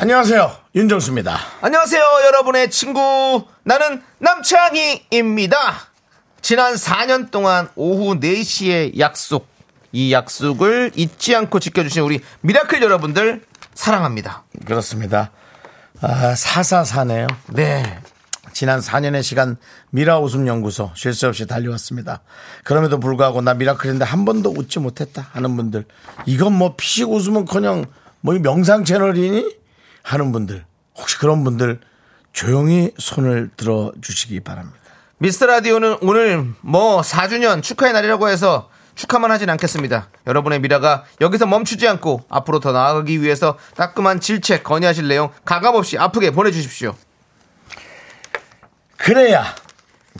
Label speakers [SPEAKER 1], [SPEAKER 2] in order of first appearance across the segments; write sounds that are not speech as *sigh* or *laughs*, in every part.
[SPEAKER 1] 안녕하세요. 윤정수입니다.
[SPEAKER 2] 안녕하세요, 여러분의 친구. 나는 남창희입니다. 지난 4년 동안 오후 4시의 약속. 이 약속을 잊지 않고 지켜주신 우리 미라클 여러분들, 사랑합니다.
[SPEAKER 1] 그렇습니다. 아, 사사사네요.
[SPEAKER 2] 네.
[SPEAKER 1] 지난 4년의 시간 미라 웃음 연구소 쉴 새 없이 달려왔습니다. 그럼에도 불구하고 나 미라클인데 한 번도 웃지 못했다 하는 분들 이건 뭐 피식 웃음은커녕 뭐이 명상 채널이니 하는 분들 네. 혹시 그런 분들 조용히 손을 들어 주시기 바랍니다.
[SPEAKER 2] 미스터 라디오는 오늘 뭐 4주년 축하의 날이라고 해서 축하만 하진 않겠습니다. 여러분의 미라가 여기서 멈추지 않고 앞으로 더 나아가기 위해서 따끔한 질책 건의하실 내용 가감없이 아프게 보내주십시오.
[SPEAKER 1] 그래야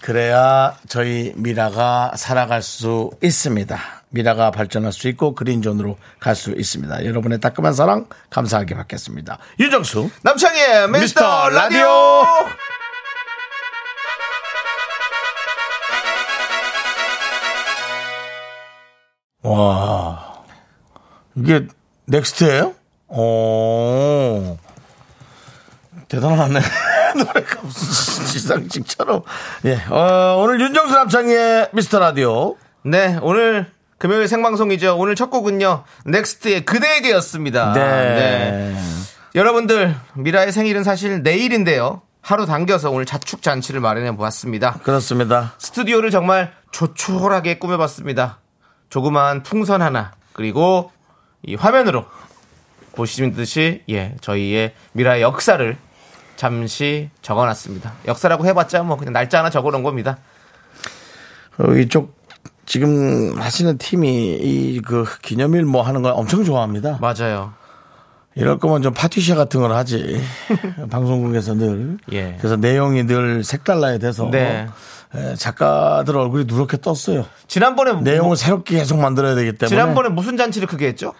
[SPEAKER 1] 그래야 저희 미라가 살아갈 수 있습니다. 미라가 발전할 수 있고 그린존으로 갈 수 있습니다. 여러분의 따끔한 사랑 감사하게 받겠습니다. 윤정수
[SPEAKER 2] 남창희의 미스터
[SPEAKER 1] 미스터 라디오.
[SPEAKER 2] 라디오!
[SPEAKER 1] 와 이게 넥스트예요? 오 대단하네 *laughs* 노래가 무슨 지상직처럼 예 어, 오늘 윤정수 남창의 미스터 라디오
[SPEAKER 2] 네, 오늘 금요일 생방송이죠. 오늘 첫 곡은요. 넥스트의 그대에게였습니다.
[SPEAKER 1] 네.
[SPEAKER 2] 여러분들, 미라의 생일은 사실 내일인데요. 하루 당겨서 오늘 자축 잔치를 마련해 보았습니다.
[SPEAKER 1] 그렇습니다
[SPEAKER 2] 스튜디오를 정말 조촐하게 꾸며봤습니다. 조그마한 풍선 하나, 그리고 이 화면으로 보시는 듯이, 예, 저희의 미라의 역사를 잠시 적어놨습니다. 역사라고 해봤자 뭐 그냥 날짜 하나 적어놓은 겁니다.
[SPEAKER 1] 어, 이쪽 지금 하시는 팀이 이 그 기념일 뭐 하는 걸 엄청 좋아합니다.
[SPEAKER 2] 맞아요.
[SPEAKER 1] 이럴 거면 좀 파티샤 같은
[SPEAKER 2] *laughs*
[SPEAKER 1] 걸 하지. 방송국에서 늘.
[SPEAKER 2] 예.
[SPEAKER 1] 그래서 내용이 늘 색달라야 돼서
[SPEAKER 2] 네.
[SPEAKER 1] 예, 작가들 얼굴이 누렇게 떴어요.
[SPEAKER 2] 지난번에 뭐-
[SPEAKER 1] 내용을 새롭게 계속 만들어야 되기 때문에
[SPEAKER 2] 지난번에 무슨 잔치를 크게 했죠?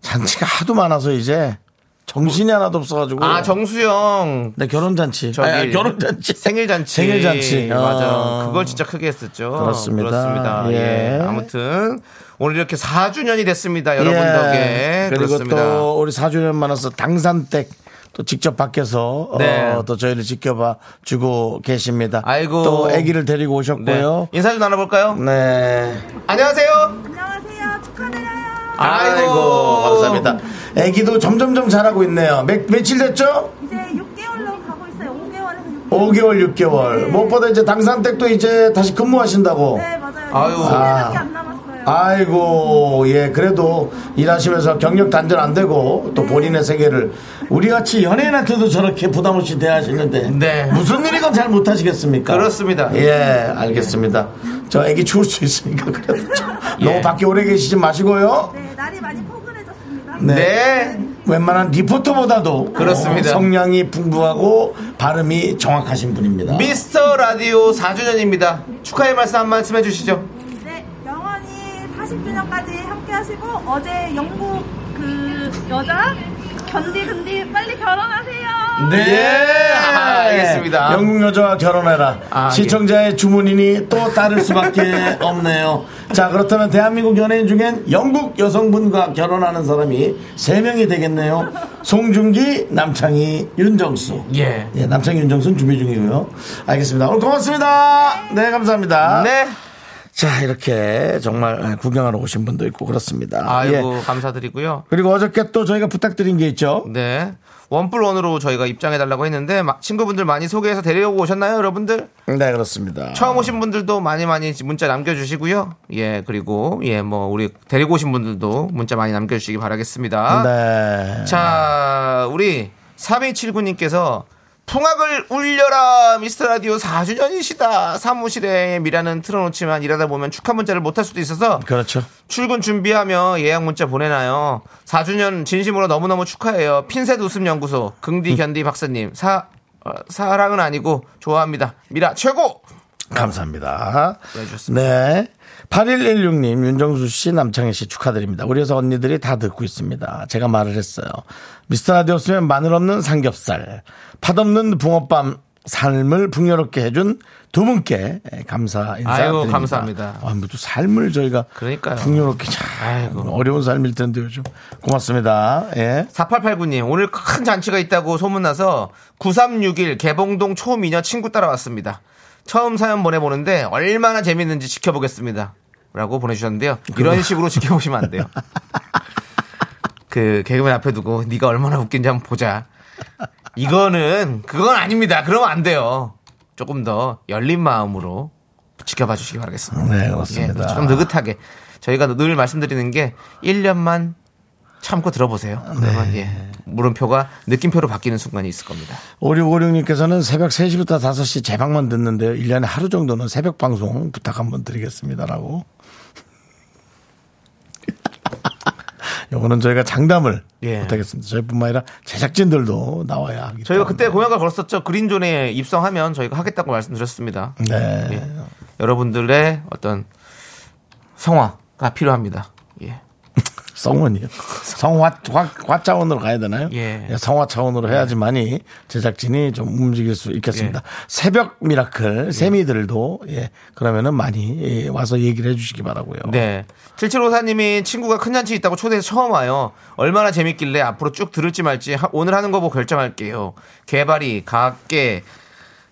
[SPEAKER 1] 잔치가 하도 많아서 이제 정신이 하나도 없어가지고
[SPEAKER 2] 아 정수영
[SPEAKER 1] 네, 결혼 잔치
[SPEAKER 2] 저기
[SPEAKER 1] 결혼 잔치
[SPEAKER 2] 생일 잔치
[SPEAKER 1] 생일 잔치
[SPEAKER 2] 맞아
[SPEAKER 1] 아.
[SPEAKER 2] 그걸 진짜 크게 했었죠
[SPEAKER 1] 그렇습니다.
[SPEAKER 2] 그렇습니다. 예.
[SPEAKER 1] 예.
[SPEAKER 2] 아무튼 오늘 이렇게 4주년이 됐습니다 여러분 덕에
[SPEAKER 1] 예. 그리고
[SPEAKER 2] 그렇습니다
[SPEAKER 1] 또 우리 4주년 만나서 당산댁 또 직접 밖에서
[SPEAKER 2] 네.
[SPEAKER 1] 어, 또 저희를 지켜봐 주고 계십니다.
[SPEAKER 2] 아이고.
[SPEAKER 1] 또 아기를 데리고
[SPEAKER 2] 네.
[SPEAKER 1] 오셨고요.
[SPEAKER 2] 인사 좀 나눠볼까요?
[SPEAKER 1] 네.
[SPEAKER 2] 안녕하세요
[SPEAKER 3] 안녕하세요. 축하드려요.
[SPEAKER 2] 아이고.
[SPEAKER 1] 감사합니다. 아기도 점점점 자라고 있네요. 매, 며칠 됐죠?
[SPEAKER 3] 이제 6개월로 가고 있어요. 5개월에서 6개월.
[SPEAKER 1] 5개월, 6개월. 무엇보다 이제 당산댁도 이제 다시 근무하신다고.
[SPEAKER 3] 네, 맞아요.
[SPEAKER 2] 아유. 아.
[SPEAKER 3] 10개월밖에 안 남았어요.
[SPEAKER 1] 아이고, 예, 그래도 일하시면서 경력 단절 안 되고 또 본인의 세계를 우리같이 연예인한테도 저렇게 부담 없이 대하시는데
[SPEAKER 2] 네.
[SPEAKER 1] 무슨 일이건 잘 못하시겠습니까?
[SPEAKER 2] 그렇습니다.
[SPEAKER 1] 예, 알겠습니다. 저 애기 추울 수 있으니까 그래도 좀
[SPEAKER 2] 예.
[SPEAKER 1] 너무 밖에 오래 계시지 마시고요.
[SPEAKER 3] 네, 날이 많이 포근해졌습니다.
[SPEAKER 2] 네
[SPEAKER 1] 웬만한 리포터보다도
[SPEAKER 2] 그렇습니다.
[SPEAKER 1] 어, 성량이 풍부하고 발음이 정확하신 분입니다.
[SPEAKER 2] 미스터 라디오 4주년입니다 축하의 말씀 한 말씀 해주시죠
[SPEAKER 3] 네, 영원히 40주년까지 함께 하시고 어제 영국 그 여자 견디 근디 빨리 결혼하세요.
[SPEAKER 2] 네 아, 알겠습니다
[SPEAKER 1] 예. 영국 여자와 결혼해라.
[SPEAKER 2] 아,
[SPEAKER 1] 시청자의 주문이니 또 따를
[SPEAKER 2] *laughs*
[SPEAKER 1] 수밖에 없네요. 자, 그렇다면 대한민국 연예인 중엔 영국 여성분과 결혼하는 사람이 세명이 되겠네요. 송중기, 남창희, 윤정수.
[SPEAKER 2] 예.
[SPEAKER 1] 예, 남창희, 윤정수는 준비 중이고요. 알겠습니다. 오늘 고맙습니다. 네, 감사합니다.
[SPEAKER 2] 네
[SPEAKER 1] 자, 이렇게 정말 구경하러 오신 분도 있고 그렇습니다.
[SPEAKER 2] 아이고
[SPEAKER 1] 예.
[SPEAKER 2] 감사드리고요
[SPEAKER 1] 그리고 어저께 또 저희가 부탁드린 게 있죠.
[SPEAKER 2] 네. 원뿔원으로 저희가 입장해달라고 했는데, 막 친구분들 많이 소개해서 데려오고 오셨나요, 여러분들?
[SPEAKER 1] 네, 그렇습니다.
[SPEAKER 2] 처음 오신 분들도 많이 많이 문자 남겨주시고요. 예, 그리고, 예, 뭐, 우리 데리고 오신 분들도 문자 많이 아, 남겨주시기 바라겠습니다.
[SPEAKER 1] 네.
[SPEAKER 2] 자, 우리 3279님께서 풍악을 울려라 미스터 라디오 4주년이시다 사무실에 미라는 틀어놓지만 일하다 보면 축하 문자를 못할 수도 있어서
[SPEAKER 1] 그렇죠.
[SPEAKER 2] 출근 준비하며 예약 문자 보내나요 4주년 진심으로 너무너무 축하해요 핀셋 웃음 연구소 긍디 견디 박사님 사 어, 사랑은 아니고 좋아합니다 미라 최고 아,
[SPEAKER 1] 감사합니다.
[SPEAKER 2] 보내주셨습니다.
[SPEAKER 1] 네. 8116님, 윤정수 씨, 남창희 씨 축하드립니다. 우리 회사 언니들이 다 듣고 있습니다. 제가 말을 했어요. 미스터 라디오 없으면 마늘 없는 삼겹살, 팥 없는 붕어빵 삶을 풍요롭게 해준 두 분께 감사 인사드립니다.
[SPEAKER 2] 아이고, 감사합니다.
[SPEAKER 1] 아, 뭐또 삶을 저희가
[SPEAKER 2] 그러니까요.
[SPEAKER 1] 풍요롭게 참
[SPEAKER 2] 아이고.
[SPEAKER 1] 어려운 삶일 텐데 요즘 고맙습니다. 예.
[SPEAKER 2] 4889님, 오늘 큰 잔치가 있다고 소문나서 9361 개봉동 초미녀 친구 따라왔습니다. 처음 사연 보내보는데 얼마나 재밌는지 지켜보겠습니다. 라고 보내주셨는데요. 이런 식으로 지켜보시면 안 돼요. 그 개그맨 앞에 두고 네가 얼마나 웃긴지 한번 보자. 이거는 그건 아닙니다. 그러면 안 돼요. 조금 더 열린 마음으로 지켜봐 주시기 바라겠습니다.
[SPEAKER 1] 네, 그렇습니다.
[SPEAKER 2] 예, 좀 느긋하게 저희가 늘 말씀드리는 게 1년만 참고 들어보세요. 그러면 예, 물음표가 느낌표로 바뀌는 순간이 있을 겁니다.
[SPEAKER 1] 5656님께서는 새벽 3시부터 5시 재방만 듣는데요. 1년에 하루 정도는 새벽 방송 부탁 한번 드리겠습니다라고. *laughs* 요거는 저희가 장담을
[SPEAKER 2] 예.
[SPEAKER 1] 못하겠습니다. 저희뿐만 아니라 제작진들도 나와야 하기
[SPEAKER 2] 저희가
[SPEAKER 1] 때문에.
[SPEAKER 2] 그때 공약을 걸었었죠. 그린존에 입성하면 저희가 하겠다고 말씀드렸습니다.
[SPEAKER 1] 네.
[SPEAKER 2] 예. 여러분들의 어떤 성화가 필요합니다. 예.
[SPEAKER 1] 성원이요. 성화, 화, 화 차원으로 가야 되나요?
[SPEAKER 2] 예. 예.
[SPEAKER 1] 성화 차원으로 해야지만이 제작진이 좀 움직일 수 있겠습니다. 새벽 미라클, 세미들도, 예. 그러면은 많이 예, 와서 얘기를 해주시기 바라고요
[SPEAKER 2] 네. 7754님이 친구가 큰 잔치 있다고 초대해서 처음 와요. 얼마나 재밌길래 앞으로 쭉 들을지 말지 하- 오늘 하는 거 보고 결정할게요. 개발이, 각계,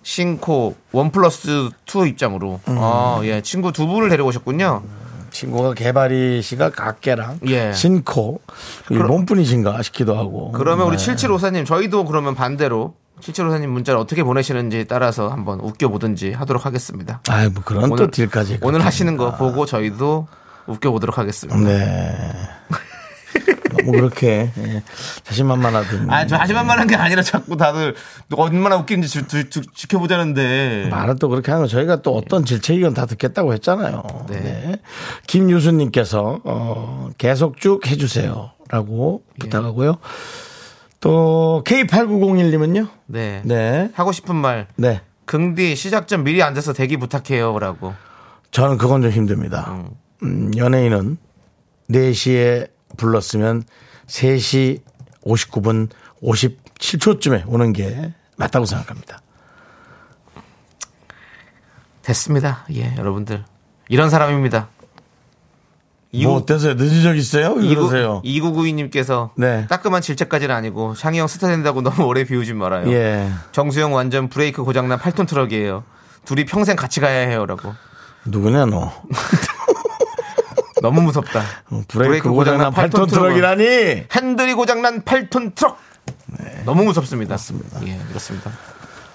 [SPEAKER 2] 신코, 원 플러스 투 입장으로.
[SPEAKER 1] 음.
[SPEAKER 2] 아, 예. 친구 두 분을 데려오셨군요.
[SPEAKER 1] 친구가 개발이 씨가 각계랑
[SPEAKER 2] 예.
[SPEAKER 1] 신코 이 몸뿐이신가 싶기도 하고.
[SPEAKER 2] 그러면 우리
[SPEAKER 1] 네.
[SPEAKER 2] 7754님, 저희도 그러면 반대로 7754님 문자를 어떻게 보내시는지 따라서 한번 웃겨보든지 하도록 하겠습니다.
[SPEAKER 1] 아이 뭐 그런 또 딜까지. 아.
[SPEAKER 2] 오늘
[SPEAKER 1] 그렇게
[SPEAKER 2] 하시는 거
[SPEAKER 1] 합니다.
[SPEAKER 2] 보고 저희도 웃겨보도록 하겠습니다.
[SPEAKER 1] 네. 너무 그렇게 예. 자신만만하든.
[SPEAKER 2] 음. 아니 저 하지만만한 게 아니라 자꾸 다들 얼마나 웃긴지 지, 지, 지, 지켜보자는데
[SPEAKER 1] 말은 또 그렇게 하는 거 저희가 또 어떤 질책이건 다 듣겠다고 했잖아요. 네.
[SPEAKER 2] 네.
[SPEAKER 1] 김유수님께서 어, 계속 쭉 해주세요라고
[SPEAKER 2] 예.
[SPEAKER 1] 부탁하고요. 또 K8901님은요.
[SPEAKER 2] 네.
[SPEAKER 1] 네.
[SPEAKER 2] 하고 싶은 말
[SPEAKER 1] 네.
[SPEAKER 2] 긍디 시작점 미리 앉아서 대기 부탁해요라고
[SPEAKER 1] 저는 그건 좀 힘듭니다. 음, 연예인은 4시에 불렀으면 3시 59분 57초쯤에 오는 게 맞다고 생각합니다.
[SPEAKER 2] 됐습니다 예 여러분들 이런 사람입니다
[SPEAKER 1] 뭐 어때서요? 늦은 적 있어요? 왜 그러세요?
[SPEAKER 2] 2992님께서
[SPEAKER 1] 네.
[SPEAKER 2] 따끔한 질책까지는 아니고 향이 형 스타 된다고 너무 오래 비우지 말아요
[SPEAKER 1] 예.
[SPEAKER 2] 정수영 완전 브레이크 고장난 8톤 트럭이에요 둘이 평생 같이 가야 해요라고
[SPEAKER 1] 누구냐 너?
[SPEAKER 2] 너무 무섭다
[SPEAKER 1] 뭐 *laughs* 브레이크 고장난 8톤
[SPEAKER 2] 트럭은
[SPEAKER 1] 트럭이라니?
[SPEAKER 2] 핸들이 고장난 8톤 트럭. 네, 너무 무섭습니다. 예, 그렇습니다.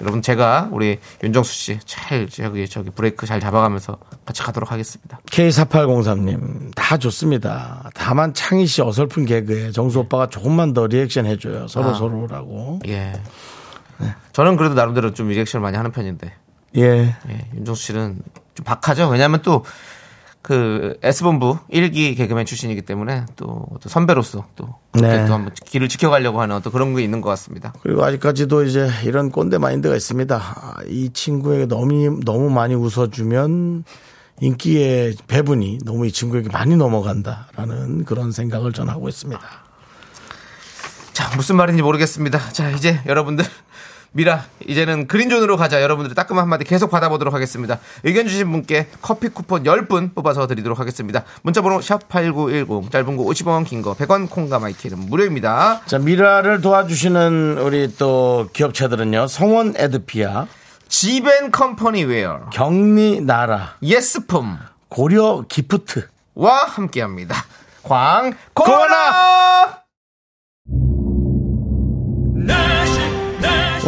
[SPEAKER 2] 여러분 제가 우리 윤정수 씨 잘 저기 저기 브레이크 잘 잡아가면서 같이 가도록 하겠습니다.
[SPEAKER 1] K4803님 다 좋습니다. 다만 창희 씨 어설픈 개그에 정수 오빠가 조금만 더 리액션 해줘요. 서로 서로라고.
[SPEAKER 2] 예. 저는 그래도 나름대로 좀 리액션을 많이 하는 편인데
[SPEAKER 1] 예.
[SPEAKER 2] 예, 윤정수 씨는 좀 박하죠. 왜냐하면 또 그 S본부 1기 개그맨 출신이기 때문에 또 어떤 선배로서 또 그렇게
[SPEAKER 1] 네.
[SPEAKER 2] 또 한번 길을 지켜가려고 하는 어떤 그런 게 있는 것 같습니다.
[SPEAKER 1] 그리고 아직까지도 이제 이런 꼰대 마인드가 있습니다. 아, 이 친구에게 너무, 너무 많이 웃어주면 인기의 배분이 너무 이 친구에게 많이 넘어간다라는 그런 생각을 전 하고 있습니다.
[SPEAKER 2] 자, 무슨 말인지 모르겠습니다. 자, 이제 여러분들. 미라, 이제는 그린존으로 가자. 여러분들의 따끔한 한마디 계속 받아보도록 하겠습니다. 의견 주신 분께 커피 쿠폰 10분 뽑아서 드리도록 하겠습니다. 문자번호 샵8910, 짧은 거 50원, 긴 거 100원, 콩과 마이키는 무료입니다.
[SPEAKER 1] 자, 미라를 도와주시는 우리 또 기업체들은요. 성원 에드피아,
[SPEAKER 2] 지벤 컴퍼니 웨어,
[SPEAKER 1] 경리나라,
[SPEAKER 2] 예스품와
[SPEAKER 1] 고려 기프트.
[SPEAKER 2] 함께 합니다. 광고라!
[SPEAKER 4] 내식 내식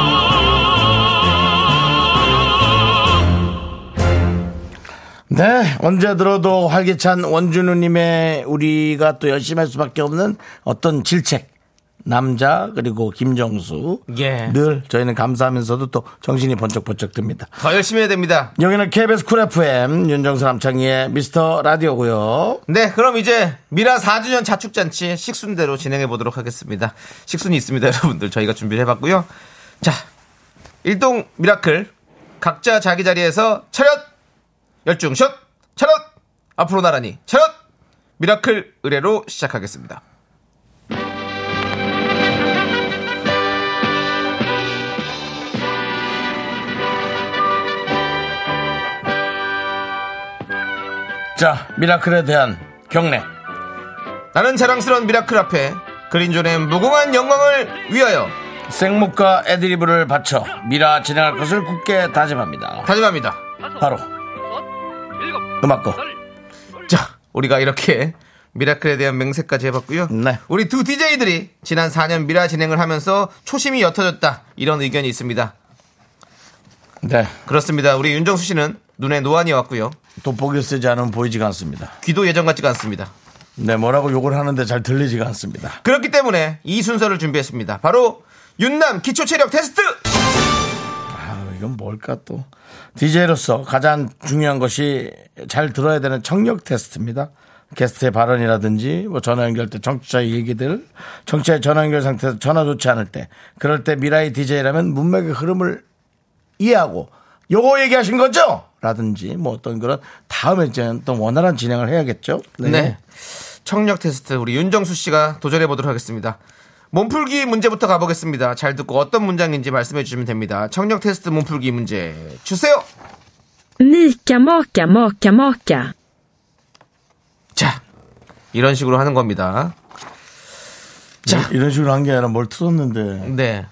[SPEAKER 1] 네, 언제 들어도 활기찬 원준우님의 우리가 또 열심히 할 수밖에 없는 어떤 질책. 남자 그리고 김정수
[SPEAKER 2] 예.
[SPEAKER 1] 늘 저희는 감사하면서도 또 정신이 번쩍번쩍 듭니다.
[SPEAKER 2] 더 열심히 해야 됩니다.
[SPEAKER 1] 여기는 KBS 쿨 FM 윤정수 남창희의 미스터 라디오고요.
[SPEAKER 2] 네, 그럼 이제 미라 4주년 자축잔치 식순대로 진행해 보도록 하겠습니다. 식순이 있습니다, 여러분들. 저희가 준비를 해봤고요. 자, 일동 미라클. 각자 자기 자리에서 차렷! 열중 샷! 차렷! 앞으로 나란히 차렷! 미라클 의뢰로 시작하겠습니다.
[SPEAKER 1] 자, 미라클에 대한 경례.
[SPEAKER 2] 나는 자랑스러운 미라클 앞에 그린존의 무궁한 영광을 위하여
[SPEAKER 1] 생목과 애드리브를 바쳐 미라 진행할 것을 굳게 다짐합니다.
[SPEAKER 2] 다짐합니다.
[SPEAKER 1] 바로 음악고
[SPEAKER 2] 자, 우리가 이렇게 미라클에 대한 맹세까지 해봤고요.
[SPEAKER 1] 네.
[SPEAKER 2] 우리 두 DJ들이 지난 4년 미라 진행을 하면서 초심이 옅어졌다 이런 의견이 있습니다.
[SPEAKER 1] 네,
[SPEAKER 2] 그렇습니다. 우리 윤정수 씨는 눈에 노안이 왔고요.
[SPEAKER 1] 돋보기 쓰지 않으면 보이지가 않습니다.
[SPEAKER 2] 귀도 예전 같지가 않습니다.
[SPEAKER 1] 네, 뭐라고 욕을 하는데 잘 들리지가 않습니다.
[SPEAKER 2] 그렇기 때문에 이 순서를 준비했습니다. 바로 윤남 기초 체력 테스트.
[SPEAKER 1] 아, 이건 뭘까 또. DJ로서 가장 중요한 것이 잘 들어야 되는 청력 테스트입니다. 게스트의 발언이라든지 뭐 전화 연결 때 정치자의 얘기들, 정치자의 전화 연결 상태에서 전화 좋지 않을 때, 그럴 때 미라의 DJ라면 문맥의 흐름을 이해하고 요거 얘기하신 거죠? 라든지 뭐 어떤 그런 다음에 이제 또 원활한 진행을 해야겠죠.
[SPEAKER 2] 네. 청력 테스트 우리 윤정수 씨가 도전해 보도록 하겠습니다. 몸풀기 문제부터 가보겠습니다. 잘 듣고 어떤 문장인지 말씀해 주시면 됩니다. 청력 테스트 몸풀기 문제 주세요.
[SPEAKER 5] Mika maka maka maka.
[SPEAKER 2] 자, 이런 식으로 하는 겁니다. 자,
[SPEAKER 1] 이런 식으로 한 게 아니라 뭘 틀었는데
[SPEAKER 2] 네.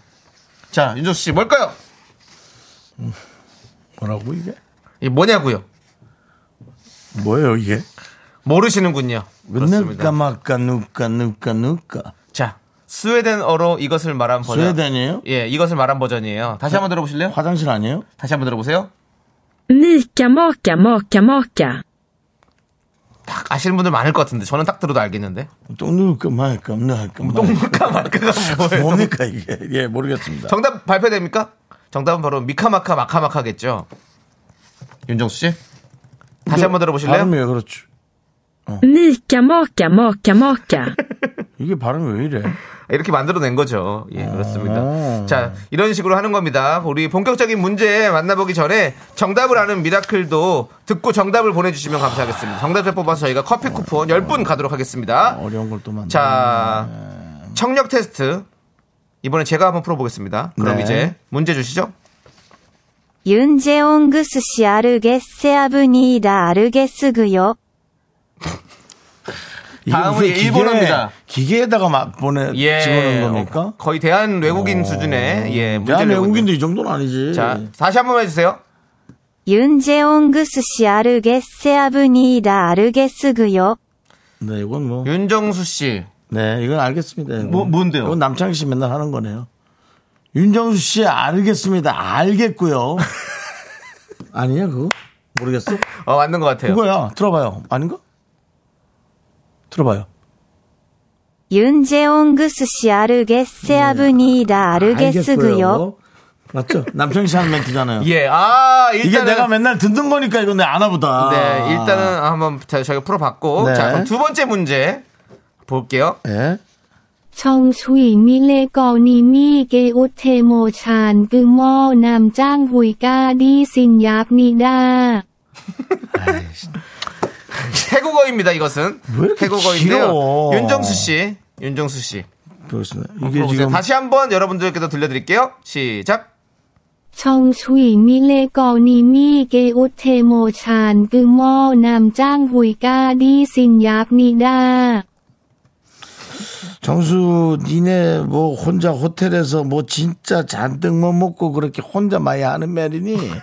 [SPEAKER 2] 자, 윤정 씨, 뭘까요?
[SPEAKER 1] 뭐라고 이게?
[SPEAKER 2] 이게 뭐냐고요?
[SPEAKER 1] 뭐예요 이게?
[SPEAKER 2] 모르시는군요.
[SPEAKER 1] 누까
[SPEAKER 2] 그렇습니다.
[SPEAKER 1] 마까 누까 누까 누까
[SPEAKER 2] 자, 스웨덴어로 이것을 말한 버전.
[SPEAKER 1] 스웨덴이에요?
[SPEAKER 2] 예, 이것을 말한 버전이에요. 다시 한번 들어보실래요?
[SPEAKER 1] 화장실 아니에요?
[SPEAKER 2] 다시 한번 들어보세요.
[SPEAKER 5] Mika maka maka maka.
[SPEAKER 2] 딱 아시는 분들 많을 것 같은데 저는 딱 들어도 알겠는데. *laughs*
[SPEAKER 1] 똥 누울까 말까 누울까 말까
[SPEAKER 2] 미카마카가 뭐예요?
[SPEAKER 1] 뭡니까 이게? 예 모르겠습니다.
[SPEAKER 2] 정답 발표됩니까? 정답은 바로 미카마카 마카마카겠죠. 윤정수 씨, 다시 한번 들어보실래요?
[SPEAKER 1] 발음이 왜 그렇죠?
[SPEAKER 5] Mika maka maka maka.
[SPEAKER 1] 이게 발음이 왜 이래?
[SPEAKER 2] 이렇게 만들어낸 거죠. 예,
[SPEAKER 1] 아.
[SPEAKER 2] 그렇습니다. 자, 이런 식으로 하는 겁니다. 우리 본격적인 문제 만나보기 전에 정답을 아는 미라클도 듣고 정답을 보내주시면 감사하겠습니다. 정답자 뽑아서 저희가 커피 쿠폰 10분 가도록 하겠습니다.
[SPEAKER 1] 어려운 걸 또 예. 만들.
[SPEAKER 2] 자, 청력 테스트. 이번에 제가 한번 풀어보겠습니다. 그럼
[SPEAKER 1] 네.
[SPEAKER 2] 이제 문제 주시죠.
[SPEAKER 6] ユンジェオングスシアルゲッセアブニーダアルゲスグよ。
[SPEAKER 1] 이게
[SPEAKER 2] 다음은
[SPEAKER 1] 무슨 기계,
[SPEAKER 2] 일본어입니다.
[SPEAKER 1] 기계에다가 막 보내 예. 집어넣은 겁니까?
[SPEAKER 2] 거의 대한 외국인 수준의 예, 문제를
[SPEAKER 1] 대한
[SPEAKER 2] 내고 있는-
[SPEAKER 1] 외국인도 이 정도는 아니지.
[SPEAKER 2] 자, 다시 한 번 해주세요.
[SPEAKER 6] ユンジェオングスシアルゲッセアブニーダアルゲスグよ。
[SPEAKER 1] 네, 이건 뭐.
[SPEAKER 2] 윤정수 씨.
[SPEAKER 1] 네, 이건 알겠습니다. 이건.
[SPEAKER 2] 뭐- 뭔데요?
[SPEAKER 1] 이건 남창희 씨 맨날 하는 거네요. 윤정수 씨 알겠습니다.
[SPEAKER 2] *laughs*
[SPEAKER 1] 알겠고요. 아니야 그거? 모르겠어.
[SPEAKER 2] 어, 맞는 것 같아요.
[SPEAKER 1] 그거야. 들어봐요. 아닌가? 들어봐요.
[SPEAKER 6] ユンジェオングスシアルゲッセアブニーダアルゲスグよ。
[SPEAKER 1] 맞죠? 남창희 씨 하는 멘트잖아요.
[SPEAKER 2] 예, 아, 일단은.
[SPEAKER 1] 이게 내가 맨날 듣는 거니까 이건 내가 아나보다.
[SPEAKER 2] 네, 일단은 한번 자, 저희가 풀어봤고.
[SPEAKER 1] 네.
[SPEAKER 2] 자, 그럼 두 번째 문제 볼게요.
[SPEAKER 1] 예.
[SPEAKER 7] 청수이 밀레거니미게 오테모찬 그모 남장후이가 니신약니다.
[SPEAKER 2] 태국어입니다, 이것은.
[SPEAKER 1] 왜 이렇게 길어?
[SPEAKER 2] 태국어인데요. 윤정수 씨. 윤정수 씨.
[SPEAKER 1] 그렇습니다. 이게
[SPEAKER 2] 이게
[SPEAKER 1] 지금
[SPEAKER 2] 다시 한번 여러분들께도 들려드릴게요. 시작.
[SPEAKER 7] 청수이 밀레거니미게 오테모찬 그모 남장후이가 니신약니다.
[SPEAKER 1] 정수 니네 뭐 혼자 호텔에서 뭐 진짜 잔뜩 뭐 먹고 그렇게 혼자 많이 하는
[SPEAKER 2] *laughs*
[SPEAKER 1] 말이니 모르겠다.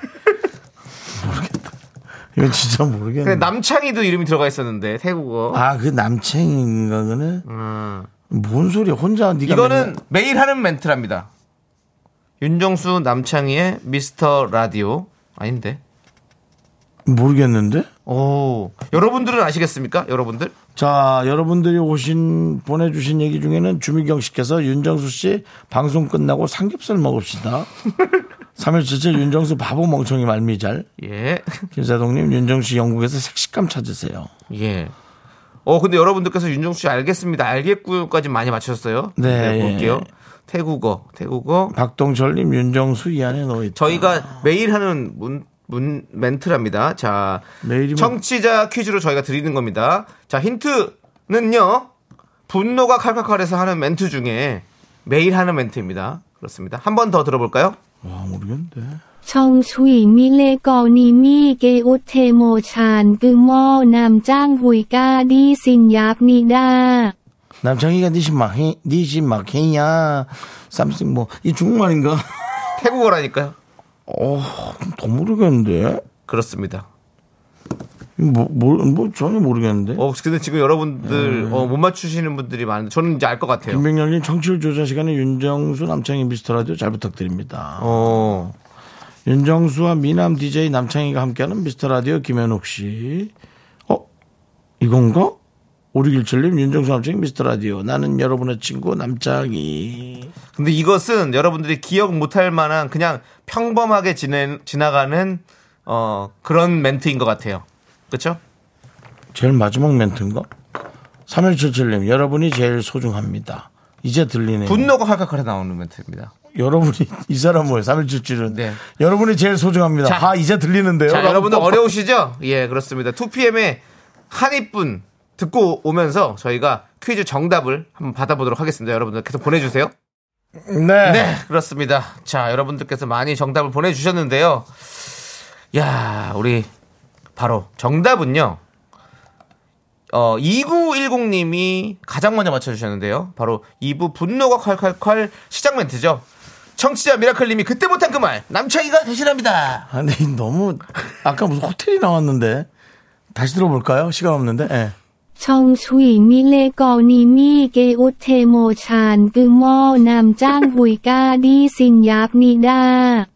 [SPEAKER 1] 이건 진짜 모르겠네.
[SPEAKER 2] 근데 남창희도 이름이 들어가 있었는데 태국어.
[SPEAKER 1] 음. 아그 남친인가 그네. 뭔 소리야 혼자 니가
[SPEAKER 2] 음. 이거는
[SPEAKER 1] 맨날-
[SPEAKER 2] 매일 하는 멘트랍니다. 윤정수 남창희의 미스터 라디오 아닌데.
[SPEAKER 1] 모르겠는데.
[SPEAKER 2] 오 여러분들은 아시겠습니까? 여러분들
[SPEAKER 1] 자, 여러분들이 오신 보내주신 얘기 중에는 주미경 씨께서 윤정수 씨 방송 끝나고 삼겹살 먹읍시다. 3일째 윤정수 바보 멍청이 말미잘.
[SPEAKER 2] 예
[SPEAKER 1] 김사동님 윤정수 씨 영국에서 색식감 찾으세요.
[SPEAKER 2] 예. 어 근데 여러분들께서 윤정수 씨 알겠습니다 알겠고요까지 많이 맞추셨어요.
[SPEAKER 1] 네,
[SPEAKER 2] 볼게요.
[SPEAKER 1] 예.
[SPEAKER 2] 태국어 태국어
[SPEAKER 1] 박동철님 윤정수 이 안에 넣어 있다. 아.
[SPEAKER 2] 저희가 매일 하는 문, 문 멘트랍니다. 자,
[SPEAKER 1] 매일이면-
[SPEAKER 2] 청취자 퀴즈로 저희가 드리는 겁니다. 자, 힌트는요. 분노가 칼칼칼해서 하는 멘트 중에 매일 하는 멘트입니다. 그렇습니다. 한 번 더 들어볼까요?
[SPEAKER 1] 와 모르겠는데.
[SPEAKER 7] 정수이 밀레거니 미게 오테모찬 그모 남장 후이가 니신얍니다.
[SPEAKER 1] 남창희가 니신 막히 니신 막히냐 삼성 뭐이 중국말인가?
[SPEAKER 2] 태국어라니까요.
[SPEAKER 1] 어더 모르겠는데.
[SPEAKER 2] 그렇습니다.
[SPEAKER 1] 뭐뭐뭐 전혀 모르겠는데.
[SPEAKER 2] 어, 근데 지금 여러분들 어, 못 맞추시는 분들이 많은데 저는 이제 알 것 같아요.
[SPEAKER 1] 음. 김백렬님 청취율 조사 시간에 윤정수 남창희 미스터 라디오 잘 부탁드립니다.
[SPEAKER 2] 어,
[SPEAKER 1] 윤정수와 미남 DJ 남창희가 함께하는 미스터 라디오 김현욱 씨. 어 이건가? 5617님 윤정수 남창희 미스터 라디오 나는 여러분의 친구 남창희.
[SPEAKER 2] 근데 이것은 여러분들이 기억 못할 만한 그냥 평범하게 지내, 지나가는 어, 그런 멘트인 것 같아요. 그렇죠?
[SPEAKER 1] 제일 마지막 멘트인가? 3177님 여러분이 제일 소중합니다. 이제 들리네요.
[SPEAKER 2] 분노가 칼칼칼 나오는 멘트입니다.
[SPEAKER 1] 여러분이 이 사람 뭐예요? 3177은
[SPEAKER 2] 네.
[SPEAKER 1] 여러분이 제일 소중합니다.
[SPEAKER 2] 자.
[SPEAKER 1] 아 이제 들리는데요.
[SPEAKER 2] 자,
[SPEAKER 1] 라고
[SPEAKER 2] 여러분들
[SPEAKER 1] 뻑뻑
[SPEAKER 2] 어려우시죠? 예, 그렇습니다. 2PM의 한입분 듣고 오면서 저희가 퀴즈 정답을 한번 받아보도록 하겠습니다. 여러분들 계속 보내주세요. 네, 그렇습니다. 자, 여러분들께서 많이 정답을 보내주셨는데요. 야, 우리 바로 정답은요. 어, 2910님이 가장 먼저 맞춰주셨는데요. 바로 2부 분노가 칼칼칼 시작 멘트죠. 청취자 미라클님이 그때 못한 그 말 남창이가 대신합니다.
[SPEAKER 1] 아, 근데 이 너무 아까 무슨 호텔이 나왔는데 다시 들어볼까요? 시간 없는데. 예.
[SPEAKER 7] 정수이 밀레거니 미게 오테모찬 그모 남장 후이가 니신얍니다.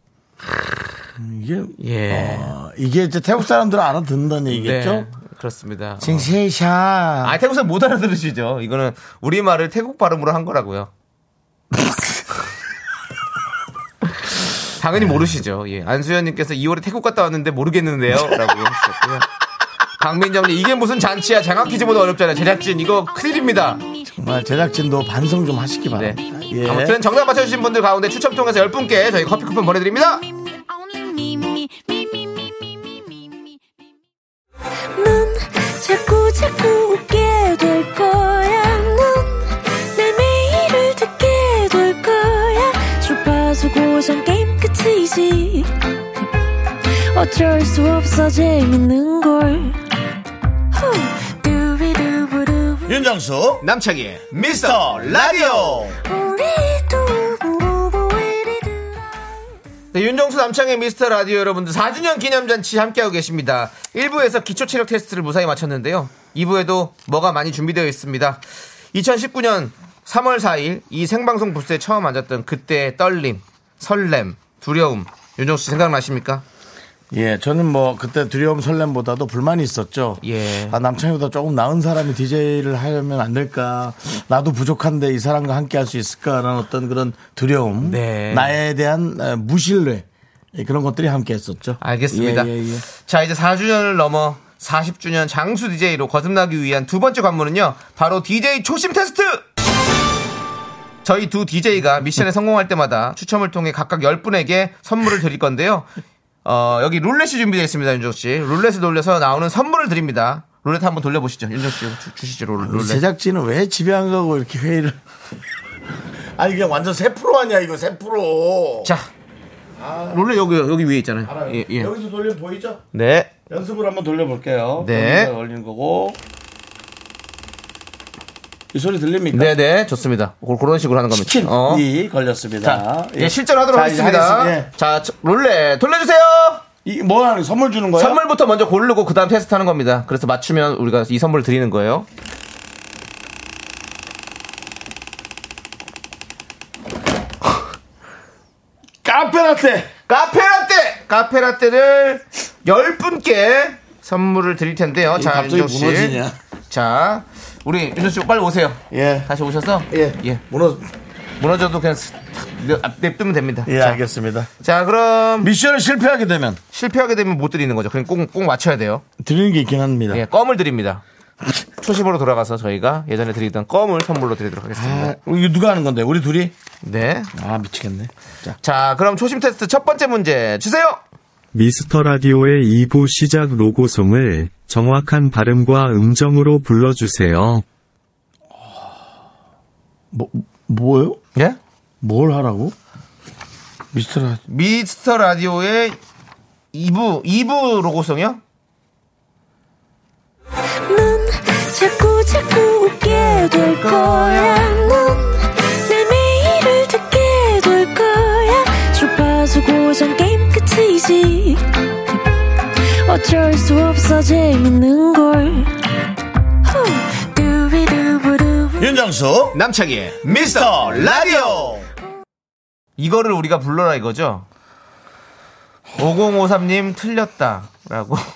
[SPEAKER 1] 이게
[SPEAKER 2] 예.
[SPEAKER 1] 어, 이게 이제 태국 사람들은 알아듣는다는 얘기겠죠?
[SPEAKER 2] 네, 그렇습니다.
[SPEAKER 1] 징세샤.
[SPEAKER 2] 아, 태국 사람 못 알아들으시죠? 이거는 우리말을 태국 발음으로 한 거라고요. 당연히 모르시죠. 예. 안수현님께서 2월에 태국 갔다 왔는데 모르겠는데요. 라고 하셨고요. 강민정님, 이게 무슨 잔치야? 장학 퀴즈보다 어렵잖아요. 제작진, 이거 큰일입니다.
[SPEAKER 1] 정말 제작진도 반성 좀 하시기
[SPEAKER 2] 네.
[SPEAKER 1] 바랍니다. 예.
[SPEAKER 2] 아무튼 정답 맞춰주신 분들 가운데 추첨 통해서 10분께 저희 커피 쿠폰 보내드립니다.
[SPEAKER 8] 넌 자꾸 자꾸 웃게 될 거야. 넌내 매일을 듣게 될 거야. 주파수 고정 게임 끝이지. 어쩔 수 없어 재밌는 걸. 후. 두비두부두부.
[SPEAKER 1] 윤정수
[SPEAKER 2] 남창희의 미스터 라디오!
[SPEAKER 8] 우리 두부부부 우리 두부.
[SPEAKER 2] 네, 윤정수 남창의 미스터 라디오 여러분들 4주년 기념잔치 함께하고 계십니다. 1부에서 기초 체력 테스트를 무사히 마쳤는데요. 2부에도 뭐가 많이 준비되어 있습니다. 2019년 3월 4일 이 생방송 부스에 처음 앉았던 그때의 떨림, 설렘, 두려움. 윤정수 씨 생각나십니까?
[SPEAKER 1] 예, 저는 뭐 그때 두려움 설렘보다도 불만이 있었죠.
[SPEAKER 2] 예.
[SPEAKER 1] 아, 남창이보다 조금 나은 사람이 DJ를 하려면 안 될까? 나도 부족한데 이 사람과 함께 할 수 있을까라는 어떤 그런 두려움,
[SPEAKER 2] 네.
[SPEAKER 1] 나에 대한 에, 무신뢰 예, 그런 것들이 함께 했었죠.
[SPEAKER 2] 알겠습니다.
[SPEAKER 1] 예, 예, 예.
[SPEAKER 2] 자, 이제 4주년을 넘어 40주년 장수 DJ로 거듭나기 위한 두 번째 관문은요. 바로 DJ 초심 테스트! 저희 두 DJ가 미션에 성공할 때마다 추첨을 통해 각각 10분에게 선물을 드릴 건데요. 어, 여기 룰렛이 준비되어 있습니다, 윤정 씨. 룰렛을 돌려서 나오는 선물을 드립니다. 룰렛 한번 돌려보시죠. 윤정 씨 주- 주시죠, 룰-
[SPEAKER 1] 우리
[SPEAKER 2] 룰렛.
[SPEAKER 1] 제작진은 왜 집에 안 가고 이렇게 회의를? *laughs* 아니 그냥 완전 새 프로 아니야 이거 새 프로.
[SPEAKER 2] 자. 룰렛 여기, 여기 위에 있잖아요. 예, 예.
[SPEAKER 1] 여기서 돌려 보이죠?
[SPEAKER 2] 네.
[SPEAKER 1] 연습을 한번 돌려볼게요.
[SPEAKER 2] 네.
[SPEAKER 1] 올리는 거고. 이 소리 들립니까?
[SPEAKER 2] 네네 좋습니다. 고- 그런 식으로 하는 겁니다.
[SPEAKER 1] 치킨이 예,
[SPEAKER 2] 어.
[SPEAKER 1] 걸렸습니다.
[SPEAKER 2] 자, 예, 실제로 하도록
[SPEAKER 1] 자, 이제
[SPEAKER 2] 하겠습니다.
[SPEAKER 1] 하겠습니다. 예.
[SPEAKER 2] 자, 저- 룰렛 돌려주세요.
[SPEAKER 1] 이, 뭐 하는, 거예요? 선물 주는 거예요?
[SPEAKER 2] 선물부터 먼저 고르고 그다음 테스트하는 겁니다. 그래서 맞추면 우리가 이 선물 드리는 거예요.
[SPEAKER 1] 카페라떼!
[SPEAKER 2] 카페라떼, 카페라떼를 10분께 선물을 드릴 텐데요.
[SPEAKER 1] 이게
[SPEAKER 2] 자,
[SPEAKER 1] 갑자기
[SPEAKER 2] 윤정 씨.
[SPEAKER 1] 무너지냐?
[SPEAKER 2] 자, 우리 윤정 씨 빨리 오세요.
[SPEAKER 1] 예.
[SPEAKER 2] 다시 오셔서
[SPEAKER 1] 예. 무너,
[SPEAKER 2] 무너져도 그냥 스- 탁 내- 앞- 냅두면 됩니다.
[SPEAKER 1] 예,
[SPEAKER 2] 자,
[SPEAKER 1] 알겠습니다.
[SPEAKER 2] 자, 그럼
[SPEAKER 1] 미션을 실패하게 되면
[SPEAKER 2] 실패하게 되면 못 드리는 거죠. 그냥 꼭, 꼭 맞춰야 돼요.
[SPEAKER 1] 드리는 게 있긴 합니다.
[SPEAKER 2] 예, 껌을 드립니다. 초심으로 돌아가서 저희가 예전에 드리던 껌을 선물로 드리도록 하겠습니다.
[SPEAKER 1] 아, 이거 누가 하는 건데? 우리 둘이?
[SPEAKER 2] 네.
[SPEAKER 1] 아, 미치겠네. 자,
[SPEAKER 2] 자, 그럼 초심 테스트 첫 번째 문제 주세요.
[SPEAKER 9] 미스터 라디오의 2부 시작 로고송을 정확한 발음과 음정으로 불러주세요.
[SPEAKER 1] 뭐, 뭐요?
[SPEAKER 2] 예?
[SPEAKER 1] 뭘 하라고? 미스터라.
[SPEAKER 2] 미스터 라디오의 2부, 2부 로고송이요?
[SPEAKER 8] 넌 자꾸 자꾸 웃게 될 거야. 넌내 매일을 듣게 될 거야. 주파수 고정 게임 끝이지. 어쩔 수 없어 재밌는 걸. 후. 두비두부두부.
[SPEAKER 1] 윤정수!
[SPEAKER 2] 남창희의 미스터 라디오! 이거를 우리가 불러라 이거죠? 5053님 틀렸다. 라고. *laughs*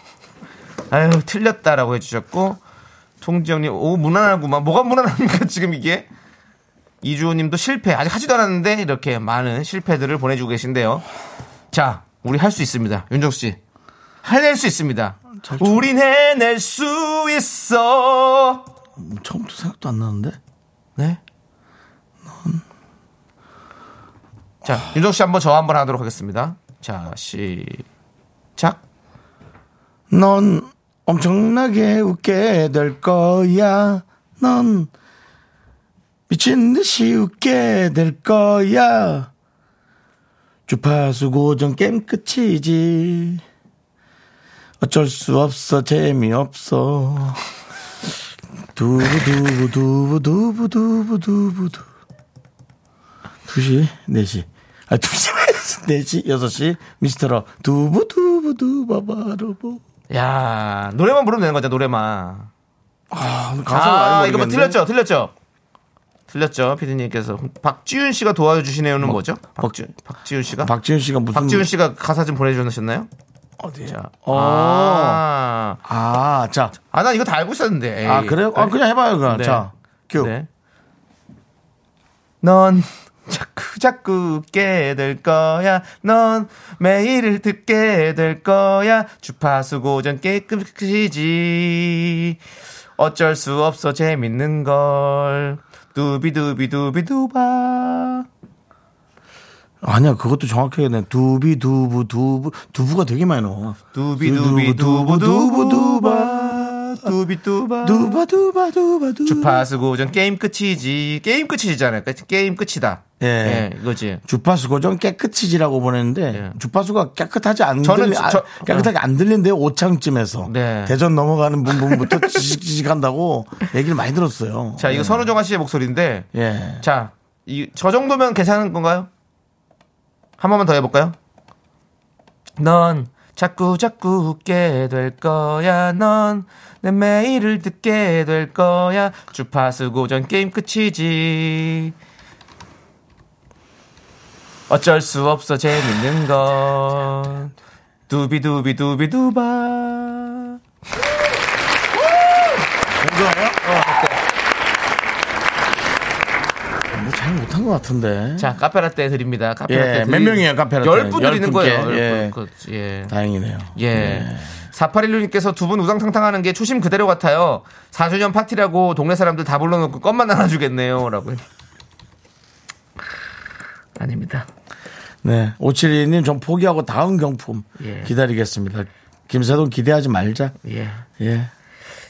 [SPEAKER 2] 아유, 틀렸다. 라고 해주셨고. 송지영님, 오, 무난하구만. 뭐가 무난합니까, 지금 이게? 이주호님도 실패. 아직 하지도 않았는데, 이렇게 많은 실패들을 보내주고 계신데요. 자, 우리 할 수 있습니다. 윤정씨. 해낼 수 있습니다. 우린 해낼 수 있어.
[SPEAKER 1] 처음부터 생각도 안 나는데?
[SPEAKER 2] 네. 자,
[SPEAKER 1] 아.
[SPEAKER 2] 윤정 씨 한번 저 한번 하도록 하겠습니다. 자, 시작.
[SPEAKER 1] 넌 엄청나게 웃게 될 거야. 넌 미친 듯이 웃게 될 거야. 주파수 고정 게임 끝이지. 어쩔 수 없어 재미없어. 두부두부 두부두부 두부두부 두. 2시, 4시. 아, 2시, *laughs* 4시, 6시. 미스터로 두부두부두 바바로보.
[SPEAKER 2] 야, 노래만 부르면 되는 거죠, 노래만.
[SPEAKER 1] 가사가
[SPEAKER 2] 아,
[SPEAKER 1] 많이
[SPEAKER 2] 이거 뭐
[SPEAKER 1] 모르겠는데.
[SPEAKER 2] 틀렸죠, 틀렸죠. 틀렸죠, 피디님께서. 박지윤 씨가 도와주시네요는 뭐, 죠 박지윤, 박지윤 씨가? 박,
[SPEAKER 1] 박지윤 씨가 무슨
[SPEAKER 2] 지윤 씨가 가사 좀 보내주셨나요?
[SPEAKER 1] 어디?
[SPEAKER 2] 자,
[SPEAKER 1] 어.
[SPEAKER 2] 아,
[SPEAKER 1] 아, 자.
[SPEAKER 2] 아, 난 이거 다 알고 있었는데. 에이.
[SPEAKER 1] 아, 그래요? 아, 그냥 해 봐요, 그럼.
[SPEAKER 2] 예. 네.
[SPEAKER 1] 자. 큐.
[SPEAKER 2] 네. 넌 자꾸 자꾸 웃게 될 거야. 넌 매일을 듣게 될 거야. 주파수 고정 깨끗이지. 어쩔 수 없어 재밌는 걸. 두비두비 두비두바.
[SPEAKER 1] 아니야, 그것도 정확하게 네 두비 두부 두부 두부가 되게 많이 나와.
[SPEAKER 2] 두비두비 두부 두부 두바. 두비두바.
[SPEAKER 1] 두바 두바 두바 두.
[SPEAKER 2] 주파수 고정 게임 끝이지. 게임 끝이잖아요. 게임 끝이다.
[SPEAKER 1] 예.
[SPEAKER 2] 예 이거지.
[SPEAKER 1] 주파수 고정 깨끗이지라고 보냈는데
[SPEAKER 2] 예.
[SPEAKER 1] 주파수가 깨끗하지 안
[SPEAKER 2] 저는
[SPEAKER 1] 들리 아,
[SPEAKER 2] 저-
[SPEAKER 1] 깨끗하게 안 들린대요 오창쯤에서
[SPEAKER 2] 네.
[SPEAKER 1] 대전 넘어가는 *laughs* 부분부터 지직지직한다고 얘기를 많이 들었어요.
[SPEAKER 2] 자, 이거 선우정아 씨의 목소리인데.
[SPEAKER 1] 예.
[SPEAKER 2] 자, 이, 저 정도면 괜찮은 건가요? 한 번만 더 해볼까요? 넌 자꾸 자꾸 웃게 될 거야. 넌 내 매일을 듣게 될 거야. 주파수 고정 게임 끝이지. 어쩔 수 없어 재밌는 건 두비두비 두비두바.
[SPEAKER 1] 뭐잘 못한 것 같은데.
[SPEAKER 2] 자 카페라떼 드립니다. 카페라떼
[SPEAKER 1] 예,
[SPEAKER 2] 드리-
[SPEAKER 1] 몇 명이에요, 카페라떼?
[SPEAKER 2] 열분
[SPEAKER 1] 열
[SPEAKER 2] 드리는
[SPEAKER 1] 분께.
[SPEAKER 2] 거예요. 열
[SPEAKER 1] 예.
[SPEAKER 2] 분. 그, 예.
[SPEAKER 1] 다행이네요.
[SPEAKER 2] 예. 4816님께서 두 분 우상탕탕 하는 게 초심 그대로 같아요. 4주년 파티라고 동네 사람들 다 불러놓고 껌만 나눠주겠네요. 라고. 아닙니다.
[SPEAKER 1] 네. 572님, 전 포기하고 다음 경품
[SPEAKER 2] 예.
[SPEAKER 1] 기다리겠습니다. 김사동 기대하지 말자.
[SPEAKER 2] 예.
[SPEAKER 1] 예.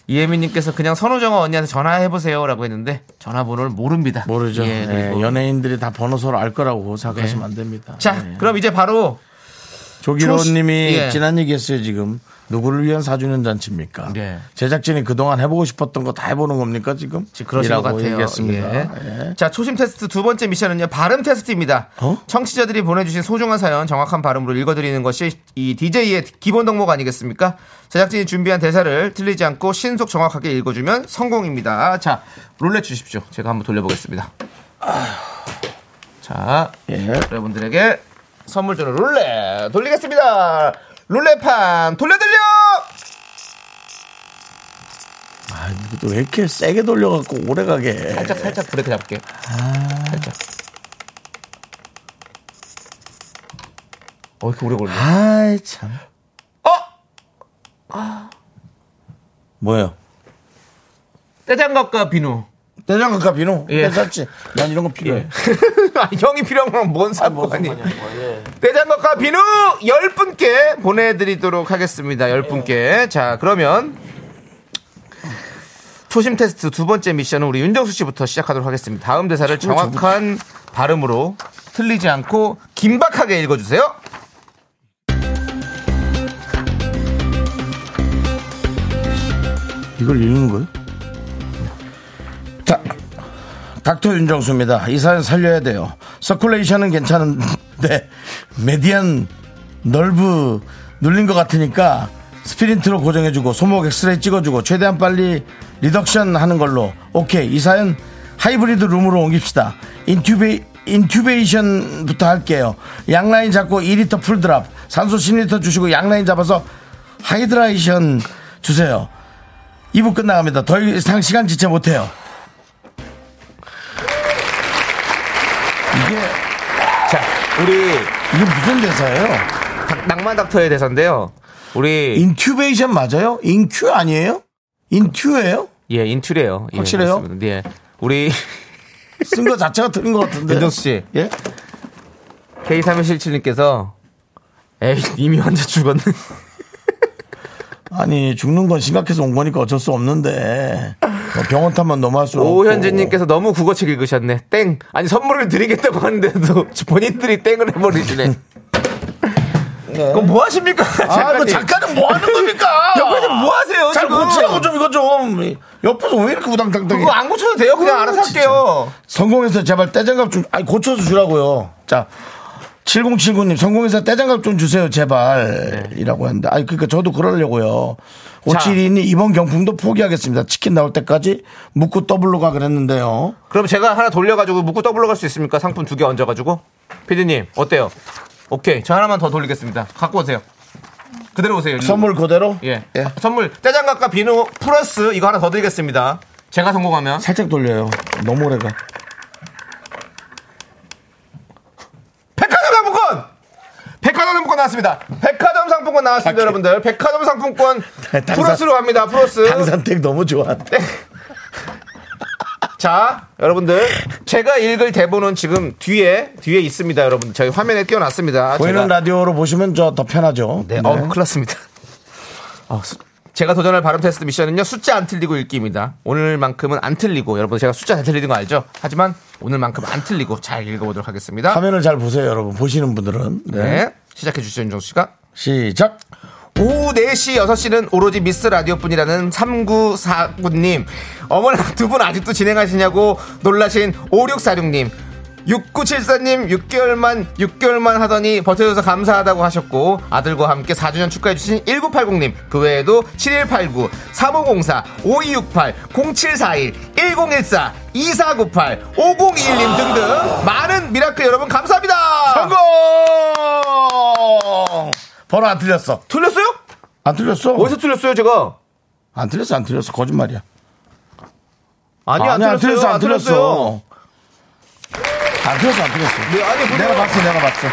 [SPEAKER 2] 이혜민님께서 그냥 선우정아 언니한테 전화해보세요. 라고 했는데 전화번호를 모릅니다.
[SPEAKER 1] 모르죠.
[SPEAKER 2] 예, 그리고- 네.
[SPEAKER 1] 예, 연예인들이 다 번호 서로 알 거라고 생각하시면 안 됩니다.
[SPEAKER 2] 자,
[SPEAKER 1] 예.
[SPEAKER 2] 그럼 이제 바로
[SPEAKER 1] 조기로
[SPEAKER 2] 초시-
[SPEAKER 1] 님이
[SPEAKER 2] 예.
[SPEAKER 1] 지난 얘기 했어요, 지금. 누구를 위한 사주년 잔치입니까?
[SPEAKER 2] 네.
[SPEAKER 1] 제작진이 그동안 해보고 싶었던 거 다 해보는 겁니까 지금?
[SPEAKER 2] 지금 그러신 것
[SPEAKER 1] 이라고
[SPEAKER 2] 같아요.
[SPEAKER 1] 얘기했습니다.
[SPEAKER 2] 예.
[SPEAKER 1] 예.
[SPEAKER 2] 자, 초심 테스트 두 번째 미션은요. 발음 테스트입니다.
[SPEAKER 1] 어?
[SPEAKER 2] 청취자들이 보내주신 소중한 사연 정확한 발음으로 읽어드리는 것이 이 DJ의 기본 덕목 아니겠습니까? 제작진이 준비한 대사를 틀리지 않고 신속 정확하게 읽어주면 성공입니다. 자, 롤렛 주십시오. 제가 한번 돌려보겠습니다. 자,
[SPEAKER 1] 예.
[SPEAKER 2] 여러분들에게 선물 주는 룰렛 돌리겠습니다. 룰렛판 돌려들려!
[SPEAKER 1] 아, 이것도 왜 이렇게 세게 돌려갖고 오래가게. 해.
[SPEAKER 2] 살짝 살짝 브레이크 잡을게요. 살짝. 어 이렇게 오래 걸려?
[SPEAKER 1] 아이 참.
[SPEAKER 2] 어
[SPEAKER 1] 뭐예요?
[SPEAKER 2] 떼장갑과 비누.
[SPEAKER 1] 대장갑과 비누?
[SPEAKER 2] 예.
[SPEAKER 1] 괜찮지? 난 이런 거 필요해.
[SPEAKER 2] *laughs* 아, 형이 필요한 건 뭔 상관이? 예. 떼장갑과 비누 10분께 보내드리도록 하겠습니다. 10분께. 자, 그러면 초심 테스트 두 번째 미션은 우리 윤정수 씨부터 시작하도록 하겠습니다. 다음 대사를 정확한 발음으로 틀리지 않고 긴박하게 읽어주세요.
[SPEAKER 1] 이걸 읽는 거예요? 다, 닥터 윤정수입니다. 이 사연 살려야 돼요. 서큘레이션은 괜찮은데 *laughs* 메디안 널브 눌린 것 같으니까 스피린트로 고정해주고 소목 엑스레이 찍어주고 최대한 빨리 리덕션 하는 걸로 오케이 이 사연 하이브리드 룸으로 옮깁시다. 인튜베 인튜베이션부터 할게요. 양라인 잡고 2리터 풀드랍 산소 10리터 주시고 양라인 잡아서 하이드라이션 주세요. 2부 끝나갑니다. 더 이상 시간 지체 못해요. 이게,
[SPEAKER 2] 자, 우리
[SPEAKER 1] 이게 무슨 대사예요?
[SPEAKER 2] 닭- 낭만 닥터의 대사인데요. 우리
[SPEAKER 1] 인튜베이션 맞아요? 인큐 아니에요? 인튜예요?
[SPEAKER 2] 예, 인출이에요. 예,
[SPEAKER 1] 확실해요?
[SPEAKER 2] 맞습니다. 예.
[SPEAKER 1] *laughs*
[SPEAKER 2] 우리
[SPEAKER 1] 쓴 거 자체가 틀린 것
[SPEAKER 2] *laughs*
[SPEAKER 1] 같은데.
[SPEAKER 2] 윤정수 씨.
[SPEAKER 1] 예?
[SPEAKER 2] K3177님께서 에이, 이미 완전 죽었네.
[SPEAKER 1] 아니, 죽는 건 심각해서 온 거니까 어쩔 수 없는데. 뭐 병원 타면 넘어갈 수 없고.
[SPEAKER 2] 오현진님께서 너무 국어책 읽으셨네. 땡. 아니, 선물을 드리겠다고 하는데도 *laughs* 본인들이 땡을 해버리시네. 그럼 뭐 하십니까?
[SPEAKER 1] 아, 이거 작가는 뭐 하는 겁니까?
[SPEAKER 2] *laughs* 옆에서 뭐 하세요,
[SPEAKER 1] 잘
[SPEAKER 2] 지금?
[SPEAKER 1] 고치라고 좀, 이거 좀. 옆에서 왜 이렇게 우당탕탕해?
[SPEAKER 2] 그거 안 고쳐도 돼요.
[SPEAKER 1] 어,
[SPEAKER 2] 그냥 알아서 할게요.
[SPEAKER 1] 성공해서 제발 떼장갑 좀, 아니, 고쳐서 주라고요. 자. 7079님, 성공해서 떼장갑 좀 주세요, 제발.
[SPEAKER 2] 네.
[SPEAKER 1] 이라고 하는데. 아니, 그니까 저도 그러려고요. 5722님, 이번 경품도 포기하겠습니다. 치킨 나올 때까지 묻고 더블로 가 그랬는데요.
[SPEAKER 2] 그럼 제가 하나 돌려가지고 묶고 더블로 갈 수 있습니까? 상품 두 개 얹어가지고. 피디님, 어때요? 오케이. 저 하나만 더 돌리겠습니다. 갖고 오세요. 그대로 오세요. 일로.
[SPEAKER 1] 선물 그대로?
[SPEAKER 2] 예. 선물 짜장갑과 비누 플러스 이거 하나 더 드리겠습니다. 제가 성공하면
[SPEAKER 1] 살짝 돌려요. 너무 오래가.
[SPEAKER 2] 백화점 상품권. 백화점 상품권 나왔습니다. 백화점 상품권 나왔습니다, 여러분들. 백화점 상품권
[SPEAKER 1] 아, 그- *laughs* 당사-
[SPEAKER 2] 플러스로 갑니다. 플러스.
[SPEAKER 1] 당산택 너무 좋아한데.
[SPEAKER 2] 자, 여러분들 제가 읽을 대본은 지금 뒤에 뒤에 있습니다, 여러분. 저희 화면에 띄워놨습니다.
[SPEAKER 1] 보이는
[SPEAKER 2] 제가-
[SPEAKER 1] 라디오로 보시면 저 더 편하죠.
[SPEAKER 2] 네, 어, 큰일 났습니다. 어, 수- *laughs* 제가 도전할 발음 테스트 미션은요, 숫자 안 틀리고 읽기입니다. 오늘만큼은 안 틀리고, 여러분 제가 숫자 다 틀리는 거 알죠? 하지만 오늘만큼 안 틀리고 잘 읽어보도록 하겠습니다.
[SPEAKER 1] 화면을 잘 보세요, 여러분. 보시는 분들은. 네.
[SPEAKER 2] 네. 시작해 주시죠, 윤정수 씨가.
[SPEAKER 1] 시작.
[SPEAKER 2] 오후 4시, 6시는 오로지 미스 라디오뿐이라는 3949님. 어머나, 두 분 아직도 진행하시냐고 놀라신 5646님. 6974님 6개월만 6개월만 하더니 버텨줘서 감사하다고 하셨고 아들과 함께 4주년 축하해주신 1980님 그 외에도 7189 3504 5268 0741 1014 2498 5021님 등등 많은 미라클 여러분 감사합니다
[SPEAKER 1] 성공! 번호 안 틀렸어.
[SPEAKER 2] 틀렸어요?
[SPEAKER 1] 안 틀렸어?
[SPEAKER 2] 어디서 틀렸어요 제가
[SPEAKER 1] 안 틀렸어, 안 틀렸어. 거짓말이야.
[SPEAKER 2] 아니, 안,
[SPEAKER 1] 아니야,
[SPEAKER 2] 틀렸어요. 안 틀렸어요.
[SPEAKER 1] 안 틀렸어, 안 틀렸어.
[SPEAKER 2] 네, 아니, 보니까-
[SPEAKER 1] 내가 봤어, 내가 봤어.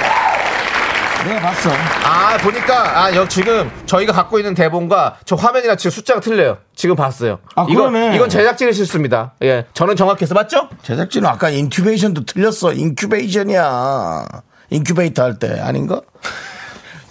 [SPEAKER 1] 내가 봤어.
[SPEAKER 2] 아, 보니까, 아, 여, 지금 저희가 갖고 있는 대본과 저 화면이랑 지금 숫자가 틀려요. 지금 봤어요.
[SPEAKER 1] 아,
[SPEAKER 2] 이건,
[SPEAKER 1] 그러네.
[SPEAKER 2] 이건 제작진의 실수입니다. 예. 저는 정확해서 맞죠?
[SPEAKER 1] 제작진은 아까 인큐베이션도 틀렸어. 인큐베이션이야. 인큐베이터 할 때 아닌가?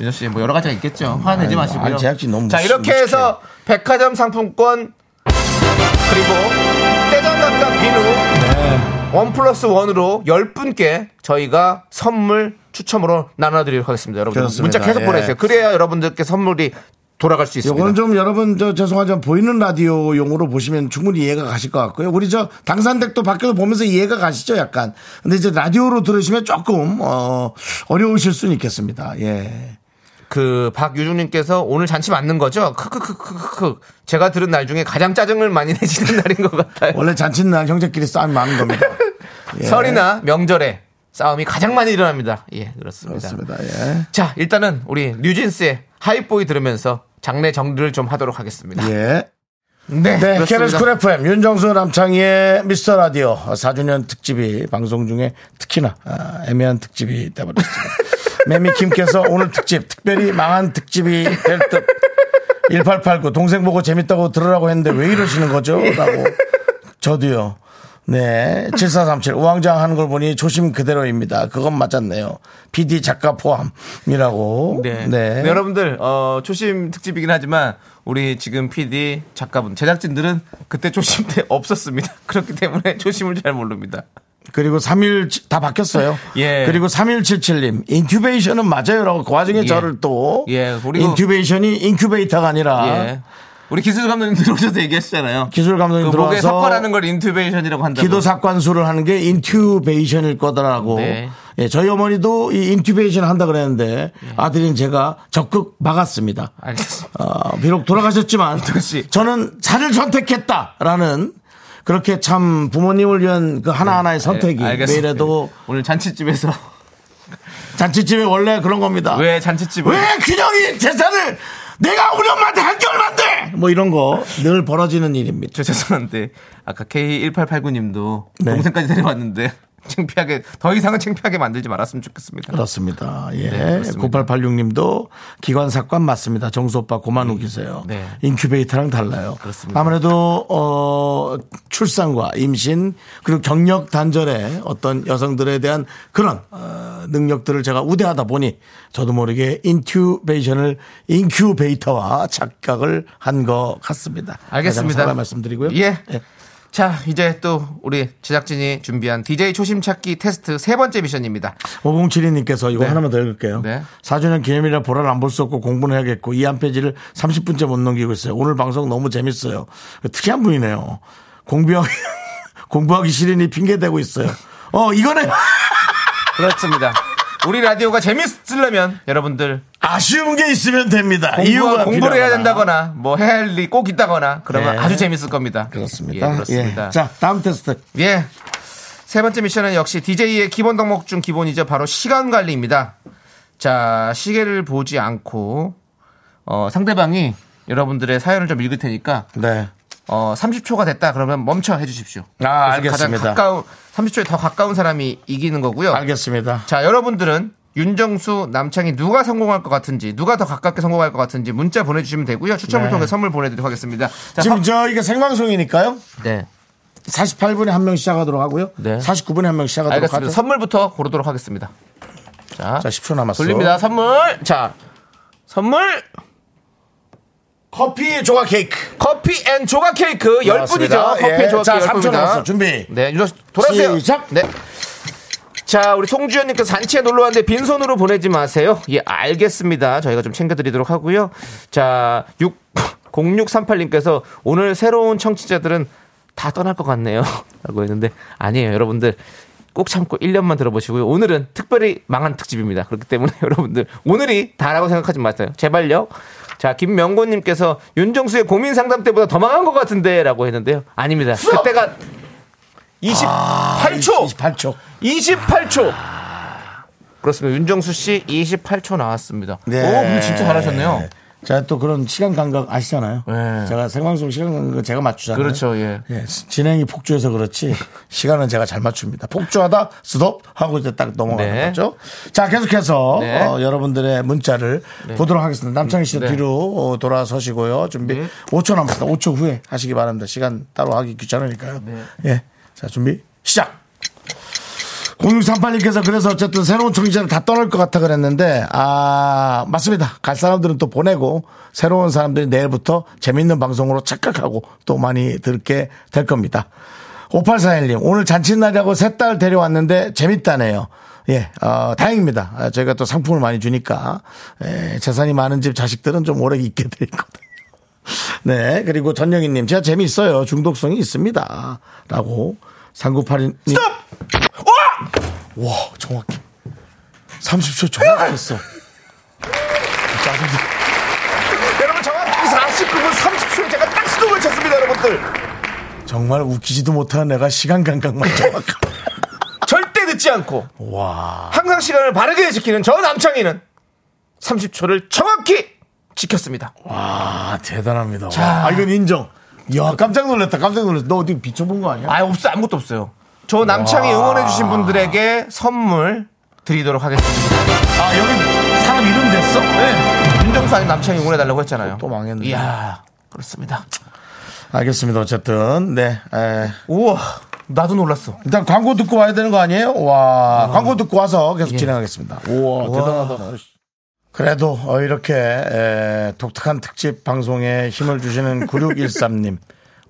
[SPEAKER 2] 윤정 씨, 뭐 여러 가지가 있겠죠. 화내지 마시고요.
[SPEAKER 1] 아니, 제작진 너무
[SPEAKER 2] 자,
[SPEAKER 1] 무식-
[SPEAKER 2] 이렇게 해서 백화점 상품권 그리고 떼장갑과 비누
[SPEAKER 1] 네.
[SPEAKER 2] 원 플러스 원으로 10분께 저희가 선물 추첨으로 나눠드리도록 하겠습니다. 여러분
[SPEAKER 1] 그렇습니다.
[SPEAKER 2] 문자 계속
[SPEAKER 1] 예.
[SPEAKER 2] 보내세요. 그래야 여러분들께 선물이 돌아갈 수 있습니다.
[SPEAKER 1] 요거는 좀 여러분 저 죄송하지만 보이는 라디오용으로 보시면 충분히 이해가 가실 것 같고요. 우리 저 당산댁도 밖에서 보면서 이해가 가시죠, 약간. 근데 이제 라디오로 들으시면 조금 어 어려우실 수는 있겠습니다. 예.
[SPEAKER 2] 그 박유중님께서 오늘 잔치 맞는 거죠? 크크크크크. 제가 들은 날 중에 가장 짜증을 많이 내시는 *laughs* 날인 것 같아요.
[SPEAKER 1] 원래 잔칫날 형제끼리 싸움이 많은 겁니다.
[SPEAKER 2] *laughs*
[SPEAKER 1] 예.
[SPEAKER 2] 설이나 명절에 싸움이 가장 많이 일어납니다. 예, 그렇습니다.
[SPEAKER 1] 그렇습니다. 예.
[SPEAKER 2] 자, 일단은 우리 뉴진스의 하이보이 들으면서 장례 정리를 좀 하도록 하겠습니다.
[SPEAKER 1] 예.
[SPEAKER 2] 네,
[SPEAKER 1] 네,
[SPEAKER 2] 그렇습니다.
[SPEAKER 1] KBS 쿨 FM 윤정수 남창희의 미스터 라디오 4주년 특집이 방송 중에 특히나 아, 애매한
[SPEAKER 2] *laughs*
[SPEAKER 1] 특집이 돼버렸습니다. 매미 김께서 오늘 특집 특별히 망한 특집이 될 듯 1889 동생 보고 재밌다고 들으라고 했는데 왜 이러시는 거죠? 라고 저도요. 네, 7437 우왕좌왕 하는 걸 보니 조심 그대로입니다. 그건 맞았네요. PD 작가 포함이라고.
[SPEAKER 2] 네. 네, 여러분들 어, 초심 특집이긴 하지만 우리 지금 PD 작가분 제작진들은 그때 초심 때 *laughs* 없었습니다. 그렇기 때문에 *laughs* 초심을 잘 모릅니다.
[SPEAKER 1] 그리고 3일 다 바뀌었어요.
[SPEAKER 2] *laughs* 예.
[SPEAKER 1] 그리고 3177님 인큐베이션은 맞아요라고 그 와중에
[SPEAKER 2] 예.
[SPEAKER 1] 저를 또
[SPEAKER 2] 예, 그리고-
[SPEAKER 1] 인큐베이션이 인큐베이터가 아니라
[SPEAKER 2] 예. 우리 기술 감독님 들어오셔서 얘기했잖아요.
[SPEAKER 1] 기술 감독님
[SPEAKER 2] 그 목에
[SPEAKER 1] 들어와서
[SPEAKER 2] 석과라는 걸 인투베이션이라고 한다고.
[SPEAKER 1] 기도 삭관술을 하는 게 인튜베이션일 거더라고.
[SPEAKER 2] 네.
[SPEAKER 1] 예, 저희 어머니도 이 인튜베이션 한다 그랬는데
[SPEAKER 2] 예.
[SPEAKER 1] 아들인 제가 적극 막았습니다.
[SPEAKER 2] 알겠습니다.
[SPEAKER 1] 어, 비록
[SPEAKER 2] *laughs*
[SPEAKER 1] 돌아가셨지만
[SPEAKER 2] 씨.
[SPEAKER 1] 저는 자를 선택했다라는 그렇게 참 부모님을 위한 그 하나하나의 선택이
[SPEAKER 2] 네,
[SPEAKER 1] 왜
[SPEAKER 2] 알겠습니다.
[SPEAKER 1] 이래도
[SPEAKER 2] 오늘 잔치집에서
[SPEAKER 1] 잔치집이 원래 그런 겁니다.
[SPEAKER 2] 왜 잔치집을
[SPEAKER 1] 아. 왜 균형이 재산을 내가 우리 엄마한테 한결만 돼! 뭐 이런 거 늘 벌어지는 일입니다.
[SPEAKER 2] 저 죄송한데 아까 K1889님도
[SPEAKER 1] 네.
[SPEAKER 2] 동생까지 데려왔는데 *laughs* 창피하게 더 이상은 창피하게 만들지 말았으면 좋겠습니다.
[SPEAKER 1] 그렇습니다. 예.
[SPEAKER 2] 네, 그렇습니다.
[SPEAKER 1] 9886님도 기관사건 맞습니다. 정수 오빠 고만 우기세요.
[SPEAKER 2] 네.
[SPEAKER 1] 인큐베이터랑 달라요.
[SPEAKER 2] 그렇습니다.
[SPEAKER 1] 아무래도 어 출산과 임신 그리고 경력 단절의 어떤 여성들에 대한 그런 어, 능력들을 제가 우대하다 보니 저도 모르게 인큐베이션을 인큐베이터와 착각을 한 것 같습니다.
[SPEAKER 2] 알겠습니다.
[SPEAKER 1] 사과 말씀드리고요. 네.
[SPEAKER 2] 예. 자 이제 또 우리 제작진이 준비한 DJ 초심 찾기 테스트 세 번째 미션입니다.
[SPEAKER 1] 5072님께서 이거 하나만 더 읽을게요.
[SPEAKER 2] 네.
[SPEAKER 1] 4주년 기념이라 보라를 안 볼 수 없고 공부는 해야겠고 이 한 페이지를 30분째 못 넘기고 있어요. 오늘 방송 너무 재밌어요. 특이한 분이네요. 공부하기, *laughs* 공부하기 싫으니 핑계대고 있어요. 어, 이거는 *laughs*
[SPEAKER 2] 그렇습니다. 우리 라디오가 재밌으려면 여러분들
[SPEAKER 1] 아쉬운 게 있으면 됩니다. 이유가
[SPEAKER 2] 공부가 공부를 해야
[SPEAKER 1] 필요하거나.
[SPEAKER 2] 된다거나 뭐 해야 할 일이 꼭 있다거나 그러면
[SPEAKER 1] 네.
[SPEAKER 2] 아주 재밌을 겁니다.
[SPEAKER 1] 그렇습니다.
[SPEAKER 2] 예, 그렇습니다.
[SPEAKER 1] 예. 자, 다음 테스트.
[SPEAKER 2] 예. 세 번째 미션은 역시 DJ의 기본 덕목 중 기본이죠. 바로 시간 관리입니다. 자, 시계를 보지 않고, 어, 상대방이 여러분들의 사연을 좀 읽을 테니까,
[SPEAKER 1] 네.
[SPEAKER 2] 어, 30초가 됐다 그러면 멈춰 해주십시오. 그래서
[SPEAKER 1] 아,
[SPEAKER 2] 가장
[SPEAKER 1] 알겠습니다.
[SPEAKER 2] 가까운, 30초에 더 가까운 사람이 이기는 거고요.
[SPEAKER 1] 알겠습니다.
[SPEAKER 2] 자, 여러분들은 윤정수, 남창이 누가 성공할 것 같은지, 누가 더 가깝게 성공할 것 같은지 문자 보내주시면 되고요. 추첨을
[SPEAKER 1] 네.
[SPEAKER 2] 통해 선물 보내드리도록 하겠습니다. 자,
[SPEAKER 1] 지금
[SPEAKER 2] 화-
[SPEAKER 1] 저 이게 생방송이니까요.
[SPEAKER 2] 네.
[SPEAKER 1] 48분에 한 명 시작하도록 하고요.
[SPEAKER 2] 네.
[SPEAKER 1] 49분에 한 명 시작하도록
[SPEAKER 2] 알겠습니다.
[SPEAKER 1] 하죠.
[SPEAKER 2] 선물부터 고르도록 하겠습니다. 자,
[SPEAKER 1] 자, 10초 남았어요.
[SPEAKER 2] 돌립니다. 선물. 자, 선물
[SPEAKER 1] 커피 조각 케이크.
[SPEAKER 2] 커피 앤 조각 케이크 열
[SPEAKER 1] 맞습니다.
[SPEAKER 2] 분이죠. 커피
[SPEAKER 1] 예.
[SPEAKER 2] 앤 조각
[SPEAKER 1] 자,
[SPEAKER 2] 케이크 열
[SPEAKER 1] 3초
[SPEAKER 2] 분입니다.
[SPEAKER 1] 남았어. 준비.
[SPEAKER 2] 네, 유정 씨, 돌아오세요.
[SPEAKER 1] 시작.
[SPEAKER 2] 네. 자, 우리 송주현님께서 잔치에 놀러 왔는데 빈손으로 보내지 마세요. 예, 알겠습니다. 저희가 좀 챙겨드리도록 하고요. 자, *laughs* 6 0638님께서 오늘 새로운 청취자들은 다 떠날 것 같네요. *laughs* 라고 했는데 아니에요, 여러분들. 꼭 참고 1년만 들어보시고요. 오늘은 특별히 망한 특집입니다. 그렇기 때문에 *laughs* 여러분들 오늘이 다라고 생각하지 마세요. 제발요. 자, 김명곤님께서 윤정수의 고민 상담 때보다 더 망한 것 같은데 라고 했는데요. 아닙니다. 그때가 28초!
[SPEAKER 1] 28초.
[SPEAKER 2] 28초. 그렇습니다. 윤정수 씨 28초 나왔습니다.
[SPEAKER 1] 네.
[SPEAKER 2] 오, 어, 근데 진짜 잘하셨네요.
[SPEAKER 1] 제가 또 그런 시간 감각 아시잖아요.
[SPEAKER 2] 네.
[SPEAKER 1] 제가 생방송 시간 감각 제가 맞추잖아요.
[SPEAKER 2] 그렇죠, 예.
[SPEAKER 1] 예, 시- 진행이 폭주해서 그렇지 *laughs* 시간은 제가 잘 맞춥니다. 폭주하다 스톱 하고 이제 딱 넘어가는
[SPEAKER 2] 네.
[SPEAKER 1] 거죠. 자, 계속해서
[SPEAKER 2] 네.
[SPEAKER 1] 어, 여러분들의 문자를 보도록 하겠습니다. 남창희 씨
[SPEAKER 2] 네.
[SPEAKER 1] 뒤로 어, 돌아서시고요. 준비 5초 남았습니다. 5초 후에 하시기 바랍니다. 시간 따로 하기 귀찮으니까요.
[SPEAKER 2] 네.
[SPEAKER 1] 예, 자 준비 시작. 0638님께서 그래서 어쨌든 새로운 청취자를 다 떠날 것 같아 그랬는데, 아, 맞습니다. 갈 사람들은 또 보내고, 새로운 사람들이 내일부터 재밌는 방송으로 착각하고 또 많이 들게 될 겁니다. 5841님, 오늘 잔칫날이라고 셋 딸 데려왔는데 재밌다네요. 예, 어, 다행입니다. 아, 저희가 또 상품을 많이 주니까, 예, 재산이 많은 집 자식들은 좀 오래 있게 돼 있거든요. *laughs* 네, 그리고 전영희님, 제가 재미있어요. 중독성이 있습니다. 라고, 3982님. 스톱! 와! 와, 정확히. 30초 정확했어. 짜증나.
[SPEAKER 2] 여러분 정확히 49분 30초에 제가 딱 수동을 쳤습니다 여러분들
[SPEAKER 1] 정말 웃기지도 못하는 내가 시간 감각만 *laughs* 정확한.
[SPEAKER 2] 절대 늦지 않고
[SPEAKER 1] 와.
[SPEAKER 2] 항상 시간을 바르게 지키는 저 남창희는 30초를 정확히 지켰습니다
[SPEAKER 1] 와, 대단합니다. 자. 아, 이건 인정. 야, 깜짝 놀랐다. 깜짝 놀랐어. 너 어디 비춰본 거 아니야?
[SPEAKER 2] 아 없어 아무것도 없어요 저 남창희 응원해주신 분들에게 선물 드리도록 하겠습니다
[SPEAKER 1] 아, 여기 사람 이름 됐어? 네.
[SPEAKER 2] 윤정수 아니 남창희 응원해달라고 했잖아요
[SPEAKER 1] 또 망했는데.
[SPEAKER 2] 이야 그렇습니다
[SPEAKER 1] 알겠습니다. 어쨌든, 네. 에,
[SPEAKER 2] 우와 나도 놀랐어
[SPEAKER 1] 일단 광고 듣고 와야 되는 거 아니에요? 와, 광고 듣고 와서 계속 진행하겠습니다. 음. 예. 우와, 대단하다. 그래도 어, 이렇게 에, 독특한 특집 방송에 힘을 *laughs* 주시는 9613님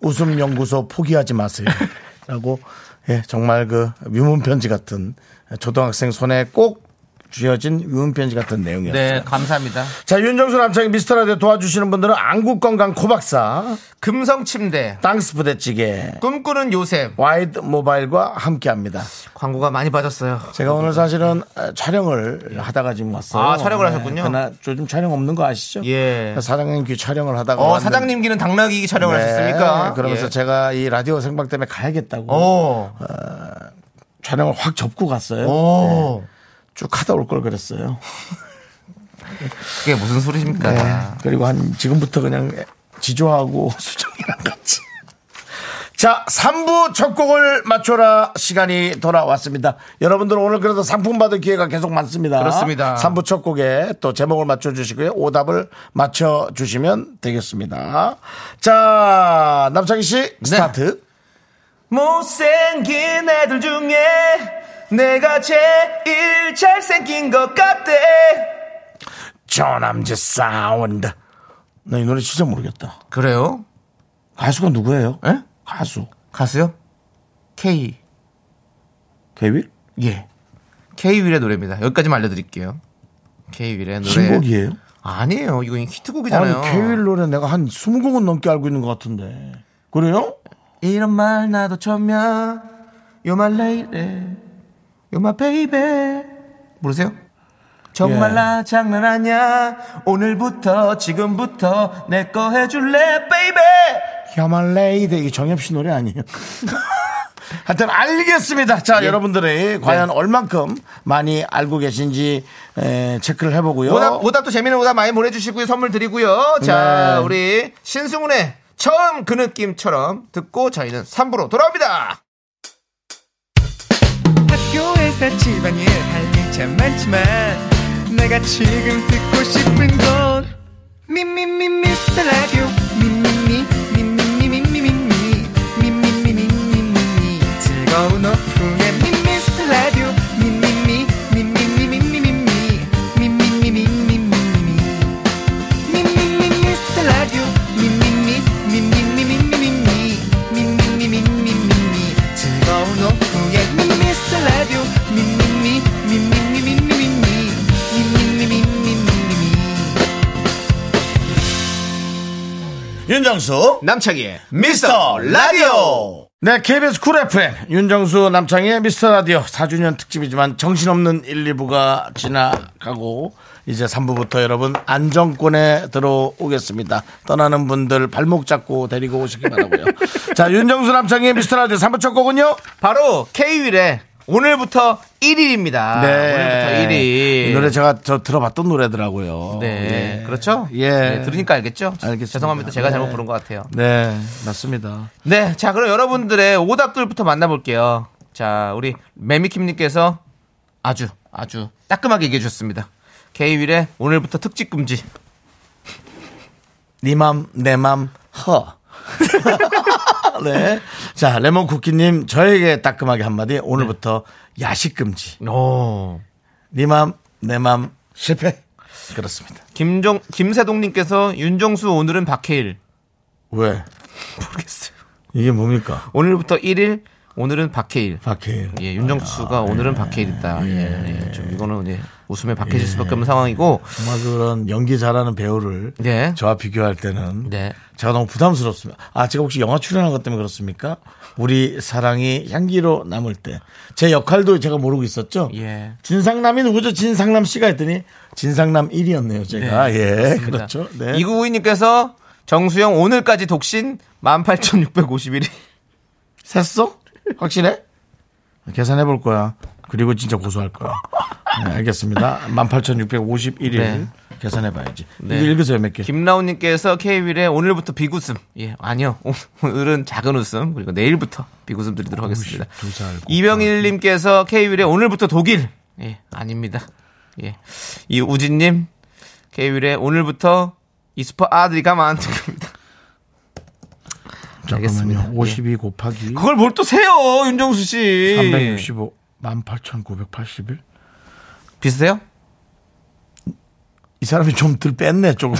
[SPEAKER 1] 웃음 연구소 포기하지 마세요라고 예, 정말 그 위문 편지 같은 초등학생 손에 꼭 쥐어진 위문 편지 같은 내용이었어요.
[SPEAKER 2] 네 감사합니다
[SPEAKER 1] 자 윤정수 남창희 미스터라디오 도와주시는 분들은 안국건강 코박사,
[SPEAKER 2] 금성침대
[SPEAKER 1] 땅스 부대찌개,
[SPEAKER 2] 꿈꾸는 요셉
[SPEAKER 1] 와이드 모바일과 함께합니다.
[SPEAKER 2] 광고가 많이 빠졌어요
[SPEAKER 1] 제가 오늘 사실은 어, 촬영을 하다가 지금 왔어요. 네.
[SPEAKER 2] 아, 촬영을 하셨군요.
[SPEAKER 1] 그날 요즘 촬영 없는 거 아시죠?
[SPEAKER 2] 예.
[SPEAKER 1] 사장님 귀 촬영을 하다가.
[SPEAKER 2] 어,
[SPEAKER 1] 왔는데-
[SPEAKER 2] 사장님 기는 당나귀 촬영을
[SPEAKER 1] 네,
[SPEAKER 2] 하셨습니까?
[SPEAKER 1] 그러면서
[SPEAKER 2] 예.
[SPEAKER 1] 제가 이 라디오 생방 때문에 가야겠다고
[SPEAKER 2] 어.
[SPEAKER 1] 촬영을 확 접고 갔어요. 네.
[SPEAKER 2] 오.
[SPEAKER 1] 쭉 하다 올 걸 그랬어요.
[SPEAKER 2] 그게 무슨 소리십니까?
[SPEAKER 1] 네. 그리고 한 지금부터 그냥 지조하고 *laughs* 수정이랑 같이. 자, 3부 첫 곡을 맞춰라 시간이 돌아왔습니다. 여러분들은 오늘 그래도 상품 받을 기회가 계속 많습니다.
[SPEAKER 2] 그렇습니다.
[SPEAKER 1] 3부 첫 곡에 또 제목을 맞춰주시고요. 오답을 맞춰주시면 되겠습니다. 자, 남창희 씨, 스타트.
[SPEAKER 2] 네. 못생긴 애들 중에 내가 제일 잘생긴 것 같아.
[SPEAKER 1] 저남지 사운드. 나 이 노래 진짜 모르겠다.
[SPEAKER 2] 그래요?
[SPEAKER 1] 가수가 누구예요?
[SPEAKER 2] 예?
[SPEAKER 1] 가수.
[SPEAKER 2] 가수요? K.
[SPEAKER 1] 개윌?
[SPEAKER 2] 예. K 윌의 노래입니다. 여기까지만 알려드릴게요. K 윌의 노래.
[SPEAKER 1] 신곡이에요?
[SPEAKER 2] 아니에요. 이거 히트곡이잖아요.
[SPEAKER 1] 아니, 케윌 노래 내가 한 20곡은 넘게 알고 있는 것 같은데. 그래요?
[SPEAKER 2] 이런 말 나도 처음이야. You're my lady. You're my baby. 모르세요? 정말
[SPEAKER 1] 예.
[SPEAKER 2] 나 장난 아니야. 오늘부터 지금부터 내 거 해줄래, baby.
[SPEAKER 1] 야말레이드 이게 정엽 씨
[SPEAKER 10] *laughs*
[SPEAKER 1] 노래 아니에요? 하여튼 알겠습니다.
[SPEAKER 10] 예.
[SPEAKER 1] 자, 여러분들이 과연 얼만큼 많이 알고 계신지 에, 체크를 해보고요.
[SPEAKER 2] 오답, 오답도 재미있는 오답 많이 보내주시고요. 선물 드리고요. 자,
[SPEAKER 1] 네.
[SPEAKER 2] 우리 신승훈의 처음 그 느낌처럼 듣고 저희는 3부로 돌아옵니다.
[SPEAKER 10] 학교에서 집안일 할 일 참 많지만 내가 지금 듣고 싶은 건 미미미 미스터 라디오 미미미 미미미 미미미 미미미 미미미 즐거운 오후에 미스터 라디오 미미미 미미미 미미미 미미미 미미미 미미미 미스터 라디오 미미미 미미미 미미미 미미미 미미미 즐거운 오후에 미스터 라디오 미미미 미미미 미미미 미미미
[SPEAKER 1] 윤정수
[SPEAKER 2] 남창희의 미스터 라디오.
[SPEAKER 1] 네, KBS 쿨 FM 윤정수 남창의 미스터 라디오 4주년 특집이지만 정신없는 1, 2부가 지나가고 이제 3부부터 여러분 안정권에 들어오겠습니다. 떠나는 분들 발목 잡고 데리고 오시기
[SPEAKER 2] *laughs*
[SPEAKER 1] 바라고요. 자, 윤정수 남창의 미스터 라디오 3부 첫 곡은요.
[SPEAKER 2] 바로 K-윌의 오늘부터 1일입니다. 아, 오늘부터 1일.
[SPEAKER 1] 네. 이 노래 제가 저 들어봤던 노래더라고요.
[SPEAKER 2] 네,
[SPEAKER 1] 예.
[SPEAKER 2] 그렇죠?
[SPEAKER 1] 예.
[SPEAKER 2] 네, 들으니까 알겠죠?
[SPEAKER 1] 알겠습니다.
[SPEAKER 2] 죄송합니다. 제가
[SPEAKER 1] 네.
[SPEAKER 2] 잘못 부른 것 같아요.
[SPEAKER 1] 네, 맞습니다.
[SPEAKER 2] 네, 자, 그럼 여러분들의 오답들부터 만나볼게요. 자, 우리 매미킴님께서 아주, 아주 따끔하게 얘기해 주셨습니다. K-윌의 오늘부터 특집 금지.
[SPEAKER 1] 네 맘, 내 맘 허. *laughs* 네. 자, 레몬 쿠키님, 저에게 따끔하게 한마디. 오늘부터
[SPEAKER 2] 네.
[SPEAKER 1] 야식 금지.
[SPEAKER 2] 오.
[SPEAKER 1] 네 맘, 내 맘 실패. 그렇습니다.
[SPEAKER 2] 김종, 김세동님께서 윤정수 오늘은 박해일.
[SPEAKER 1] 왜?
[SPEAKER 2] 모르겠어요.
[SPEAKER 1] 이게 뭡니까?
[SPEAKER 2] 오늘부터 1일 오늘은 박해일.
[SPEAKER 1] 박해일.
[SPEAKER 2] 예, 윤정수가 오늘은 박해일이다. 예, 예. 좀 이거는 이제 웃음에 박해질 수밖에 없는 상황이고.
[SPEAKER 1] 정말 그런 연기 잘하는 배우를
[SPEAKER 2] 네.
[SPEAKER 1] 저와 비교할 때는
[SPEAKER 2] 네.
[SPEAKER 1] 제가 너무 부담스럽습니다. 아, 제가 혹시 영화 출연한 것 때문에 그렇습니까? 우리 사랑이 향기로 남을 때 제 역할도 제가 모르고 있었죠.
[SPEAKER 2] 예.
[SPEAKER 1] 진상남이 누구죠? 진상남 씨가 했더니 진상남 1이었네요, 제가.
[SPEAKER 2] 네,
[SPEAKER 1] 예.
[SPEAKER 2] 그렇습니다.
[SPEAKER 1] 그렇죠. 네.
[SPEAKER 2] 이구우이님께서 정수영 오늘까지 독신 18,651일. *laughs*
[SPEAKER 1] 샜어? 확실해? 계산해 볼 거야. 그리고 진짜 고소할 거야. 네, 알겠습니다. 18,651일
[SPEAKER 2] 네.
[SPEAKER 1] 계산해 봐야지.
[SPEAKER 2] 네.
[SPEAKER 1] 이거 읽으세요, 몇 개.
[SPEAKER 2] 김라운님께서 케이윌의 오늘부터 비웃음. 예, 아니요. 오늘은 작은 웃음. 그리고 내일부터 비웃음 드리도록 하겠습니다.
[SPEAKER 1] 두살
[SPEAKER 2] 이병일님께서 케이윌의 오늘부터 독일. 예, 아닙니다. 예. 이우진님, 케이윌의 오늘부터 이 슈퍼 아들이 가만 안 됩니다. 알겠습니다.
[SPEAKER 1] 잠깐만요. 52 곱하기
[SPEAKER 2] 그걸 뭘 또 세요, 윤정수 씨.
[SPEAKER 1] 365 18,981.
[SPEAKER 2] 비슷해요?
[SPEAKER 1] 이 사람이 좀 들 뺐네, 조금.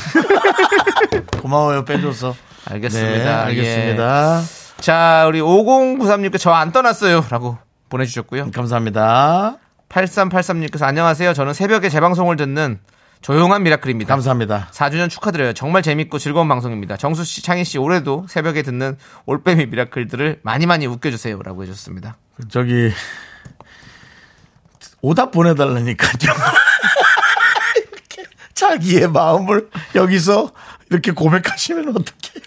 [SPEAKER 1] *laughs* 고마워요, 빼줘서.
[SPEAKER 2] 알겠습니다.
[SPEAKER 1] 네, 알겠습니다.
[SPEAKER 2] 예. 자, 우리 5093님께 저 안 떠났어요. 라고 보내주셨고요.
[SPEAKER 1] 감사합니다.
[SPEAKER 2] 8383님께서 안녕하세요. 저는 새벽에 재방송을 듣는 조용한 미라클입니다.
[SPEAKER 1] 감사합니다.
[SPEAKER 2] 4주년 축하드려요. 정말 재밌고 즐거운 방송입니다. 정수 씨, 창희 씨 올해도 새벽에 듣는 올빼미 미라클들을 많이 많이 웃겨주세요라고 해줬습니다.
[SPEAKER 1] 저기 오답 보내달라니까요. 이렇게 *laughs* 자기의 마음을 여기서 이렇게 고백하시면 어떡해요.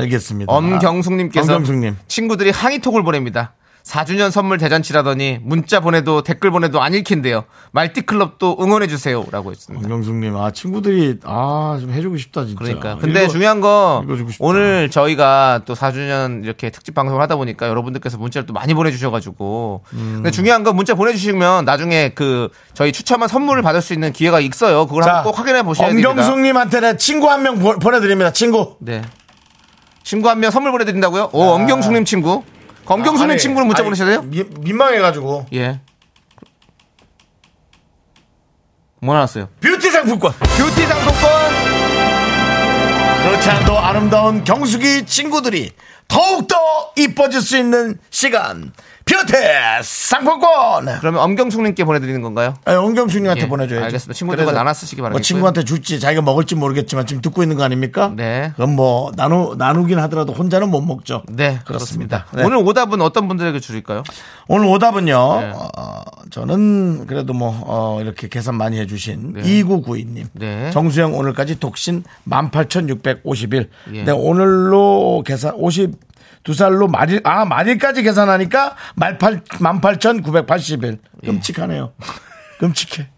[SPEAKER 1] 알겠습니다.
[SPEAKER 2] 엄경숙님께서
[SPEAKER 1] 엄경숙님.
[SPEAKER 2] 친구들이 항의톡을 보냅니다. 4주년 선물 대잔치라더니 문자 보내도 댓글 보내도 안 읽힌대요. 말띠클럽도 응원해주세요라고 했습니다.
[SPEAKER 1] 엄경숙님, 아, 친구들이, 아, 좀 해주고 싶다, 진짜.
[SPEAKER 2] 그러니까. 근데
[SPEAKER 1] 이거
[SPEAKER 2] 중요한 거
[SPEAKER 1] 읽어주고 싶다.
[SPEAKER 2] 오늘 저희가 또 4주년 이렇게 특집 방송을 하다 보니까 여러분들께서 문자를 또 많이 보내주셔가지고.
[SPEAKER 1] 음.
[SPEAKER 2] 근데 중요한 건 문자 보내주시면 나중에 그 저희 추첨한 선물을 받을 수 있는 기회가 있어요. 그걸 한번 꼭 확인해 보셔야 됩니다.
[SPEAKER 1] 엄경숙님한테는 친구 한 명 보내드립니다, 친구.
[SPEAKER 2] 네. 친구 한 명 선물 보내드린다고요? 오, 엄경숙님 친구. 엄경숙님
[SPEAKER 1] 아니,
[SPEAKER 2] 친구는 문자
[SPEAKER 1] 아니,
[SPEAKER 2] 보내셔도요?
[SPEAKER 1] 미- 민망해가지고.
[SPEAKER 2] 예. 뭐 나왔어요?
[SPEAKER 1] 뷰티 상품권.
[SPEAKER 2] 뷰티 상품권!
[SPEAKER 1] 그렇지 않아도 아름다운 경숙이 친구들이 더욱더 이뻐질 수 있는 시간. 뷰티 상품권!
[SPEAKER 2] 그러면 엄경숙님께 보내드리는 건가요?
[SPEAKER 1] 아, 영경수님한테
[SPEAKER 2] 예,
[SPEAKER 1] 보내줘야지.
[SPEAKER 2] 알겠습니다. 친구들과
[SPEAKER 1] 그래서
[SPEAKER 2] 나눠 쓰시기
[SPEAKER 1] 뭐
[SPEAKER 2] 바라겠고요.
[SPEAKER 1] 친구한테 줄지 자기가 먹을지 모르겠지만 지금 듣고 있는 거 아닙니까?
[SPEAKER 2] 네.
[SPEAKER 1] 그럼 뭐 나누 나누긴 하더라도 혼자는 못 먹죠.
[SPEAKER 2] 네, 그렇습니다.
[SPEAKER 1] 그렇습니다. 네.
[SPEAKER 2] 오늘 오답은 어떤 분들에게 줄일까요?
[SPEAKER 1] 오늘 오답은요.
[SPEAKER 2] 네.
[SPEAKER 1] 어, 저는 그래도 뭐 어, 이렇게 계산 많이 해주신
[SPEAKER 2] 네.
[SPEAKER 1] 2992님,
[SPEAKER 2] 네.
[SPEAKER 1] 정수영 오늘까지 독신 18,651.
[SPEAKER 2] 예.
[SPEAKER 1] 네 오늘로 계산 52살로 말일 아 말일까지 계산하니까 18 18,981.
[SPEAKER 2] 예.
[SPEAKER 1] 끔찍하네요. *laughs* 끔찍해.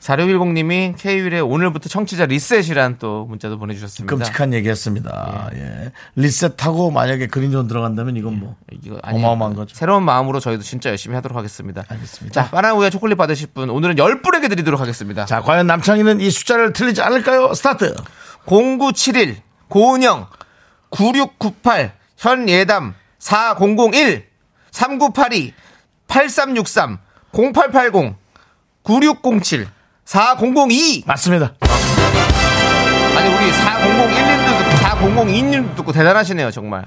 [SPEAKER 2] 4610님이 K윌의 오늘부터 청취자 리셋이란 또 문자도 보내주셨습니다.
[SPEAKER 1] 끔찍한 얘기했습니다. 예. 리셋하고 만약에 그린존 들어간다면 이건 뭐
[SPEAKER 2] 예, 이거 아니에요.
[SPEAKER 1] 어마어마한 거죠.
[SPEAKER 2] 새로운 마음으로 저희도 진짜 열심히 하도록 하겠습니다.
[SPEAKER 1] 알겠습니다.
[SPEAKER 2] 자, 바나나 우유 초콜릿 받으실 분 오늘은 10분에게 드리도록 하겠습니다.
[SPEAKER 1] 자, 과연 남창희는 이 숫자를 틀리지 않을까요? 스타트.
[SPEAKER 2] 0971 고은영 9698 현예담 4001 3982 8363 0880 9607 4002
[SPEAKER 1] 맞습니다.
[SPEAKER 2] 아니 우리 4001님도 듣고 4002님도 듣고 대단하시네요 정말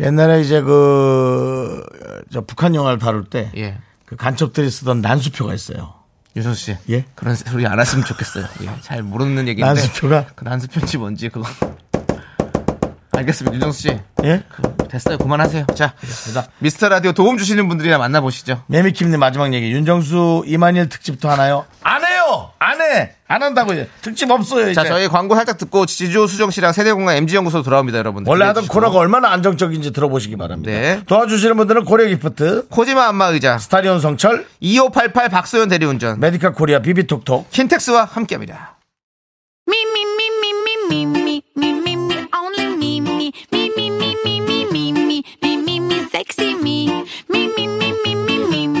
[SPEAKER 1] 옛날에 이제 그, 저 북한 영화를 다룰 때,
[SPEAKER 2] 예.
[SPEAKER 1] 그 간첩들이 쓰던 난수표가 있어요.
[SPEAKER 2] 유선 씨
[SPEAKER 1] 예?
[SPEAKER 2] 그런 소리 안 했으면 좋겠어요 예, 잘 모르는 얘기인데
[SPEAKER 1] 난수표가?
[SPEAKER 2] 그 난수표인지 뭔지 그거 알겠습니다 윤정수 씨
[SPEAKER 1] 예?
[SPEAKER 2] 됐어요 그만하세요 자 미스터 라디오 도움 주시는 분들이나 만나보시죠
[SPEAKER 1] 매미킴님 마지막 얘기. 윤정수 이만일 특집도 하나요? 안 해요! 안 해! 안 한다고요. 특집 없어요, 이제.
[SPEAKER 2] 자 저희 광고 살짝 듣고 지조 수정 씨랑 세대공간 MG 연구소 돌아옵니다 여러분들
[SPEAKER 1] 원래 하던
[SPEAKER 2] 기대해주시고.
[SPEAKER 1] 코너가 얼마나 안정적인지 들어보시기 바랍니다.
[SPEAKER 2] 네.
[SPEAKER 1] 도와주시는 분들은 고려 기프트,
[SPEAKER 2] 코지마 안마 의자
[SPEAKER 1] 스타리온 성철,
[SPEAKER 2] 2588 박소연 대리운전
[SPEAKER 1] 메디카 코리아 비비톡톡,
[SPEAKER 2] 킨텍스와 함께합니다
[SPEAKER 8] Me, me, me, me, me, me, me, me, me, me, only me, me, me, me, me, me, me, me, me, me, me, me, sexy me, me, me, me, me, me, me, me.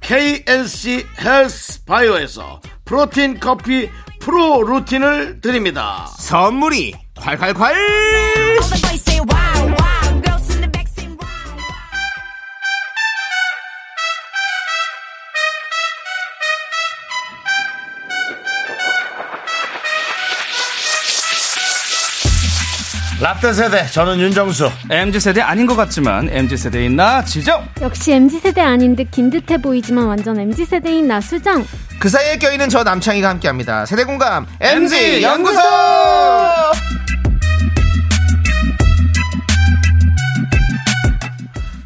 [SPEAKER 1] KNC 헬스 바이오에서 프로틴 커피 프로 루틴을 드립니다.
[SPEAKER 2] 선물이 콸콸콸!
[SPEAKER 1] 라떼 세대 저는 윤정수
[SPEAKER 11] MZ 세대 아닌 것 같지만 MZ 세대인 나 지정
[SPEAKER 12] 역시 MZ세대 아닌 듯 긴 듯해 보이지만 완전 MZ세대인 나 수정.
[SPEAKER 2] 그 사이에 껴있는 저 남창희가 함께합니다 세대공감 MG 연구소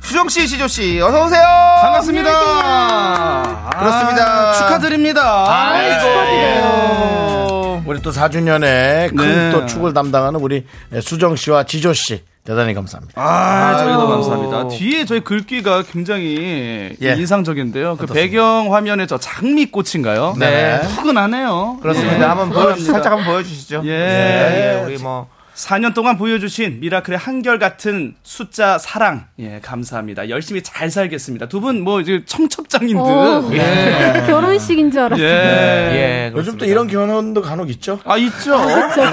[SPEAKER 2] 수정 씨, 시조 씨, 어서 오세요.
[SPEAKER 11] 반갑습니다. 아,
[SPEAKER 2] 그렇습니다.
[SPEAKER 11] 축하드립니다.
[SPEAKER 1] 아이고. 우리 또 4주년에 큰
[SPEAKER 11] 네.
[SPEAKER 1] 또 축을 담당하는 우리 수정 씨와 지조 씨 대단히 감사합니다.
[SPEAKER 11] 아, 저희도
[SPEAKER 1] 아유.
[SPEAKER 11] 감사합니다. 뒤에 저희 글귀가 굉장히
[SPEAKER 1] 예.
[SPEAKER 11] 인상적인데요. 그 배경 화면에 저 장미꽃인가요?
[SPEAKER 2] 네.
[SPEAKER 11] 푸근하네요.
[SPEAKER 2] 그렇습니다.
[SPEAKER 11] 예.
[SPEAKER 2] 한번 보여
[SPEAKER 11] 푸근합니다.
[SPEAKER 2] 살짝 한번 보여주시죠.
[SPEAKER 11] 예.
[SPEAKER 2] 예, 예, 우리 뭐
[SPEAKER 11] 4년 동안 보여주신 미라클의 한결같은 숫자 사랑. 예, 감사합니다. 열심히 잘 살겠습니다. 두 분 뭐 이제 청첩장인
[SPEAKER 12] 오.
[SPEAKER 11] 듯. 예.
[SPEAKER 12] 어. *laughs* 결혼식인 줄 알았어요.
[SPEAKER 11] 예.
[SPEAKER 1] 요즘 또 이런 결혼도 간혹 있죠? 그렇죠.
[SPEAKER 11] 아, 있죠. *laughs*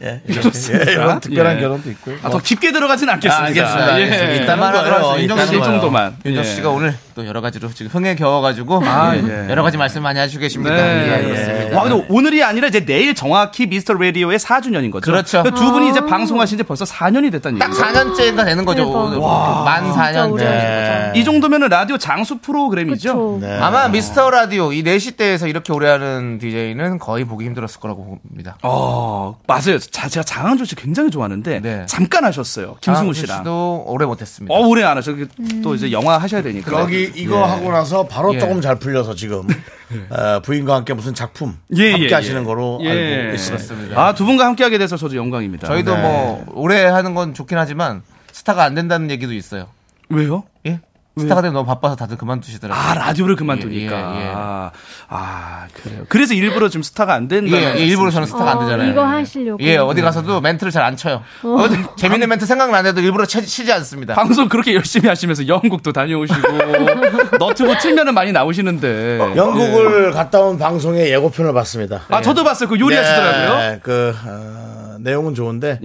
[SPEAKER 1] 예, 이런,
[SPEAKER 11] 그렇습니다.
[SPEAKER 1] 예, 이런 특별한
[SPEAKER 11] 예.
[SPEAKER 1] 결혼도 있고요.
[SPEAKER 11] 아, 더 깊게 들어가진 않겠습니다. 예.
[SPEAKER 2] 아, 알겠습니다. 알겠습니다. 이따만
[SPEAKER 11] 그런 거예요.
[SPEAKER 2] 하도록 하겠습니다.
[SPEAKER 11] 윤정 씨
[SPEAKER 2] 이따만
[SPEAKER 11] 정도만.
[SPEAKER 2] 봐요. 윤정
[SPEAKER 11] 예.
[SPEAKER 2] 씨가 오늘 또 여러 가지로 지금 흥에 겨워가지고
[SPEAKER 11] 아,
[SPEAKER 2] 예.
[SPEAKER 11] 예.
[SPEAKER 2] 여러 가지 말씀 많이 해주고 계십니다.
[SPEAKER 11] 네.
[SPEAKER 2] 예, 그렇습니다.
[SPEAKER 11] 와, 근데 오늘이 아니라 이제 내일 정확히 미스터 라디오의 4주년인 거죠.
[SPEAKER 2] 그렇죠.
[SPEAKER 11] 그러니까 두 분이 이제 방송하신 지 벌써 4년이 됐다는
[SPEAKER 2] 딱
[SPEAKER 11] 얘기예요.
[SPEAKER 2] 4년째가 되는 거죠.
[SPEAKER 11] 대박.
[SPEAKER 2] 오늘. 그
[SPEAKER 11] 와.
[SPEAKER 2] 만 4년째. 예.
[SPEAKER 11] 이 정도면은 라디오 장수
[SPEAKER 4] 네.
[SPEAKER 11] 프로그램이죠.
[SPEAKER 1] 네.
[SPEAKER 2] 아마 미스터 라디오 이 4시 때에서 이렇게 오래 하는 DJ는 거의 보기 힘들었을 거라고 봅니다.
[SPEAKER 11] 어, 맞아요. 자, 제가 장항조 씨 굉장히 좋아하는데 잠깐 하셨어요. 김승우
[SPEAKER 2] 네. 장항조
[SPEAKER 11] 씨랑.
[SPEAKER 2] 아, 씨도 음. 오래 못했습니다.
[SPEAKER 11] 어, 오래 안 하셔. 또 이제 영화 하셔야 되니까.
[SPEAKER 1] 여기 이거
[SPEAKER 11] 예.
[SPEAKER 1] 하고 나서 바로
[SPEAKER 11] 예.
[SPEAKER 1] 조금 잘 풀려서
[SPEAKER 11] *laughs*
[SPEAKER 1] 지금 어, 부인과 함께 무슨 작품
[SPEAKER 11] 예,
[SPEAKER 1] 함께
[SPEAKER 11] 예, 예.
[SPEAKER 1] 하시는 거로
[SPEAKER 11] 예.
[SPEAKER 1] 알고 있습니다.
[SPEAKER 11] 아, 두 분과 함께 하게 돼서 저도 영광입니다.
[SPEAKER 2] 저희도 뭐 오래 하는 건 좋긴 하지만 스타가 안 된다는 얘기도 있어요.
[SPEAKER 11] 왜요?
[SPEAKER 2] 예? 스타가 되면 너무 바빠서 다들 그만두시더라고요.
[SPEAKER 11] 아, 라디오를 그만두니까.
[SPEAKER 2] 예, 예, 예.
[SPEAKER 11] 아, 그래요. 그래서 일부러 지금 스타가 안 된다.
[SPEAKER 2] 예, 예, 일부러 저는 스타가 안 되잖아요.
[SPEAKER 12] 그러니까 어, 이거 하시려고.
[SPEAKER 2] 예, 어디 가서도 멘트를 잘 안 쳐요.
[SPEAKER 12] 어.
[SPEAKER 2] 어. 디 재밌는 멘트 생각나는데도 일부러 치, 치지 않습니다.
[SPEAKER 11] 방송 그렇게 열심히 하시면서 영국도 다녀오시고 *laughs* 너튜브 틀면은 많이 나오시는데
[SPEAKER 1] 어. 영국을 갔다 온 방송의 예고편을 봤습니다.
[SPEAKER 11] 아, 저도 봤어요. 그 요리하시더라고요. 예.
[SPEAKER 1] 네, 그 어, 내용은 좋은데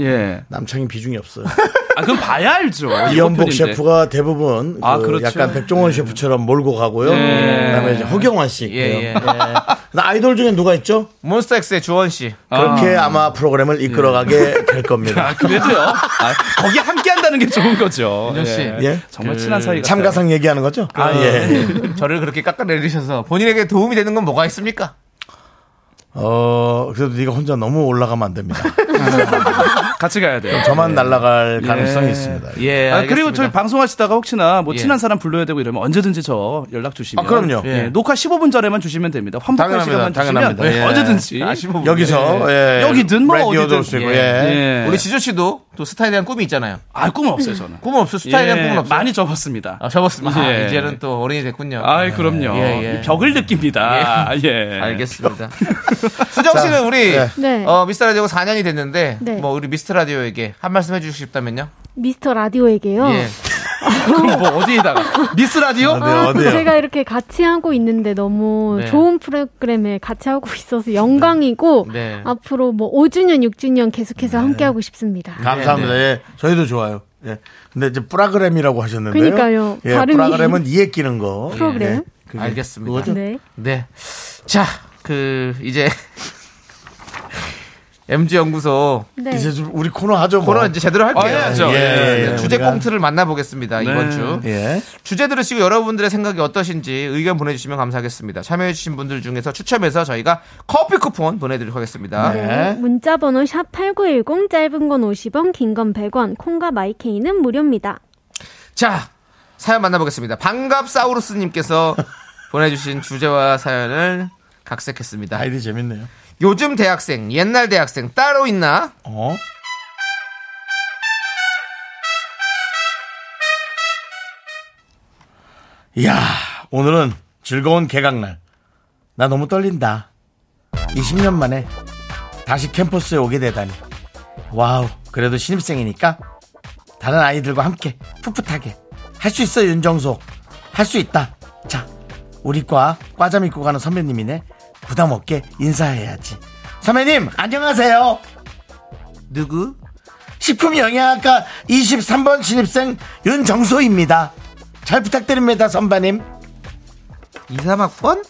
[SPEAKER 1] 남창이 비중이 없어요.
[SPEAKER 11] *laughs* 아, 그럼 봐야 알죠.
[SPEAKER 1] 이연복
[SPEAKER 11] 예고편인데.
[SPEAKER 1] 셰프가 대부분
[SPEAKER 11] 아,
[SPEAKER 1] 그
[SPEAKER 11] 그렇죠.
[SPEAKER 1] 약간 백종원 셰프처럼 몰고 가고요.
[SPEAKER 11] 예.
[SPEAKER 1] 그다음에 이제 허경환 씨 있고요.
[SPEAKER 2] 예, 예.
[SPEAKER 1] 예. 나 아이돌 중에 누가 있죠?
[SPEAKER 2] 몬스타엑스의 주원 씨.
[SPEAKER 1] 그렇게
[SPEAKER 2] 아.
[SPEAKER 1] 아마 프로그램을 이끌어가게 될 겁니다.
[SPEAKER 11] 아, 그래도요. 아, 거기 함께 한다는 게 좋은 거죠.
[SPEAKER 2] 윤정 씨.
[SPEAKER 11] 예.
[SPEAKER 1] 예?
[SPEAKER 11] 정말 친한 사이 같아요.
[SPEAKER 1] 참가상 얘기하는 거죠? 아, 예.
[SPEAKER 2] 저를 그렇게 깎아내리셔서 본인에게 도움이 되는 건 뭐가 있습니까?
[SPEAKER 1] 어, 그래도 네가 혼자 너무 올라가면 안 됩니다.
[SPEAKER 11] 같이 가야 돼요.
[SPEAKER 1] 저만 날아갈
[SPEAKER 11] 예.
[SPEAKER 1] 가능성이 있습니다.
[SPEAKER 2] 예.
[SPEAKER 11] 아, 그리고 저희 방송하시다가 혹시나 뭐
[SPEAKER 1] 예.
[SPEAKER 11] 친한 사람 불러야 되고 이러면 언제든지 저 연락 주시면
[SPEAKER 1] 아, 그럼요.
[SPEAKER 11] 예, 녹화 15분 전에만 주시면 됩니다.
[SPEAKER 2] 그
[SPEAKER 11] 환복할 시간만 주시면
[SPEAKER 1] 당연합니다.
[SPEAKER 11] 네,
[SPEAKER 2] 네,
[SPEAKER 1] 당연합니다. 예.
[SPEAKER 11] 언제든지
[SPEAKER 1] 아, 15분. 여기서, 예.
[SPEAKER 11] 여기든 뭐
[SPEAKER 1] 라디오도
[SPEAKER 11] 어디든
[SPEAKER 1] 올수 있고, 예.
[SPEAKER 2] 우리 지조 씨도 또 스타에 대한 꿈이 있잖아요.
[SPEAKER 11] 아, 꿈은 없어요, 저는.
[SPEAKER 2] 꿈은 없어. 스타에 대한
[SPEAKER 11] 예,
[SPEAKER 2] 꿈은 없어.
[SPEAKER 11] 많이 접었습니다.
[SPEAKER 2] 아, 접었습니다. 아,
[SPEAKER 11] 예.
[SPEAKER 2] 이제는 또 어른이 됐군요.
[SPEAKER 11] 아, 그럼요.
[SPEAKER 2] 예, 예.
[SPEAKER 11] 벽을 느낍니다. 예.
[SPEAKER 2] 알겠습니다. 네. *laughs* 수정 씨는 우리
[SPEAKER 12] 네.
[SPEAKER 2] 어, 미스터 라디오가 4년이 됐는데
[SPEAKER 12] 네.
[SPEAKER 2] 뭐 우리 미스터 라디오에게 한 말씀 해주시고 싶다면요.
[SPEAKER 12] 미스터 라디오에게요. *laughs*
[SPEAKER 2] 예. 그럼 뭐 네, 어디에다가 미스 라디오?
[SPEAKER 12] 아, 제가 이렇게 같이 하고 있는데 너무
[SPEAKER 2] 네.
[SPEAKER 12] 좋은 프로그램에 같이 하고 있어서 영광이고
[SPEAKER 2] 네.
[SPEAKER 12] 앞으로 뭐 5주년, 6주년 계속해서 함께 하고 싶습니다.
[SPEAKER 1] 감사합니다. 예. 저희도 좋아요. 예. 근데 이제 프라그램이라고 하셨는데요.
[SPEAKER 12] 그러니까요.
[SPEAKER 1] 예,
[SPEAKER 12] 발음이-
[SPEAKER 1] 프라그램은 이에 끼는 거. 예.
[SPEAKER 12] 프로그램?
[SPEAKER 1] 그게
[SPEAKER 2] 알겠습니다.
[SPEAKER 1] 그거죠?
[SPEAKER 12] 네.
[SPEAKER 2] 네. 자, 그 이제 *laughs* MG 연구소
[SPEAKER 12] 네.
[SPEAKER 1] 이제 좀 우리 코너 하죠. 뭐.
[SPEAKER 2] 코너 이제 제대로 할게요.
[SPEAKER 1] 아, 해야죠.
[SPEAKER 2] 예,
[SPEAKER 1] 예, 예.
[SPEAKER 2] 주제
[SPEAKER 1] 우리가-
[SPEAKER 2] 꽁트를 만나보겠습니다. 이번 주.
[SPEAKER 1] 예.
[SPEAKER 2] 주제 들으시고 여러분들의 생각이 어떠신지 의견 보내주시면 감사하겠습니다. 참여해주신 분들 중에서 추첨해서 저희가 커피 쿠폰 보내드리도록 하겠습니다.
[SPEAKER 12] 네. 문자번호 샵 8910, 짧은 건 50원, 긴 건 100원, 콩과 마이케이는 무료입니다.
[SPEAKER 2] 자, 사연 만나보겠습니다.
[SPEAKER 1] *laughs*
[SPEAKER 2] 반갑사우루스님께서 보내주신 주제와 사연을 각색했습니다.
[SPEAKER 1] 아이디 재밌네요.
[SPEAKER 2] 요즘 대학생, 옛날 대학생 따로 있나?
[SPEAKER 1] 어? 이야, 오늘은 즐거운 개강날. 나 너무 떨린다. 20년 만에 다시 캠퍼스에 오게 되다니. 와우, 그래도 신입생이니까 다른 아이들과 함께 풋풋하게 할 수 있어 윤정수 할 수 있다 자 우리과 과잠 입고 가는 선배님이네 부담 없게 인사해야지 선배님 안녕하세요 누구? 식품영양학과 23번 신입생 윤정수입니다 잘 부탁드립니다 선배님
[SPEAKER 2] 23학번?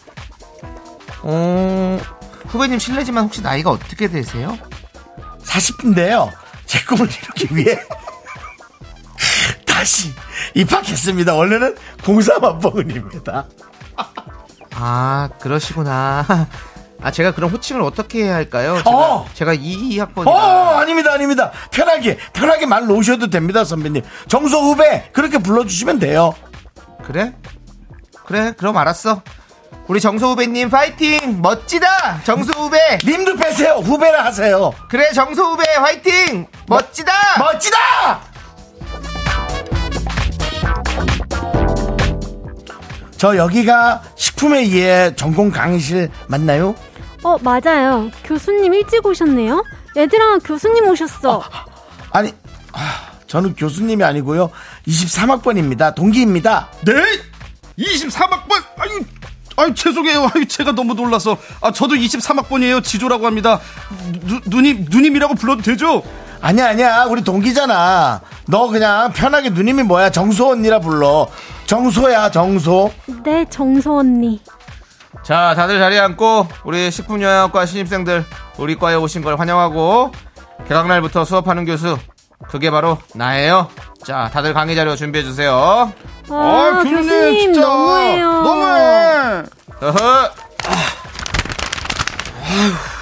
[SPEAKER 2] 어, 후배님 실례지만 혹시 나이가 어떻게 되세요?
[SPEAKER 1] 40인데요. 제 꿈을 이루기 위해 *laughs* 다시 입학했습니다. 원래는 공사만법은입니다.
[SPEAKER 2] 아, 그러시구나. *laughs* 아, 제가 그럼 호칭을 어떻게 해야 할까요? 제가,
[SPEAKER 1] 어!
[SPEAKER 2] 제가 2학번이라.
[SPEAKER 1] 어, 아닙니다, 아닙니다. 편하게, 편하게 말 놓으셔도 됩니다, 선배님. 정소 후배, 그렇게 불러주시면 돼요.
[SPEAKER 2] 그래? 그래, 그럼 알았어. 우리 정소 후배님 파이팅! 멋지다! 정소 후배!
[SPEAKER 1] 님도 빼세요! 후배라 하세요!
[SPEAKER 2] 그래, 정소 후배 파이팅! 멋지다!
[SPEAKER 1] 멋지다! 저 여기가 식품에 의해 전공 강의실 맞나요?
[SPEAKER 12] 어, 맞아요. 교수님 일찍 오셨네요. 얘들아, 교수님 오셨어.
[SPEAKER 1] 아니, 아, 저는 교수님이 아니고요. 23학번입니다. 동기입니다.
[SPEAKER 11] 네? 23학번? 아유, 아유, 죄송해요. 아유, 제가 너무 놀라서. 아, 저도 23학번이에요. 지조라고 합니다. 누, 누님, 누님이라고 불러도 되죠?
[SPEAKER 1] 아니야, 아니야. 우리 동기잖아. 너 그냥 편하게 누님이 뭐야? 정소 언니라 불러. 정소야, 정소.
[SPEAKER 12] 네, 정서 언니.
[SPEAKER 2] 자, 다들 자리에 앉고, 우리 식품영양학과 신입생들, 우리 과에 오신 걸 환영하고, 개강날부터 수업하는 교수, 그게 바로 나예요. 자, 다들 강의 자료 준비해주세요.
[SPEAKER 12] 와,
[SPEAKER 11] 아, 교수님,
[SPEAKER 12] 교수님
[SPEAKER 11] 진짜.
[SPEAKER 12] 너무해요.
[SPEAKER 11] 너무해!
[SPEAKER 2] 어허!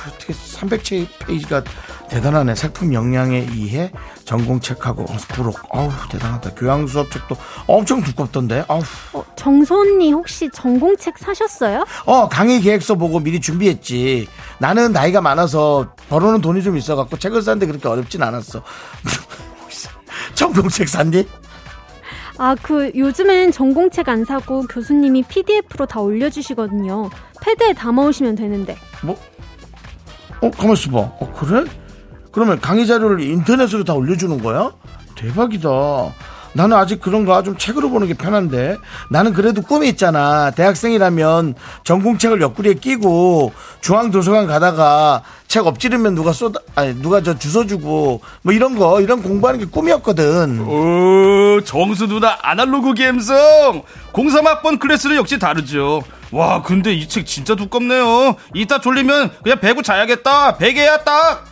[SPEAKER 1] 어떻게 300페이지가 대단하네. 색품 영양에 의해 전공책하고 부록. 아우, 대단하다. 교양 수업 책도 엄청 두껍던데. 아우.
[SPEAKER 12] 어, 정서 언니 혹시 전공책 사셨어요?
[SPEAKER 1] 어, 강의 계획서 보고 미리 준비했지. 나는 나이가 많아서 벌어놓은 돈이 좀 있어갖고 책을 샀는데 그렇게 어렵진 않았어. *laughs* 전공책 샀니?
[SPEAKER 12] 아, 그 요즘엔 전공책 안 사고 교수님이 PDF로 다 올려주시거든요. 패드에 담아오시면 되는데.
[SPEAKER 1] 뭐? 어, 가만있어 봐. 어, 그래? 그러면 강의 자료를 인터넷으로 다 올려주는 거야? 대박이다. 나는 아직 그런 거 좀 책으로 보는 게 편한데. 나는 그래도 꿈이 있잖아. 대학생이라면 전공책을 옆구리에 끼고 중앙도서관 가다가 책 엎지르면 누가 쏟아, 아니, 누가 저 주워주고 뭐 이런 거, 이런 공부하는 게 꿈이었거든.
[SPEAKER 11] 오, 정수 누나 아날로그 감성! 03학번 클래스는 역시 다르죠. 와, 근데 이 책 진짜 두껍네요. 이따 졸리면 그냥 배고 자야겠다. 베개야 딱!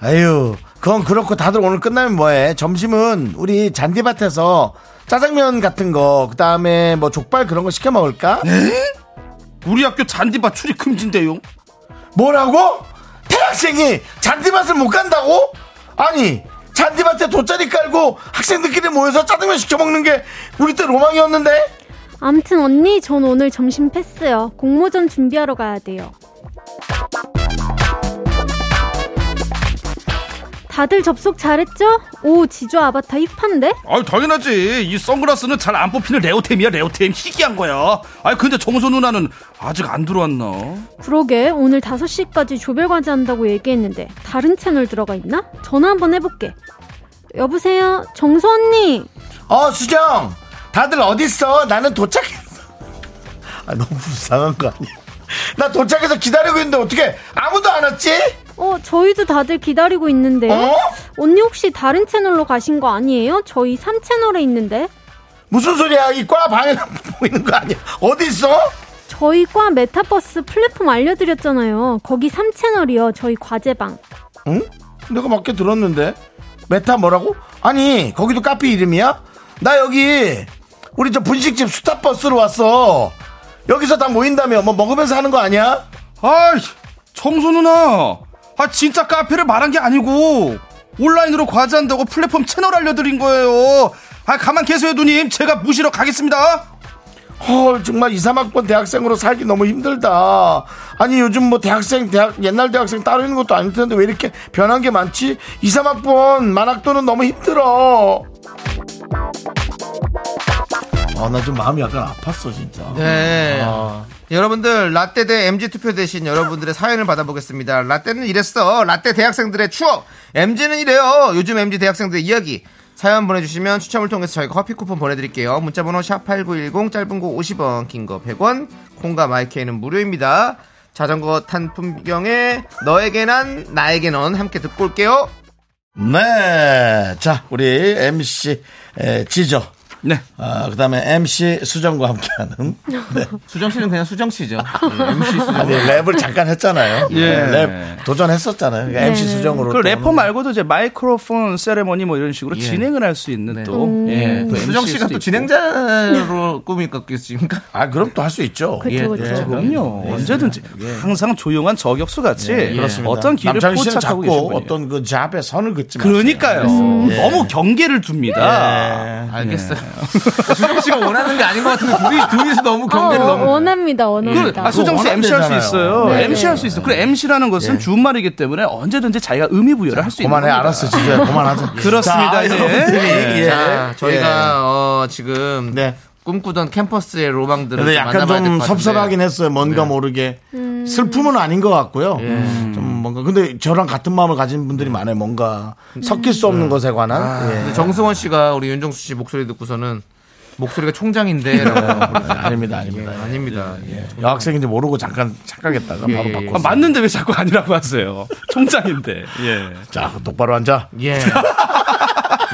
[SPEAKER 1] 아유, 그건 그렇고 다들 오늘 끝나면 뭐해? 점심은 우리 잔디밭에서 짜장면 같은 거, 그 다음에 뭐 족발 그런 거 시켜 먹을까?
[SPEAKER 11] 우리 학교 잔디밭 출입 금지인데요.
[SPEAKER 1] 뭐라고? 대학생이 잔디밭을 못 간다고? 아니, 잔디밭에 돗자리 깔고 학생들끼리 모여서 짜장면 시켜 먹는 게 우리 때 로망이었는데?
[SPEAKER 12] 암튼 언니, 전 오늘 점심 패스요. 공모전 준비하러 가야 돼요. 다들 접속 잘했죠? 오, 지조 아바타 힙한데?
[SPEAKER 11] 아 당연하지. 이 선글라스는 잘 안 뽑히는 레오템이야, 레오템. 희귀한 거야. 아 근데 정소 누나는 아직 안 들어왔나?
[SPEAKER 12] 그러게, 오늘 5시까지 조별과제 한다고 얘기했는데, 다른 채널 들어가 있나? 전화 한번 해볼게. 여보세요? 정서 언니!
[SPEAKER 1] 어, 수정! 다들 어딨어? 나는 도착했어. *laughs* 아, 너무 불쌍한 거 아니야? 나 도착해서 기다리고 있는데 어떻게 아무도 안 왔지?
[SPEAKER 12] 어, 저희도 다들 기다리고 있는데.
[SPEAKER 1] 어?
[SPEAKER 12] 언니 혹시 다른 채널로 가신 거 아니에요? 저희 3채널에 있는데.
[SPEAKER 1] 무슨 소리야? 이 과 방에 *laughs* 보이는 거 아니야? 어디 있어?
[SPEAKER 12] 저희 과 메타버스 플랫폼 알려드렸잖아요. 거기 3채널이요. 저희 과제방.
[SPEAKER 1] 응? 내가 맞게 들었는데 메타 뭐라고? 아니 거기도 카페 이름이야? 나 여기 우리 저 분식집 스타버스로 왔어 여기서 다 모인다며 뭐 먹으면서 하는 거 아니야?
[SPEAKER 11] 아이, 정소 누나. 아, 진짜 카페를 말한 게 아니고, 온라인으로 과제한다고 플랫폼 채널 알려드린 거예요. 아, 가만 계세요, 누님. 제가 무시러 가겠습니다.
[SPEAKER 1] 헐 어, 정말 2, 3학번 대학생으로 살기 너무 힘들다 아니 요즘 뭐 대학생 대학 옛날 대학생 따로 있는 것도 아닐 텐데 왜 이렇게 변한 게 많지? 2, 3학번 만학도는 너무 힘들어 아 나 좀 마음이 약간 아팠어 진짜
[SPEAKER 2] 네.
[SPEAKER 1] 아.
[SPEAKER 2] 여러분들 라떼 대 MG 투표 대신 여러분들의 사연을 받아보겠습니다. 라떼는 이랬어. 라떼 대학생들의 추억. MG는 이래요. 요즘 MG 대학생들의 이야기. 사연 보내주시면 추첨을 통해서 저희가 커피 쿠폰 보내드릴게요. 문자번호 샵8910 짧은 거 50원 긴 거 100원 콩과 마이크에는 무료입니다. 자전거 탄 풍경에 너에게 난 나에게 넌 함께 듣고 올게요.
[SPEAKER 1] 네. 자, 우리 MC 에, 지저.
[SPEAKER 11] 네.
[SPEAKER 1] 그 다음에 MC 수정과 함께하는. 네.
[SPEAKER 2] 수정 씨는 그냥 수정 씨죠.
[SPEAKER 1] 아니, 랩을 잠깐 했잖아요.
[SPEAKER 11] 예.
[SPEAKER 1] 네, 랩 도전했었잖아요. 그러니까 MC 수정으로.
[SPEAKER 11] 그
[SPEAKER 1] 또
[SPEAKER 11] 래퍼 말고도 이제 마이크로폰 세레머니 뭐 이런 식으로
[SPEAKER 2] 예.
[SPEAKER 11] 진행을 할 수 있는 또,
[SPEAKER 2] 음.
[SPEAKER 11] 예, 또 MC
[SPEAKER 2] 수정
[SPEAKER 11] 일
[SPEAKER 2] 씨가
[SPEAKER 11] 수도
[SPEAKER 2] 또
[SPEAKER 11] 있고.
[SPEAKER 2] 진행자로 *laughs* 꿈이 깎겠습니까? 그렇죠.
[SPEAKER 1] 아, 그럼 또 할 수 있죠.
[SPEAKER 12] 그렇죠,
[SPEAKER 11] 예, 예, 그럼요. 언제든지
[SPEAKER 2] 예.
[SPEAKER 11] 항상 조용한 저격수 같이
[SPEAKER 1] 예, 그렇습니다.
[SPEAKER 11] 어떤 길을
[SPEAKER 1] 남창희 씨는
[SPEAKER 11] 포착하고
[SPEAKER 1] 자꾸
[SPEAKER 11] 계신 분이에요.
[SPEAKER 1] 어떤 그 잡에 선을 긋지 마세요.
[SPEAKER 11] 그러니까요.
[SPEAKER 1] 음. 예.
[SPEAKER 11] 너무 경계를 둡니다.
[SPEAKER 2] 알겠어요. 예. *laughs* 수정 씨가 원하는 게 아닌 것 같은데 둘이 둘이서 너무
[SPEAKER 12] 어,
[SPEAKER 2] 경계를
[SPEAKER 12] 어,
[SPEAKER 2] 너무
[SPEAKER 12] 원합니다, 원합니다.
[SPEAKER 11] 아, 수정 씨 MC 할 수 있어요.
[SPEAKER 12] 네,
[SPEAKER 11] MC
[SPEAKER 12] 네.
[SPEAKER 11] 할 수 있어. 요 그래 MC라는 것은
[SPEAKER 1] 예.
[SPEAKER 11] 주말이기 때문에 언제든지 자기가 의미 부여를 할 수 있는
[SPEAKER 1] 그만해,
[SPEAKER 11] 겁니다.
[SPEAKER 1] 알았어, 진짜. 그만하자.
[SPEAKER 11] 그렇습니다.
[SPEAKER 1] 자,
[SPEAKER 11] 이제.
[SPEAKER 1] 여러분들이,
[SPEAKER 11] 예.
[SPEAKER 1] 예.
[SPEAKER 2] 자, 네. 저희가
[SPEAKER 1] 예. 네.
[SPEAKER 2] 어, 지금 꿈꾸던 캠퍼스의 로망들을
[SPEAKER 1] 근데
[SPEAKER 2] 좀
[SPEAKER 1] 약간
[SPEAKER 2] 만나봐야 될
[SPEAKER 1] 좀
[SPEAKER 2] 것 네. 같은데.
[SPEAKER 1] 섭섭하긴 했어요. 뭔가 모르게. 슬픔은 아닌 것
[SPEAKER 2] 예.
[SPEAKER 1] 같고요. 음. 좀 뭔가. 근데 저랑 같은 마음을 가진
[SPEAKER 2] 네.
[SPEAKER 1] 분들이 많아요. 뭔가
[SPEAKER 2] 음.
[SPEAKER 1] 섞일 수 없는 것에 관한. 예.
[SPEAKER 2] 근데 정승원 씨가 우리 윤정수 씨 목소리 듣고서는 목소리가
[SPEAKER 1] 네.
[SPEAKER 2] 총장인데라고
[SPEAKER 1] 아닙니다, 아닙니다.
[SPEAKER 2] 아닙니다. 예.
[SPEAKER 1] 여학생인지 모르고 잠깐 착각했다가
[SPEAKER 2] 예,
[SPEAKER 1] 바로
[SPEAKER 2] 예.
[SPEAKER 1] 바꿔.
[SPEAKER 11] 아, 맞는데 왜 자꾸 아니라고 하세요? 총장인데. 예.
[SPEAKER 1] 자, 똑바로 앉아.
[SPEAKER 2] 예. *laughs*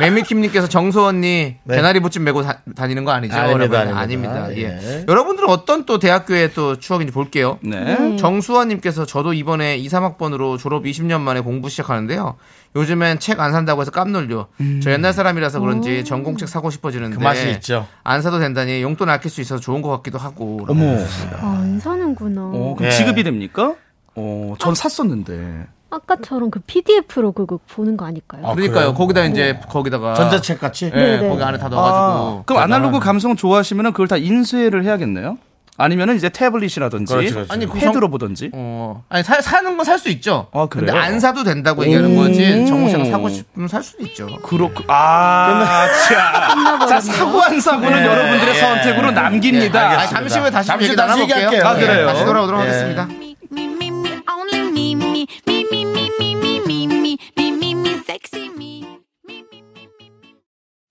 [SPEAKER 2] 매미킴님께서 정소원님
[SPEAKER 1] 네.
[SPEAKER 2] 대나리 봇짐 메고 다, 니는거 아니죠?
[SPEAKER 1] 아닙니다,
[SPEAKER 2] 여러분?
[SPEAKER 1] 아닙니다.
[SPEAKER 2] 아닙니다. 예.
[SPEAKER 1] 예.
[SPEAKER 2] 여러분들은 어떤 또 대학교의 또 추억인지 볼게요.
[SPEAKER 12] 음.
[SPEAKER 11] 네.
[SPEAKER 2] 정수원님께서 저도 이번에 2, 3학번으로 졸업 20년 만에 공부 시작하는데요. 요즘엔 책 안 산다고 해서 깜놀려. 저 옛날 사람이라서 그런지
[SPEAKER 12] 음.
[SPEAKER 2] 전공책 사고 싶어지는데
[SPEAKER 1] 음. 그 맛이 있죠.
[SPEAKER 2] 안 사도 된다니 용돈 아낄 수 있어서 좋은 것 같기도 하고.
[SPEAKER 11] 어머.
[SPEAKER 12] 아, 안 사는구나.
[SPEAKER 11] 어, 그럼
[SPEAKER 1] 예.
[SPEAKER 11] 지급이 됩니까? 어, 전 샀었는데.
[SPEAKER 12] 아까처럼 그 PDF로 그거 보는 거 아닐까요?
[SPEAKER 2] 그러니까요. 거기다 이제 거기다가
[SPEAKER 1] 어. 전자책 같이?
[SPEAKER 2] 예,
[SPEAKER 12] 네네.
[SPEAKER 2] 거기 안에 다 넣어가지고.
[SPEAKER 11] 아, 그럼 아날로그 감성 좋아하시면 그걸 다 인쇄를 해야겠네요? 아니면은 이제 태블릿이라든지
[SPEAKER 1] 그렇지, 그렇지.
[SPEAKER 11] 아니
[SPEAKER 2] 그
[SPEAKER 11] 패드로 보든지
[SPEAKER 2] 어. 아니 사, 사는 건 살 수 있죠.
[SPEAKER 11] 아, 그래요?
[SPEAKER 2] 근데 안 사도 된다고 얘기하는 거지.
[SPEAKER 11] 음.
[SPEAKER 2] 정우 씨가 사고 싶으면 살 수도 있죠.
[SPEAKER 11] 그렇고 아, 자, 자 사고 안 사고는
[SPEAKER 1] 예,
[SPEAKER 11] 여러분들의
[SPEAKER 1] 예,
[SPEAKER 11] 선택으로
[SPEAKER 1] 예.
[SPEAKER 11] 남깁니다.
[SPEAKER 2] 아,
[SPEAKER 1] 알겠습니다.
[SPEAKER 2] 잠시 후에 다시
[SPEAKER 1] 잠시
[SPEAKER 2] 얘기
[SPEAKER 1] 다시
[SPEAKER 2] 나눠볼게요.
[SPEAKER 1] 얘기할게요.
[SPEAKER 11] 아, 그래요?
[SPEAKER 2] 다시 돌아오도록
[SPEAKER 1] 예.
[SPEAKER 2] 하겠습니다.
[SPEAKER 8] Me, me, me, only me, me, me, me, me, me, me, me, me, me, me, me, sexy me.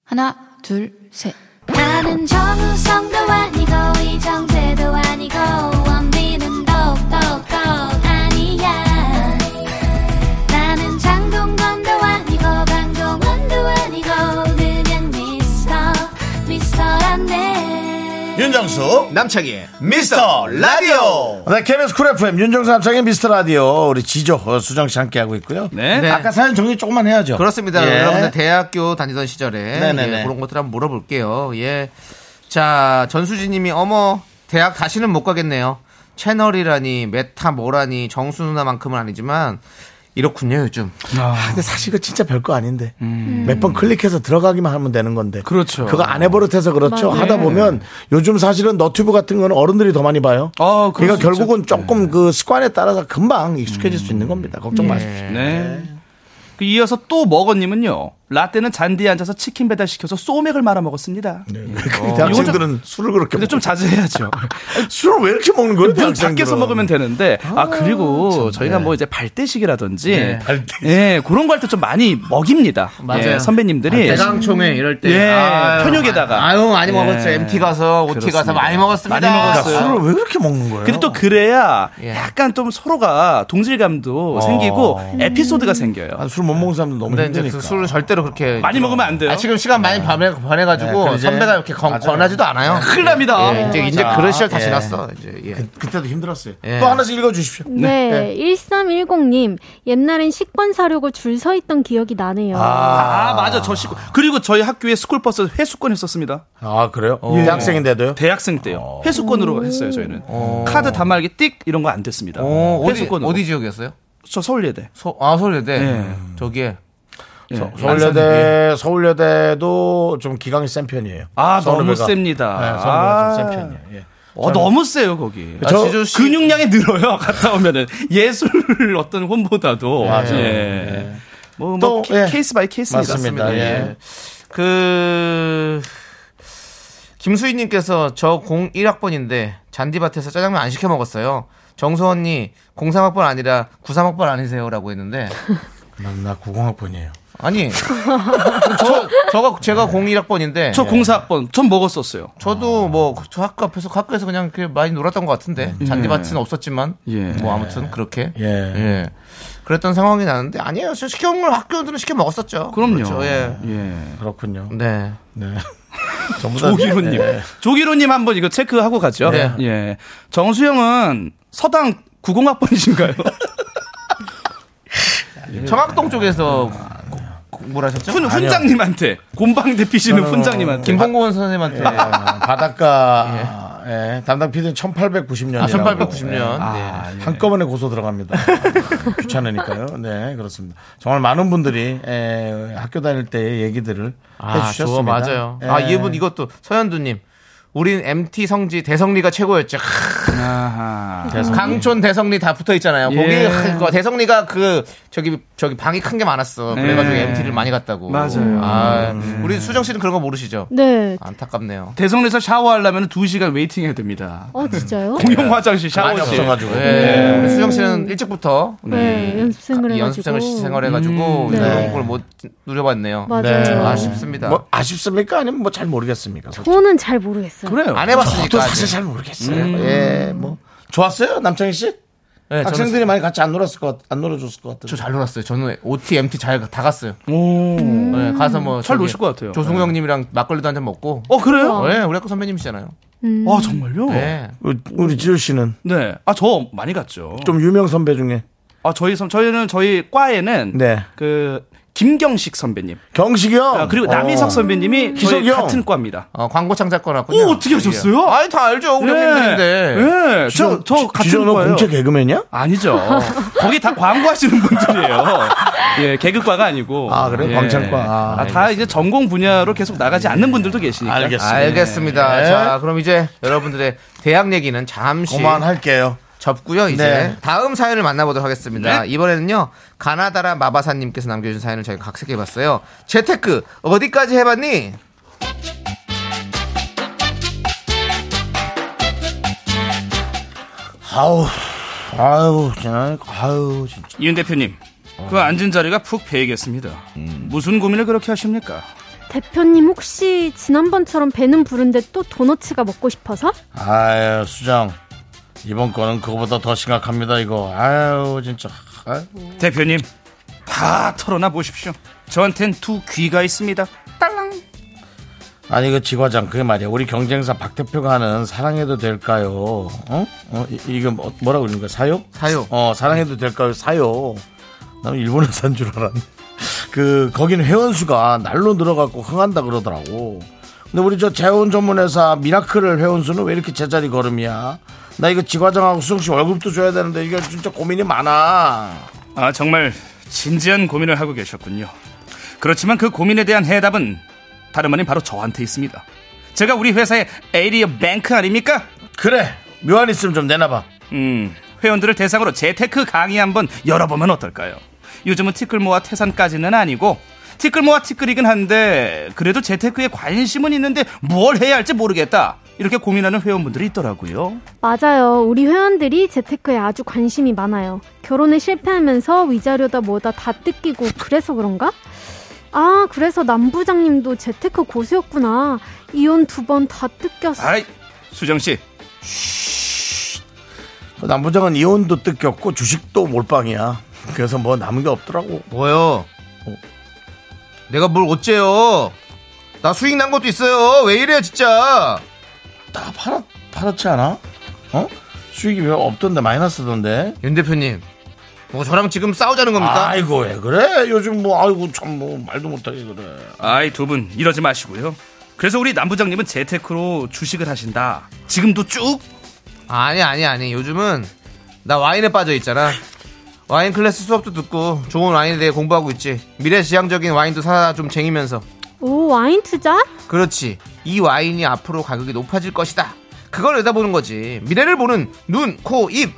[SPEAKER 13] 하나, 둘, 셋.
[SPEAKER 8] 나는 정우성도 아니고 이정재도 아니고 원빈은 더욱더 아니야 나는 장동건도 아니고 강동원도 아니고 그냥 미스터 미스터란데
[SPEAKER 1] 윤정수
[SPEAKER 2] 남창희
[SPEAKER 1] 미스터 라디오 네, KBS 쿨 FM 윤정수 남창희 미스터 라디오 우리 지조 어, 수정 씨 함께 하고 있고요
[SPEAKER 11] 네.
[SPEAKER 1] 아까 사연 정리 조금만 해야죠
[SPEAKER 2] 예? 그렇습니다.
[SPEAKER 1] 예.
[SPEAKER 2] 여러분들 대학교 다니던 시절에
[SPEAKER 1] 네네네.
[SPEAKER 2] 예, 그런 것들 한번 물어볼게요. 예. 자, 전수진님이 어머 대학 다시는 못 가겠네요. 채널이라니 메타 뭐라니 정수 누나만큼은 아니지만 이렇군요 요즘.
[SPEAKER 1] 아, 근데 사실 그 진짜 별거 아닌데 몇 번 클릭해서 들어가기만 하면 되는 건데
[SPEAKER 11] 음. 그렇죠. 네.
[SPEAKER 1] 그거 안 해버릇해서 그렇죠
[SPEAKER 12] 맞아요.
[SPEAKER 1] 하다 보면 요즘 사실은 너튜브 같은 거는 어른들이 더 많이 봐요
[SPEAKER 11] 아, 그럴 수 있죠. 네.
[SPEAKER 1] 그러니까
[SPEAKER 11] 음.
[SPEAKER 1] 결국은 조금 그 습관에 따라서 금방 익숙해질 수 있는 겁니다 걱정 마십시오
[SPEAKER 11] 네. 그 이어서 또 먹어님은요. 라떼는 잔디에 앉아서 치킨 배달 시켜서 소맥을 말아 먹었습니다.
[SPEAKER 1] 그 대학생들은 술을 그렇게
[SPEAKER 11] 근데 어. 좀 자제해야죠.
[SPEAKER 1] 술을 왜 이렇게 먹는 거예요
[SPEAKER 11] 문
[SPEAKER 1] 대학생들은?
[SPEAKER 11] 밖에서 먹으면 되는데 아, 그리고 저희가 뭐 이제 발대식이라든지
[SPEAKER 2] 네,
[SPEAKER 1] 발대식.
[SPEAKER 11] 예 그런 거 할 때 좀 많이 먹입니다.
[SPEAKER 2] 맞아요.
[SPEAKER 11] 예, 선배님들이
[SPEAKER 2] 대강총회 이럴 때
[SPEAKER 11] 예,
[SPEAKER 2] 아유,
[SPEAKER 11] 편육에다가.
[SPEAKER 2] 아유 많이
[SPEAKER 11] 예.
[SPEAKER 2] 먹었죠. MT 가서 OT 가서
[SPEAKER 11] 그렇습니다.
[SPEAKER 2] 많이 먹었습니다.
[SPEAKER 11] 많이
[SPEAKER 1] 그러니까
[SPEAKER 11] 먹었어요.
[SPEAKER 1] 술을 왜 그렇게 먹는 거예요
[SPEAKER 11] 근데 또 그래야
[SPEAKER 2] 예.
[SPEAKER 11] 약간 좀 서로가 동질감도 생기고 에피소드가 생겨요.
[SPEAKER 1] 아, 술 못 먹는 사람들 너무
[SPEAKER 2] 근데 이제
[SPEAKER 1] 힘드니까.
[SPEAKER 2] 그 술을 절대로 그렇게
[SPEAKER 11] 그러니까 많이 먹으면 안 돼요. 예.
[SPEAKER 2] 아, 지금 시간 많이 변해,
[SPEAKER 1] 네,
[SPEAKER 2] 변해가지고
[SPEAKER 1] 그럼 이제-
[SPEAKER 2] 선배가 이렇게 건,
[SPEAKER 1] 맞아요.
[SPEAKER 2] 권하지도 않아요.
[SPEAKER 11] 큰일 납니다.
[SPEAKER 2] 예, 이제 이제
[SPEAKER 11] 자,
[SPEAKER 2] 그런 시절 다
[SPEAKER 1] 예.
[SPEAKER 2] 지났어. 이제 예.
[SPEAKER 1] 그, 때도 힘들었어요.
[SPEAKER 2] 예.
[SPEAKER 1] 또 하나씩 읽어주십시오.
[SPEAKER 12] 네, 1310님. 옛날엔 식권 사려고 줄 서 있던 기억이 나네요.
[SPEAKER 11] 아, 맞아. 저 식구. 그리고 저희 학교에 스쿨버스 회수권 했었습니다.
[SPEAKER 1] 아 그래요?
[SPEAKER 11] 어.
[SPEAKER 1] 대학생인데도요?
[SPEAKER 11] 대학생 때요. 회수권으로 했어요, 저희는. 카드 단말기 띡 이런 거 안 됐습니다.
[SPEAKER 2] 어, 어디
[SPEAKER 11] 회수권으로.
[SPEAKER 2] 어디 지역이었어요?
[SPEAKER 11] 저 서울예대.
[SPEAKER 2] 소, 아 서울예대
[SPEAKER 11] 예.
[SPEAKER 2] 저기에
[SPEAKER 11] 예.
[SPEAKER 1] 서울여대 서울여대도 좀 기강이 센 편이에요.
[SPEAKER 11] 아, 너무
[SPEAKER 1] 서울여대가.
[SPEAKER 11] 셉니다.
[SPEAKER 1] 네,
[SPEAKER 11] 아.
[SPEAKER 1] 서울여대가 좀센 편이에요. 예.
[SPEAKER 11] 어, 너무 세요, 거기.
[SPEAKER 1] 저- 아, 지조
[SPEAKER 11] 근육량이 늘어요, 갔다 오면은. 예술 어떤 혼보다도.
[SPEAKER 1] 맞아요.
[SPEAKER 11] 예.
[SPEAKER 1] 예.
[SPEAKER 11] 뭐, 뭐
[SPEAKER 1] 또,
[SPEAKER 11] 케-
[SPEAKER 1] 예.
[SPEAKER 11] 케이스 바이 케이스입니다.
[SPEAKER 1] 맞습니다. 예.
[SPEAKER 2] 그 김수희님께서 저 01학번인데 잔디밭에서 짜장면 안 시켜 먹었어요. 정소 언니 03학번 아니라 93학번 아니세요라고 했는데
[SPEAKER 1] 난나 90학번이에요.
[SPEAKER 2] 아니. 저, 저가, 제가 01학번인데.
[SPEAKER 11] 저 04학번. 전 먹었었어요.
[SPEAKER 2] 저도 뭐, 저 학교 앞에서, 학교에서 그냥 이렇게 많이 놀았던 것 같은데. 잔디밭은 없었지만.
[SPEAKER 11] 예.
[SPEAKER 2] 뭐 아무튼 그렇게. 예. 그랬던 상황이 나는데 아니에요. 저 시켜먹은 걸 학교들은 시켜 먹었었죠.
[SPEAKER 11] 그럼요. 예.
[SPEAKER 2] 그렇죠. 예.
[SPEAKER 1] 그렇군요. 예,
[SPEAKER 2] 네.
[SPEAKER 1] 네.
[SPEAKER 11] 조기로님. 조기로님 한번 이거 체크하고 가죠.
[SPEAKER 2] 네.
[SPEAKER 11] 예. 정수영은 서당
[SPEAKER 2] *laughs*
[SPEAKER 11] 90학번이신가요?
[SPEAKER 2] 정학동 쪽에서 아, 네. 공부를 하셨죠?
[SPEAKER 11] 훈, 훈장님한테. 곰방대 피시는 훈장님한테.
[SPEAKER 2] 어, 김봉곤
[SPEAKER 1] 예,
[SPEAKER 2] 선생님한테.
[SPEAKER 1] 바닷가 예, 담당 PD는 1890년.
[SPEAKER 2] 아, 1890 년. 예.
[SPEAKER 1] 아, 한꺼번에 고소 들어갑니다. *laughs* 귀찮으니까요. 네, 그렇습니다. 정말 많은 분들이 예, 학교 다닐 때의 얘기들을
[SPEAKER 2] 아,
[SPEAKER 1] 해주셨습니다.
[SPEAKER 2] 좋아, 맞아요. 아,
[SPEAKER 1] 예.
[SPEAKER 2] 이분 이것도 서현두님. 우린 MT 성지 대성리가 최고였죠. 크, 네.
[SPEAKER 1] 대성리.
[SPEAKER 2] 강촌 대성리 다 붙어 있잖아요.
[SPEAKER 11] 예.
[SPEAKER 2] 거기 하, 그거 대성리가 그 저기 저기 방이 큰 게 많았어.
[SPEAKER 1] 네.
[SPEAKER 2] 그래가지고
[SPEAKER 11] 예.
[SPEAKER 2] MT를 많이 갔다고.
[SPEAKER 11] 맞아요.
[SPEAKER 2] 아,
[SPEAKER 11] 음.
[SPEAKER 2] 우리 수정 씨는 그런 거 모르시죠?
[SPEAKER 12] 네.
[SPEAKER 2] 안타깝네요.
[SPEAKER 11] 대성리에서 샤워하려면 2시간 웨이팅 해야 됩니다.
[SPEAKER 12] 어, 진짜요?
[SPEAKER 11] 공용 화장실 샤워실.
[SPEAKER 2] 네. 많이
[SPEAKER 1] 네.
[SPEAKER 2] 없어가지고.
[SPEAKER 11] 예.
[SPEAKER 2] 우리 수정 씨는 일찍부터
[SPEAKER 12] 네, 연습생을
[SPEAKER 2] 이
[SPEAKER 12] 해가지고.
[SPEAKER 2] 연습생을 생활해가지고
[SPEAKER 12] 음, 네.
[SPEAKER 2] 이런 걸 못 누려봤네요.
[SPEAKER 12] 맞아요. 네.
[SPEAKER 2] 아쉽습니다.
[SPEAKER 1] 뭐 아쉽습니까? 아니면 뭐 잘 모르겠습니까?
[SPEAKER 12] 저는 잘 모르겠어요.
[SPEAKER 2] 안 해봤으니까.
[SPEAKER 1] 저도
[SPEAKER 2] 아직.
[SPEAKER 1] 사실 잘 모르겠어요.
[SPEAKER 2] 음.
[SPEAKER 1] 예, 뭐 좋았어요, 남창희 씨.
[SPEAKER 2] 네,
[SPEAKER 1] 학생들이
[SPEAKER 2] 저는-
[SPEAKER 1] 많이 같이 안 놀았을 것, 같, 안 놀아줬을 것 같은데.
[SPEAKER 2] 저 잘 놀았어요. 저는 OT, MT 잘 다 갔어요.
[SPEAKER 11] 오.
[SPEAKER 2] 네, 가서 뭐.
[SPEAKER 11] 잘
[SPEAKER 2] 저기
[SPEAKER 11] 노실 음. 것 같아요. 네.
[SPEAKER 2] 조승영님이랑 막걸리도 한 잔 먹고.
[SPEAKER 11] 어, 그래요?
[SPEAKER 2] 네, 우리 학교 선배님이시잖아요.
[SPEAKER 1] 음.
[SPEAKER 11] 아, 정말요?
[SPEAKER 2] 네.
[SPEAKER 1] 우리- 우리 지효 씨는
[SPEAKER 11] 네. 아, 저 많이 갔죠.
[SPEAKER 1] 좀 유명 선배 중에
[SPEAKER 11] 아, 저희 선, 저희는 저희 과에는
[SPEAKER 1] 네.
[SPEAKER 11] 그 김경식 선배님.
[SPEAKER 1] 경식이요. 어.
[SPEAKER 11] 아, 그리고 남희석 선배님이 저희
[SPEAKER 1] 기석이 형.
[SPEAKER 11] 같은 과입니다.
[SPEAKER 2] 어, 광고 창작과라고.
[SPEAKER 11] 오, 어떻게 하셨어요?
[SPEAKER 2] 예. 아니, 다 알죠. 우리 형님들인데.
[SPEAKER 11] 예. 저,
[SPEAKER 1] 지저
[SPEAKER 11] 저 같은
[SPEAKER 1] 너
[SPEAKER 11] 과예요.
[SPEAKER 1] 공채 개그맨이야? *laughs*
[SPEAKER 11] 아니죠. 거기 다 광고하시는 분들이에요. 예, 개그과가 아니고.
[SPEAKER 1] 아, 그래요?
[SPEAKER 11] 예.
[SPEAKER 1] 광창과. 아,
[SPEAKER 11] 아, 다 이제 전공 분야로 계속 나가지 않는 분들도 계시니까.
[SPEAKER 1] 알겠습니다.
[SPEAKER 2] 알겠습니다.
[SPEAKER 1] 네.
[SPEAKER 2] 자, 그럼 이제 여러분들의 *laughs* 대학 얘기는 잠시
[SPEAKER 1] 그만할게요.
[SPEAKER 2] 접고요. 이제
[SPEAKER 1] 네.
[SPEAKER 2] 다음 사연을
[SPEAKER 11] 네.
[SPEAKER 2] 만나보도록 하겠습니다. 이번에는요 가나다라 마바사님께서 남겨주신 사연을 저희가 각색해봤어요. 재테크 어디까지 해봤니?
[SPEAKER 1] 아우, 아우, 진짜, 아우, 진짜.
[SPEAKER 11] 이은 대표님, 그 앉은 자리가 푹 베이겠습니다.
[SPEAKER 1] 음.
[SPEAKER 11] 무슨 고민을 그렇게 하십니까?
[SPEAKER 12] 대표님 혹시 지난번처럼 배는 부른데 또 도너츠가 먹고 싶어서?
[SPEAKER 1] 아유, 수장. 이번 거는 그거보다 더 심각합니다, 이거. 아유, 진짜. 아유.
[SPEAKER 11] 대표님, 다 털어놔 보십시오. 저한텐 두 귀가 있습니다. 딸랑.
[SPEAKER 1] 아니, 그 지과장, 그게 말이야. 우리 경쟁사 박 대표가 하는 사랑해도 될까요? 어? 어, 이, 이거 뭐, 뭐라고 그러는 거야? 사요?
[SPEAKER 2] 사요.
[SPEAKER 1] 어, 사랑해도 될까요? 사요. 난 일본에서 산 줄 알았네. *laughs* 그, 거기는 회원수가 날로 늘어갖고 흥한다 그러더라고. 근데 우리 저 재혼 전문회사 미라클 회원수는 왜 이렇게 제자리 걸음이야? 나 이거 지과장하고 수정씨 월급도 줘야 되는데 이게 진짜 고민이 많아.
[SPEAKER 11] 아, 정말 진지한 고민을 하고 계셨군요. 그렇지만 그 고민에 대한 해답은 다름 아닌 바로 저한테 있습니다. 제가 우리 회사의 에이리어 뱅크 아닙니까?
[SPEAKER 1] 그래, 묘안 있으면 좀 내놔봐.
[SPEAKER 11] 음, 회원들을 대상으로 재테크 강의 한번 열어보면 어떨까요? 요즘은 티끌모아 태산까지는 아니고 티끌모아 티끌이긴 한데 그래도 재테크에 관심은 있는데 뭘 해야 할지 모르겠다 이렇게 고민하는 회원분들이 있더라고요.
[SPEAKER 12] 맞아요. 우리 회원들이 재테크에 아주 관심이 많아요. 결혼에 실패하면서 위자료다 뭐다 다 뜯기고 그래서 그런가? 아, 그래서 남 부장님도 재테크 고수였구나. 이혼 두 번 다 뜯겼어.
[SPEAKER 11] 아이 수정 씨,
[SPEAKER 1] 그 남부장은 이혼도 뜯겼고 주식도 몰빵이야. 그래서 뭐 남은 게 없더라고.
[SPEAKER 2] 뭐요? 어. 내가 뭘 어째요? 나 수익 난 것도 있어요. 왜 이래요 진짜?
[SPEAKER 1] 다 팔았, 팔았지 않아? 어? 수익이 왜 없던데 마이너스던데?
[SPEAKER 2] 윤 대표님, 뭐 저랑 지금 싸우자는 겁니까?
[SPEAKER 1] 아이고 왜 그래? 요즘 뭐 아이고 참 뭐 말도 못하게 그래.
[SPEAKER 11] 아이 두 분 이러지 마시고요. 그래서 우리 남 부장님은 재테크로 주식을 하신다. 지금도 쭉
[SPEAKER 2] 아니 아니 아니 요즘은 나 와인에 빠져 있잖아 와인 클래스 수업도 듣고 좋은 와인에 대해 공부하고 있지 미래지향적인 와인도 사다 좀 쟁이면서
[SPEAKER 12] 오, 와인 투자?
[SPEAKER 2] 그렇지 이 와인이 앞으로 가격이 높아질 것이다 그걸 내다보는 거지 미래를 보는 눈, 코, 입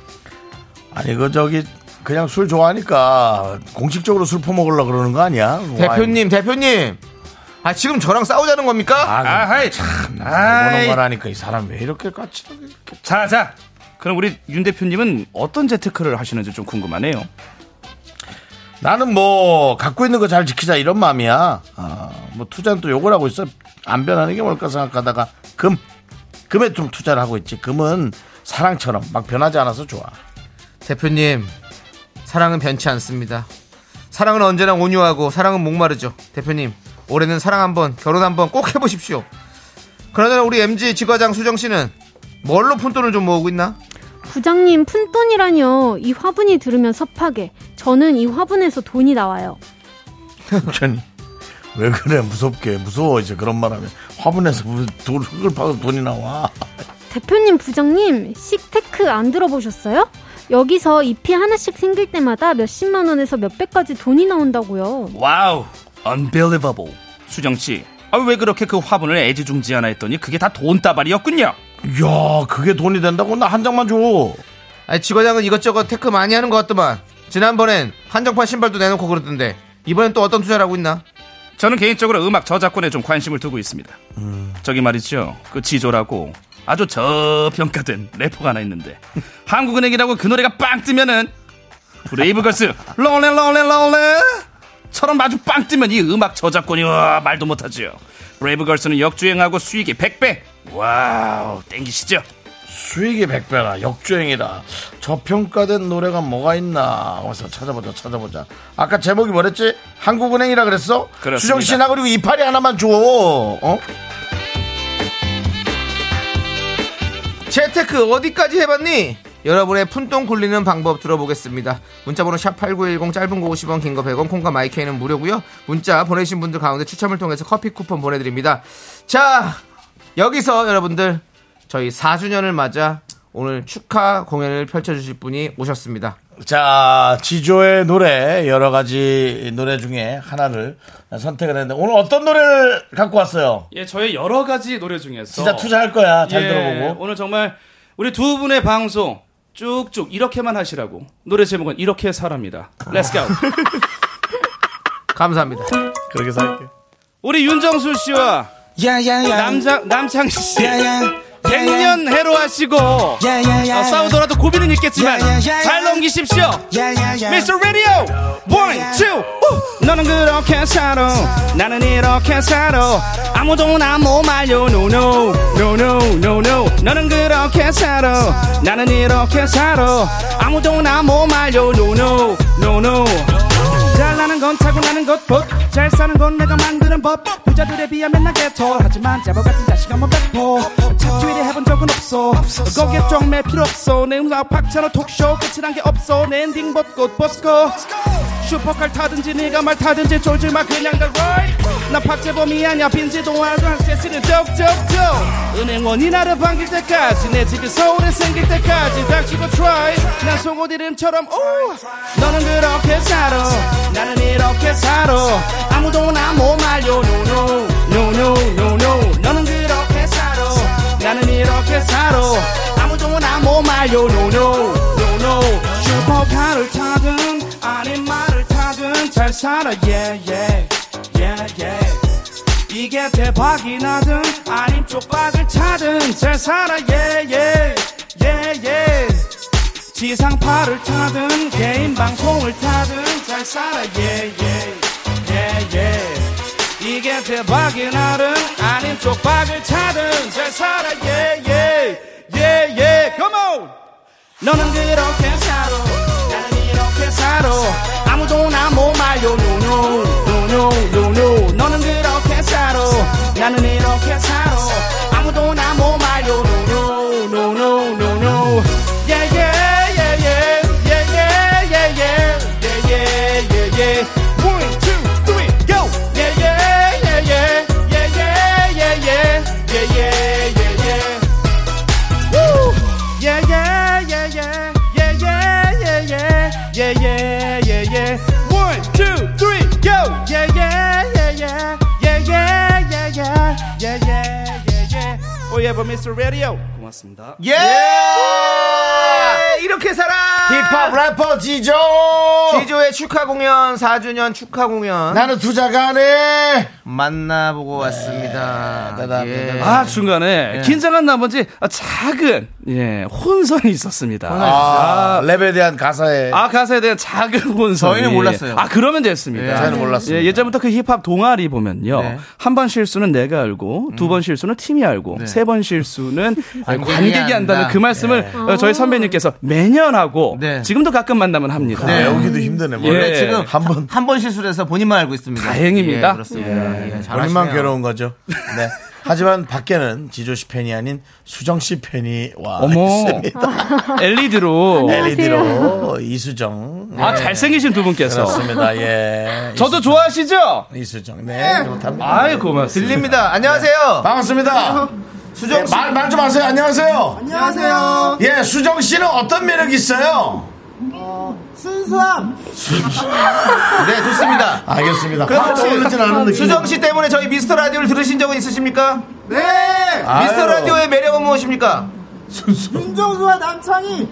[SPEAKER 1] 아니 그 저기 그냥 술 좋아하니까 공식적으로 술 퍼먹으려 그러는 거 아니야? 와인.
[SPEAKER 2] 대표님 대표님 아 지금 저랑 싸우자는 겁니까?
[SPEAKER 1] 아,
[SPEAKER 11] 아하이 참.
[SPEAKER 1] 보는
[SPEAKER 11] 아이
[SPEAKER 1] 거라니까 이 사람 왜 이렇게 까칠하게 이렇게.
[SPEAKER 11] 자, 자. 그럼 우리 윤 대표님은 어떤 재테크를 하시는지 좀 궁금하네요.
[SPEAKER 1] 나는 뭐 갖고 있는 거 잘 지키자 이런 마음이야. 아, 뭐 투자는 또 욕을 하고 있어. 안 변하는 게 뭘까 생각하다가 금 금에 좀 투자를 하고 있지. 금은 사랑처럼 막 변하지 않아서 좋아.
[SPEAKER 2] 대표님, 사랑은 변치 않습니다. 사랑은 언제나 온유하고 사랑은 목마르죠. 대표님, 올해는 사랑 한번, 결혼 한번 꼭 해보십시오. 그러나 우리 MG 지과장 수정 씨는 뭘로 푼돈을 좀 모으고 있나?
[SPEAKER 12] 부장님 푼돈이라뇨. 이 화분이 들으면 섭하게. 저는 이 화분에서 돈이 나와요.
[SPEAKER 1] 괜히 왜 그래 무섭게 무서워 이제 그런 말하면 화분에서 무슨 돈 흙을 파서 돈이 나와.
[SPEAKER 12] 대표님, 부장님, 식테크 안 들어보셨어요? 여기서 잎이 하나씩 생길 때마다 몇십만 원에서 몇백까지 돈이 나온다고요.
[SPEAKER 11] 와우, unbelievable. 수정 씨, 아, 왜 그렇게 그 화분을 애지중지하나 했더니 그게 다 돈 따발이었군요.
[SPEAKER 1] 이야, 그게 돈이 된다고 나 한 장만 줘.
[SPEAKER 2] 아니, 지과장은 이것저것 테크 많이 하는 것 같더만. 지난번엔 한정판 신발도 내놓고 그러던데 이번엔 또 어떤 투자를 하고 있나?
[SPEAKER 11] 저는 개인적으로 음악 저작권에 좀 관심을 두고 있습니다. 저기 말이죠. 그 지조라고 아주 저평가된 래퍼가 하나 있는데 한국은행이라고 그 노래가 빵 뜨면은 브레이브걸스 롤레 롤레 롤레 처럼 아주 빵 뜨면 이 음악 저작권이 와 말도 못하지요. 브레이브걸스는 역주행하고 수익이 100배. 와우 땡기시죠?
[SPEAKER 1] 수익이 100배라 역주행이라 저평가된 노래가 뭐가 있나 와서 찾아보자 찾아보자 아까 제목이 뭐랬지 한국은행이라 그랬어
[SPEAKER 11] 그렇습니다.
[SPEAKER 1] 수정씨 나 그리고 이파리 하나만 줘 어?
[SPEAKER 2] 재테크 어디까지 해봤니? 여러분의 푼돈 굴리는 방법 들어보겠습니다. 문자번호 샵8910 짧은 거 50원 긴 거 100원 콩과 마이케이는 무료고요. 문자 보내신 분들 가운데 추첨을 통해서 커피 쿠폰 보내드립니다. 자 여기서 여러분들 저희 4주년을 맞아 오늘 축하 공연을 펼쳐주실 분이 오셨습니다.
[SPEAKER 1] 자 지조의 노래 여러 가지 노래 중에 하나를 선택을 했는데 오늘 어떤 노래를 갖고 왔어요
[SPEAKER 13] 예, 저의 여러 가지 노래 중에서
[SPEAKER 11] 어.
[SPEAKER 1] 진짜 투자할 거야. 잘
[SPEAKER 13] 예,
[SPEAKER 1] 들어보고.
[SPEAKER 13] 오늘 정말 우리 두 분의 방송 쭉쭉 이렇게만 하시라고 노래 제목은 이렇게 살합니다. Let's go.
[SPEAKER 2] 감사합니다.
[SPEAKER 1] 그렇게 살게.
[SPEAKER 13] 우리 윤정수 씨와
[SPEAKER 14] 야야야
[SPEAKER 13] 어, 남장 남창희 씨. 백년
[SPEAKER 14] 야야.
[SPEAKER 13] 해로 하시고
[SPEAKER 14] 야야야.
[SPEAKER 13] 어, 싸우더라도 고민은 있겠지만
[SPEAKER 14] 야야야.
[SPEAKER 13] 잘 넘기십시오.
[SPEAKER 14] 야야야.
[SPEAKER 13] Mr. Radio One Two. 우! 너는 그렇게 살아 나는 이렇게 살아 아무도 나못 말려 No No No No No No 너는 그렇게 살아 나는 이렇게 살아 아무도 나못 말려 No No No No 잘나는 건 타고나는 것, 법. 잘 사는 건 내가 만드는 법. 부자들에 비하면 난 개털. 하지만 제보 같은 자신감은 배포. 착취를 해본 적은 없어. 거기에 쪽매 필요 없어. 내 음악 박찬호 톡쇼 끝이 난 게 없어. 내 엔딩 벚꽃 버스커. 슈퍼칼 타든지 네가 말 타든지 졸지 마 그냥 가 right. 나 박재범이 아니야 빈지도 알도 한 세시는 쩍쩍쩍 은행원이 나를 반길 때까지 내 집이 서울에 생길 때까지 닥치고 try 난 송곳 이름처럼 오 너는 그렇게 살아 나는 이렇게 살아 아무도 나 못 말려 no no no no no no 너는 그렇게 살아 나는 이렇게 살아 아무도 나 못 말려 no no no no 슈퍼카를 타든 아닌 말을 타든 잘 살아 yeah yeah yeah yeah 이게 대박이 나든 아님 쪽박을 차든 잘 살아 예예예예 예. 지상파를 타든 개인 방송을 타든 잘 살아 예예예예 예. 이게 대박이 나든 아님 쪽박을 차든 잘 살아 예예예예 come on 너는 그렇게 살아 나는 이렇게 살아 아무도 나 못 말려 no no no no no no 너는 그렇게 살아 나는 이렇게 살아 아무도 나 못 말려 no no no no no no yeah yeah yeah yeah yeah yeah yeah yeah yeah yeah yeah yeah one two three go yeah yeah yeah yeah yeah yeah yeah yeah yeah yeah yeah yeah Woo! Yeah, yeah, yeah, yeah, yeah, yeah, yeah, yeah, yeah, yeah, yeah, yeah. One, two, three, go! Yeah, yeah, yeah, yeah, yeah, yeah, yeah, yeah, yeah, yeah, yeah, yeah. Oh, yeah, but Mr. Radio. 고맙습니다.
[SPEAKER 2] 예! 네, 이렇게 살아!
[SPEAKER 1] 힙합 래퍼 지조!
[SPEAKER 2] 지조의 축하 공연, 4주년 축하 공연.
[SPEAKER 1] 나는 투자가 안 해!
[SPEAKER 2] 만나보고 왔습니다. 예.
[SPEAKER 11] 아 중간에
[SPEAKER 13] 네.
[SPEAKER 2] 예.
[SPEAKER 11] 긴장한 나머지 아, 작은 예 혼선이 있었습니다.
[SPEAKER 2] 혼선이 있었어요.
[SPEAKER 1] 아, 랩에 대한 가사에
[SPEAKER 11] 아 가사에 대한 작은 *laughs* 혼선.
[SPEAKER 2] 저희는 몰랐어요.
[SPEAKER 11] 아 그러면 됐습니다.
[SPEAKER 2] 예, 저희는 몰랐습니다. 네.
[SPEAKER 11] 예, 전부터그 힙합 동아리 보면요 한 번 실수는 내가 알고 두 번 실수는 팀이 알고
[SPEAKER 2] 음. 네.
[SPEAKER 11] 세 번 실수는
[SPEAKER 2] *laughs* 관객이
[SPEAKER 11] 관객이 한다는
[SPEAKER 2] 한다.
[SPEAKER 11] 그 말씀을
[SPEAKER 2] 예.
[SPEAKER 11] 어, 저희 선배님께서 매년 하고 지금도 가끔 만나면 합니다.
[SPEAKER 2] 네.
[SPEAKER 1] 아,
[SPEAKER 11] *laughs*
[SPEAKER 1] 외우기도 힘드네. 뭐.
[SPEAKER 2] 원래
[SPEAKER 11] 예.
[SPEAKER 2] 지금 한 번 한 번 실수를 해서 본인만 알고 있습니다.
[SPEAKER 11] 다행입니다.
[SPEAKER 2] 예, 그렇습니다. 예, 잘하시네요.
[SPEAKER 1] 본인만 괴로운 거죠. 네. 하지만 밖에는 지조 씨 팬이 아닌 수정 씨 팬이 와
[SPEAKER 11] 어머.
[SPEAKER 1] 있습니다.
[SPEAKER 11] LED로
[SPEAKER 2] 네.
[SPEAKER 1] LED로 이수정.
[SPEAKER 11] 아
[SPEAKER 1] 네.
[SPEAKER 11] 잘생기신 두 분께서
[SPEAKER 1] 그렇습니다. 예.
[SPEAKER 11] 저도 좋아하시죠?
[SPEAKER 1] 이수정. 네. 그렇답니다.
[SPEAKER 11] 아이 고맙습니다.
[SPEAKER 2] 들립니다. 안녕하세요. 네,
[SPEAKER 1] 반갑습니다.
[SPEAKER 2] 수정 씨.
[SPEAKER 1] 말좀 하세요. 안녕하세요.
[SPEAKER 14] 안녕하세요.
[SPEAKER 1] 예, 수정 씨는 어떤 매력이 있어요?
[SPEAKER 14] 순수함.
[SPEAKER 2] 네, 좋습니다.
[SPEAKER 1] 알겠습니다.
[SPEAKER 2] 그럼
[SPEAKER 1] 확 떠오르진 않은 느낌.
[SPEAKER 2] 수정 씨 때문에 저희 미스터 라디오를 들으신 적은 있으십니까?
[SPEAKER 14] 네.
[SPEAKER 2] 미스터
[SPEAKER 1] 아유.
[SPEAKER 2] 라디오의 매력은 무엇입니까?
[SPEAKER 14] 윤정수와 남창희.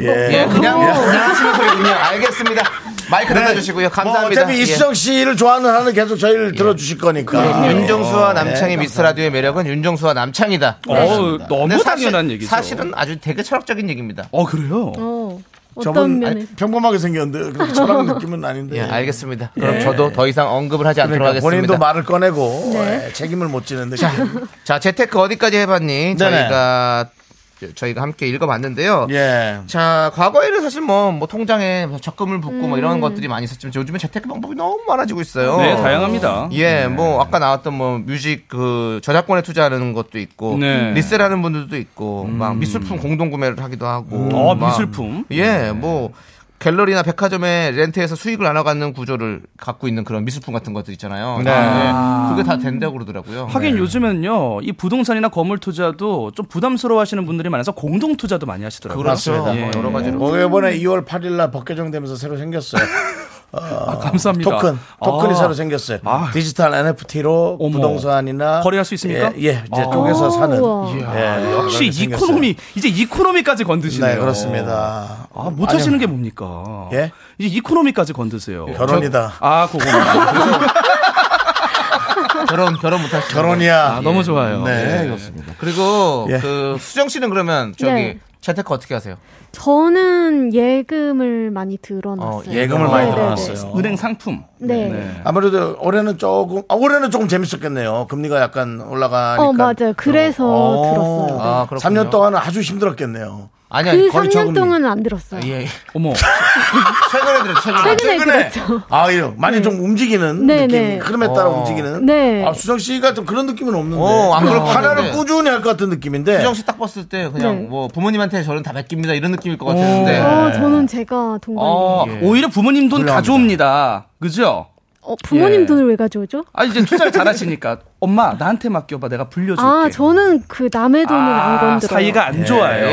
[SPEAKER 2] 예, 그냥 그냥 하시는 소리군요. 알겠습니다. 마이크
[SPEAKER 1] 뭐, 네.
[SPEAKER 2] 닫아주시고요. 감사합니다.
[SPEAKER 1] 뭐 어차피
[SPEAKER 2] 예.
[SPEAKER 1] 이수정 씨를 좋아하는 한은 계속 저희를 들어주실
[SPEAKER 2] 예,
[SPEAKER 1] 거니까.
[SPEAKER 2] 윤정수와
[SPEAKER 1] 네,
[SPEAKER 2] 남창희 미스터 라디오의 매력은 윤정수와 남창이다.
[SPEAKER 11] 어우,
[SPEAKER 2] 그렇습니다.
[SPEAKER 11] 너무
[SPEAKER 2] 근데 네, 사실-
[SPEAKER 11] 당연한 얘기죠.
[SPEAKER 2] 사실은 아주 되게 철학적인 얘기입니다.
[SPEAKER 11] 어 그래요?
[SPEAKER 12] 어, 어떤
[SPEAKER 1] 저분
[SPEAKER 12] 면에서?
[SPEAKER 1] 아니, 평범하게 생겼는데 그렇게 저랑 느낌은 아닌데.
[SPEAKER 2] 예, 알겠습니다.
[SPEAKER 1] 예.
[SPEAKER 2] 그럼 저도 더 이상 언급을 하지 않도록
[SPEAKER 1] 그러니까
[SPEAKER 2] 하겠습니다. 네.
[SPEAKER 1] 본인도 말을 꺼내고 예, 책임을 못 지는 느낌.
[SPEAKER 2] 자, 재테크 어디까지 해봤니? 저희가 저희가 함께 읽어봤는데요.
[SPEAKER 1] 예.
[SPEAKER 2] 자, 과거에는 사실 뭐, 뭐 통장에 적금을 붓고 뭐 이런 것들이 많이 있었지만 요즘은 재테크 방법이 너무 많아지고 있어요.
[SPEAKER 11] 네, 다양합니다.
[SPEAKER 2] 예, 뭐 아까 나왔던 뭐 뮤직 그 저작권에 투자하는 것도 있고
[SPEAKER 11] 네.
[SPEAKER 2] 리셀하는 분들도 있고 막 미술품 공동 구매를 하기도 하고.
[SPEAKER 11] 어,
[SPEAKER 2] 막
[SPEAKER 11] 미술품? 네.
[SPEAKER 2] 예, 뭐 갤러리나 백화점에 렌트해서 수익을 나눠 갖는 구조를 갖고 있는 그런 미술품 같은 것들 있잖아요.
[SPEAKER 11] 네.
[SPEAKER 2] 예, 그게 다 된다고 그러더라고요.
[SPEAKER 1] 네.
[SPEAKER 2] 네.
[SPEAKER 11] 하긴 요즘은요 이 부동산이나 건물 투자도 좀 부담스러워하시는 분들이 많아서 공동 투자도 많이 하시더라고요.
[SPEAKER 1] 그렇습니다.
[SPEAKER 11] 예.
[SPEAKER 1] 뭐 이번에 2월 8일 날 법개정되면서 새로 생겼어요. 어,
[SPEAKER 11] *laughs* 감사합니다.
[SPEAKER 1] 토큰 토큰이
[SPEAKER 11] 아.
[SPEAKER 1] 새로 생겼어요.
[SPEAKER 11] 아.
[SPEAKER 1] 디지털 NFT로
[SPEAKER 11] 어머.
[SPEAKER 1] 거래나
[SPEAKER 11] 거래할 수 있습니까?
[SPEAKER 1] 예, 예, 이제
[SPEAKER 11] 아.
[SPEAKER 1] 쪼개서 사는.
[SPEAKER 11] 우와.
[SPEAKER 1] 예,
[SPEAKER 11] 아, 역시
[SPEAKER 1] 그렇게 생겼어요.
[SPEAKER 11] 이코노미 이제 이코노미까지 건드시네요.
[SPEAKER 1] 네, 그렇습니다.
[SPEAKER 11] 아, 못하시는 게 뭡니까?
[SPEAKER 1] 예?
[SPEAKER 11] 이제 이코노미까지 건드세요.
[SPEAKER 1] 결혼이다.
[SPEAKER 11] 저- 아, 그거.
[SPEAKER 1] *laughs*
[SPEAKER 2] 결혼 결혼 못 하시죠?
[SPEAKER 1] 결혼이야.
[SPEAKER 11] 아, 너무 좋아요.
[SPEAKER 1] 네,
[SPEAKER 11] 예.
[SPEAKER 1] 그렇습니다.
[SPEAKER 2] 그리고
[SPEAKER 1] 예.
[SPEAKER 2] 그 수정 씨는 그러면 저기
[SPEAKER 12] 네.
[SPEAKER 2] 재테크 어떻게 하세요?
[SPEAKER 12] 저는 예금을 많이 들어놨어요.
[SPEAKER 11] 아,
[SPEAKER 1] 예금을 많이
[SPEAKER 12] 네네네.
[SPEAKER 1] 들어놨어요.
[SPEAKER 11] 은행 상품.
[SPEAKER 12] 네.
[SPEAKER 1] 아무래도 올해는 조금 아, 올해는 조금 재밌었겠네요. 금리가 약간 올라가니까.
[SPEAKER 12] 어 맞아요. 그래서 들었어요.
[SPEAKER 1] 아,
[SPEAKER 11] 네.
[SPEAKER 1] 3년 동안은 아주 힘들었겠네요.
[SPEAKER 2] 아니
[SPEAKER 12] 그 3년 동안은 안 들었어요.
[SPEAKER 2] 예.
[SPEAKER 1] *laughs*
[SPEAKER 11] 어머.
[SPEAKER 2] 최근에 들었 최근에.
[SPEAKER 12] 최근에 그랬죠.
[SPEAKER 1] 아, 이요 많이 좀 움직이는
[SPEAKER 12] 네,
[SPEAKER 1] 느낌,
[SPEAKER 12] 네.
[SPEAKER 1] 흐름에 따라
[SPEAKER 2] 어.
[SPEAKER 1] 움직이는.
[SPEAKER 12] 네.
[SPEAKER 1] 아, 수정 씨가 좀 그런 느낌은 없는데.
[SPEAKER 2] 어, 안 그럴 것
[SPEAKER 1] 하나를
[SPEAKER 2] 같은데.
[SPEAKER 1] 꾸준히 할 것 같은 느낌인데.
[SPEAKER 2] 수정 씨 딱 봤을 때 그냥
[SPEAKER 12] 네.
[SPEAKER 2] 뭐 부모님한테 저는 다 맡깁니다 이런 느낌일 것 같았는데.
[SPEAKER 12] 어, 저는 제가 동갑이. 어,
[SPEAKER 11] 어,
[SPEAKER 2] 예.
[SPEAKER 11] 오히려 부모님 돈
[SPEAKER 2] 훌륭합니다.
[SPEAKER 11] 가져옵니다. 그죠?
[SPEAKER 12] 어, 부모님
[SPEAKER 11] 예.
[SPEAKER 12] 돈을 왜 가져오죠?
[SPEAKER 11] 아, 이제 투자를 잘 하시니까. *laughs* 엄마, 나한테 맡겨봐. 내가 불려줄게. 아,
[SPEAKER 12] 아, 저는 그 남의 돈을 안 건드려요.
[SPEAKER 11] 사이가 안
[SPEAKER 1] *laughs*
[SPEAKER 11] 좋아요.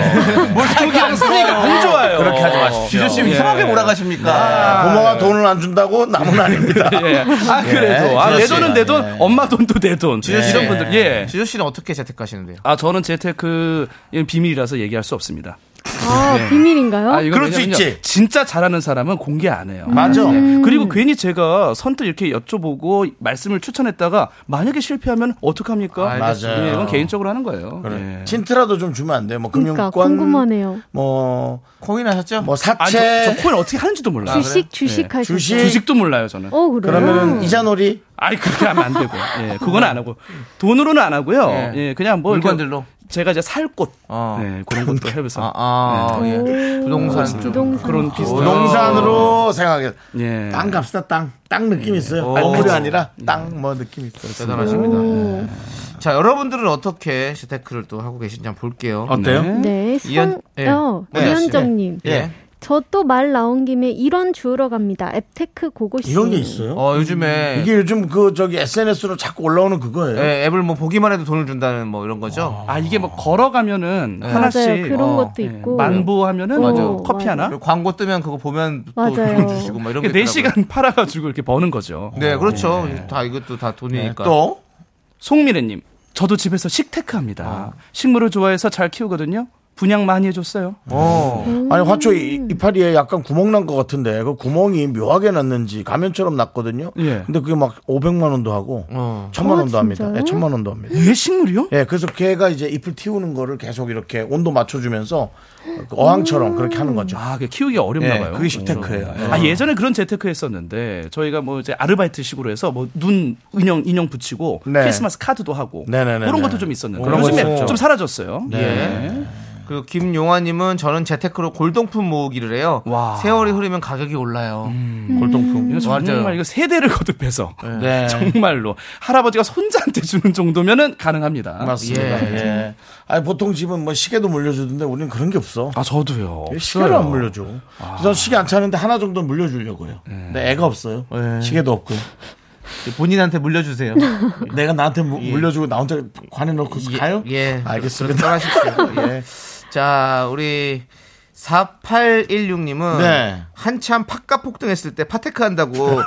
[SPEAKER 11] 뭘 자기랑 사이가 안 좋아요.
[SPEAKER 1] 예.
[SPEAKER 11] 어,
[SPEAKER 1] 그렇게 하지 마십시오.
[SPEAKER 2] 어, 지조
[SPEAKER 11] 예.
[SPEAKER 2] 씨 이상하게 몰아가십니까?
[SPEAKER 1] 부모가 돈을 안 준다고 남은 아닙니다.
[SPEAKER 11] 예. 아, 그래도. 아, 내
[SPEAKER 1] 그렇지.
[SPEAKER 11] 돈은 내 돈,
[SPEAKER 1] 예.
[SPEAKER 11] 엄마 돈도 내 돈.
[SPEAKER 2] 지조 씨
[SPEAKER 11] 이런 분들. 예.
[SPEAKER 2] 지조 씨는 어떻게 재택하시는데요?
[SPEAKER 11] 아, 저는 재테크 이건 비밀이라서 얘기할 수 없습니다.
[SPEAKER 12] 아,
[SPEAKER 11] 네.
[SPEAKER 12] 비밀인가요?
[SPEAKER 11] 이건
[SPEAKER 1] 어? 그럴 수
[SPEAKER 11] 왜냐면요.
[SPEAKER 1] 있지.
[SPEAKER 11] 진짜 잘하는 사람은 공개 안 해요.
[SPEAKER 1] 맞아.
[SPEAKER 12] 음.
[SPEAKER 1] 음.
[SPEAKER 11] 네. 그리고 괜히 제가 선뜻 이렇게 여쭤보고 말씀을 추천했다가 만약에 실패하면 어떡합니까?
[SPEAKER 1] 아, 알겠습니다.
[SPEAKER 11] 예, 이건 개인적으로 하는 거예요.
[SPEAKER 1] 그래.
[SPEAKER 11] 예.
[SPEAKER 1] 친트라도 좀 주면 안 돼요. 뭐
[SPEAKER 12] 그러니까
[SPEAKER 1] 금융권,
[SPEAKER 12] 궁금하네요.
[SPEAKER 1] 뭐,
[SPEAKER 2] 코인 하셨죠?
[SPEAKER 1] 뭐
[SPEAKER 11] 아니,
[SPEAKER 1] 사채,
[SPEAKER 11] 저, 저 코인 어떻게 하는지도 몰라요.
[SPEAKER 1] 아,
[SPEAKER 12] 주식 주식
[SPEAKER 11] 예.
[SPEAKER 12] 하셨
[SPEAKER 1] 주식.
[SPEAKER 12] 죠
[SPEAKER 11] 주식도 몰라요, 저는.
[SPEAKER 12] 어 그래요?
[SPEAKER 1] 그러면 이자놀이.
[SPEAKER 11] 아니 그렇게 하면 안 되고 예, 그건 안 하고 돈으로는 안 하고요
[SPEAKER 2] 예.
[SPEAKER 11] 예, 그냥 뭐 이렇게
[SPEAKER 2] 물건들로?
[SPEAKER 11] 제가 이제 살 곳
[SPEAKER 2] 어.
[SPEAKER 11] 예, 그런 것도 해보서
[SPEAKER 2] 아, 아, 예. 부동산 좀
[SPEAKER 12] 부동산.
[SPEAKER 11] 그런 비슷한
[SPEAKER 1] 농산으로 생각해.
[SPEAKER 11] 예.
[SPEAKER 1] 땅 갑시다, 땅. 땅 느낌 있어요.
[SPEAKER 2] 오.
[SPEAKER 1] 물이 아니라 땅 뭐 느낌 있어요.
[SPEAKER 2] 대단하십니다. 네. 자, 여러분들은 어떻게 재테크를 또 하고 계신지 한번 볼게요.
[SPEAKER 1] 어때요?
[SPEAKER 12] 네,
[SPEAKER 2] 이현-
[SPEAKER 12] 성,
[SPEAKER 2] 예.
[SPEAKER 12] 어,
[SPEAKER 2] 네,
[SPEAKER 12] 이현정님.
[SPEAKER 2] 예. 예.
[SPEAKER 12] 저 또 말 나온 김에 이런 주우러 갑니다. 앱테크 고고씨.
[SPEAKER 1] 이런 게 있어요?
[SPEAKER 2] 어, 요즘에
[SPEAKER 1] 이게 요즘 그 저기 SNS로 자꾸 올라오는 그거예요.
[SPEAKER 2] 예, 앱을 뭐 보기만 해도 돈을 준다는 뭐 이런 거죠.
[SPEAKER 11] 아 이게 뭐 걸어가면은
[SPEAKER 2] 예.
[SPEAKER 11] 하나씩
[SPEAKER 12] 맞아요. 그런
[SPEAKER 11] 어,
[SPEAKER 12] 것도
[SPEAKER 11] 예,
[SPEAKER 12] 있고. 뭐
[SPEAKER 11] 만보하면은
[SPEAKER 12] 맞아요.
[SPEAKER 11] 커피
[SPEAKER 12] 맞아요.
[SPEAKER 11] 하나
[SPEAKER 2] 그리고 광고 뜨면 그거 보면 또
[SPEAKER 12] 맞아요.
[SPEAKER 2] 돈 주시고 막 이런 게
[SPEAKER 11] 네
[SPEAKER 2] 있더라고요.
[SPEAKER 11] 시간 *laughs* 팔아가지고 이렇게 버는 거죠.
[SPEAKER 2] 네, 그렇죠. 다 이것도 다 돈이니까.
[SPEAKER 1] 또
[SPEAKER 2] 아.
[SPEAKER 11] 송미래님, 저도 집에서 식테크합니다. 식물을 좋아해서 잘 키우거든요. 분양 많이 해줬어요.
[SPEAKER 1] 어. 아니 화초 이-
[SPEAKER 11] 음.
[SPEAKER 1] 이파리에 약간 구멍 난 것 같은데 그 구멍이 묘하게 났는지 가면처럼 났거든요.
[SPEAKER 11] 예.
[SPEAKER 1] 근데 그게 막 500만 원도 하고
[SPEAKER 2] 어.
[SPEAKER 1] 1000만
[SPEAKER 11] 아,
[SPEAKER 1] 원도 합니다.
[SPEAKER 11] 진짜요?
[SPEAKER 1] 예, 1000만 원도 합니다.
[SPEAKER 11] 예, 식물이요?
[SPEAKER 1] 예, 그래서 걔가 이제 잎을 튀우는 거를 계속 이렇게 온도 맞춰주면서 그 어항처럼 그렇게 하는 거죠.
[SPEAKER 11] 아, 그게 키우기 어렵나
[SPEAKER 2] 네,
[SPEAKER 1] 예,
[SPEAKER 11] 봐요.
[SPEAKER 1] 그게 식테크예요. 예.
[SPEAKER 11] 아, 예전에 그런 재테크 했었는데 저희가 뭐 이제 아르바이트식으로 해서 뭐 눈 인형 인형 붙이고
[SPEAKER 2] 네.
[SPEAKER 11] 크리스마스 카드도 하고
[SPEAKER 2] 네네네네.
[SPEAKER 11] 그런 것도 좀 있었는데
[SPEAKER 2] 그런 거
[SPEAKER 11] 요즘에
[SPEAKER 2] 있었죠.
[SPEAKER 11] 좀 사라졌어요.
[SPEAKER 1] 네.
[SPEAKER 2] 예. 그리고 김용화님은 저는 재테크로 골동품 모으기를 해요. 세월이 흐르면 가격이 올라요.
[SPEAKER 1] 음.
[SPEAKER 2] 음. 골동품.
[SPEAKER 11] 이거 정말
[SPEAKER 2] 맞아요.
[SPEAKER 11] 이거 세대를 *laughs* 거듭해서
[SPEAKER 1] *laughs*
[SPEAKER 2] 네.
[SPEAKER 11] 정말로 할아버지가 손자한테 주는 정도면은 가능합니다.
[SPEAKER 1] 맞습니다. 예. 아니 보통 집은 뭐 시계도 물려주던데 우리는 그런 게 없어. 예,
[SPEAKER 11] 아 저도요.
[SPEAKER 1] 시계를
[SPEAKER 11] 없어요. 아.
[SPEAKER 1] 안 물려줘. 전 시계 안 차는데 하나 정도 는 물려주려고요.
[SPEAKER 11] 예.
[SPEAKER 1] 근데 애가 없어요.
[SPEAKER 11] *laughs*
[SPEAKER 1] 시계도 없고.
[SPEAKER 2] 본인한테
[SPEAKER 1] *laughs*
[SPEAKER 2] 물려주세요.
[SPEAKER 1] 내가 나한테 무-
[SPEAKER 11] 예.
[SPEAKER 1] 물려주고 나 혼자 관에 넣고 가요? 아,
[SPEAKER 2] 예.
[SPEAKER 1] 알겠습니다. *laughs*
[SPEAKER 2] 떠나십시오.
[SPEAKER 1] 예.
[SPEAKER 2] 자, 우리 4816님은
[SPEAKER 1] 네.
[SPEAKER 2] 한참 팥값 폭등했을 때 파테크
[SPEAKER 1] *laughs*
[SPEAKER 2] 한다고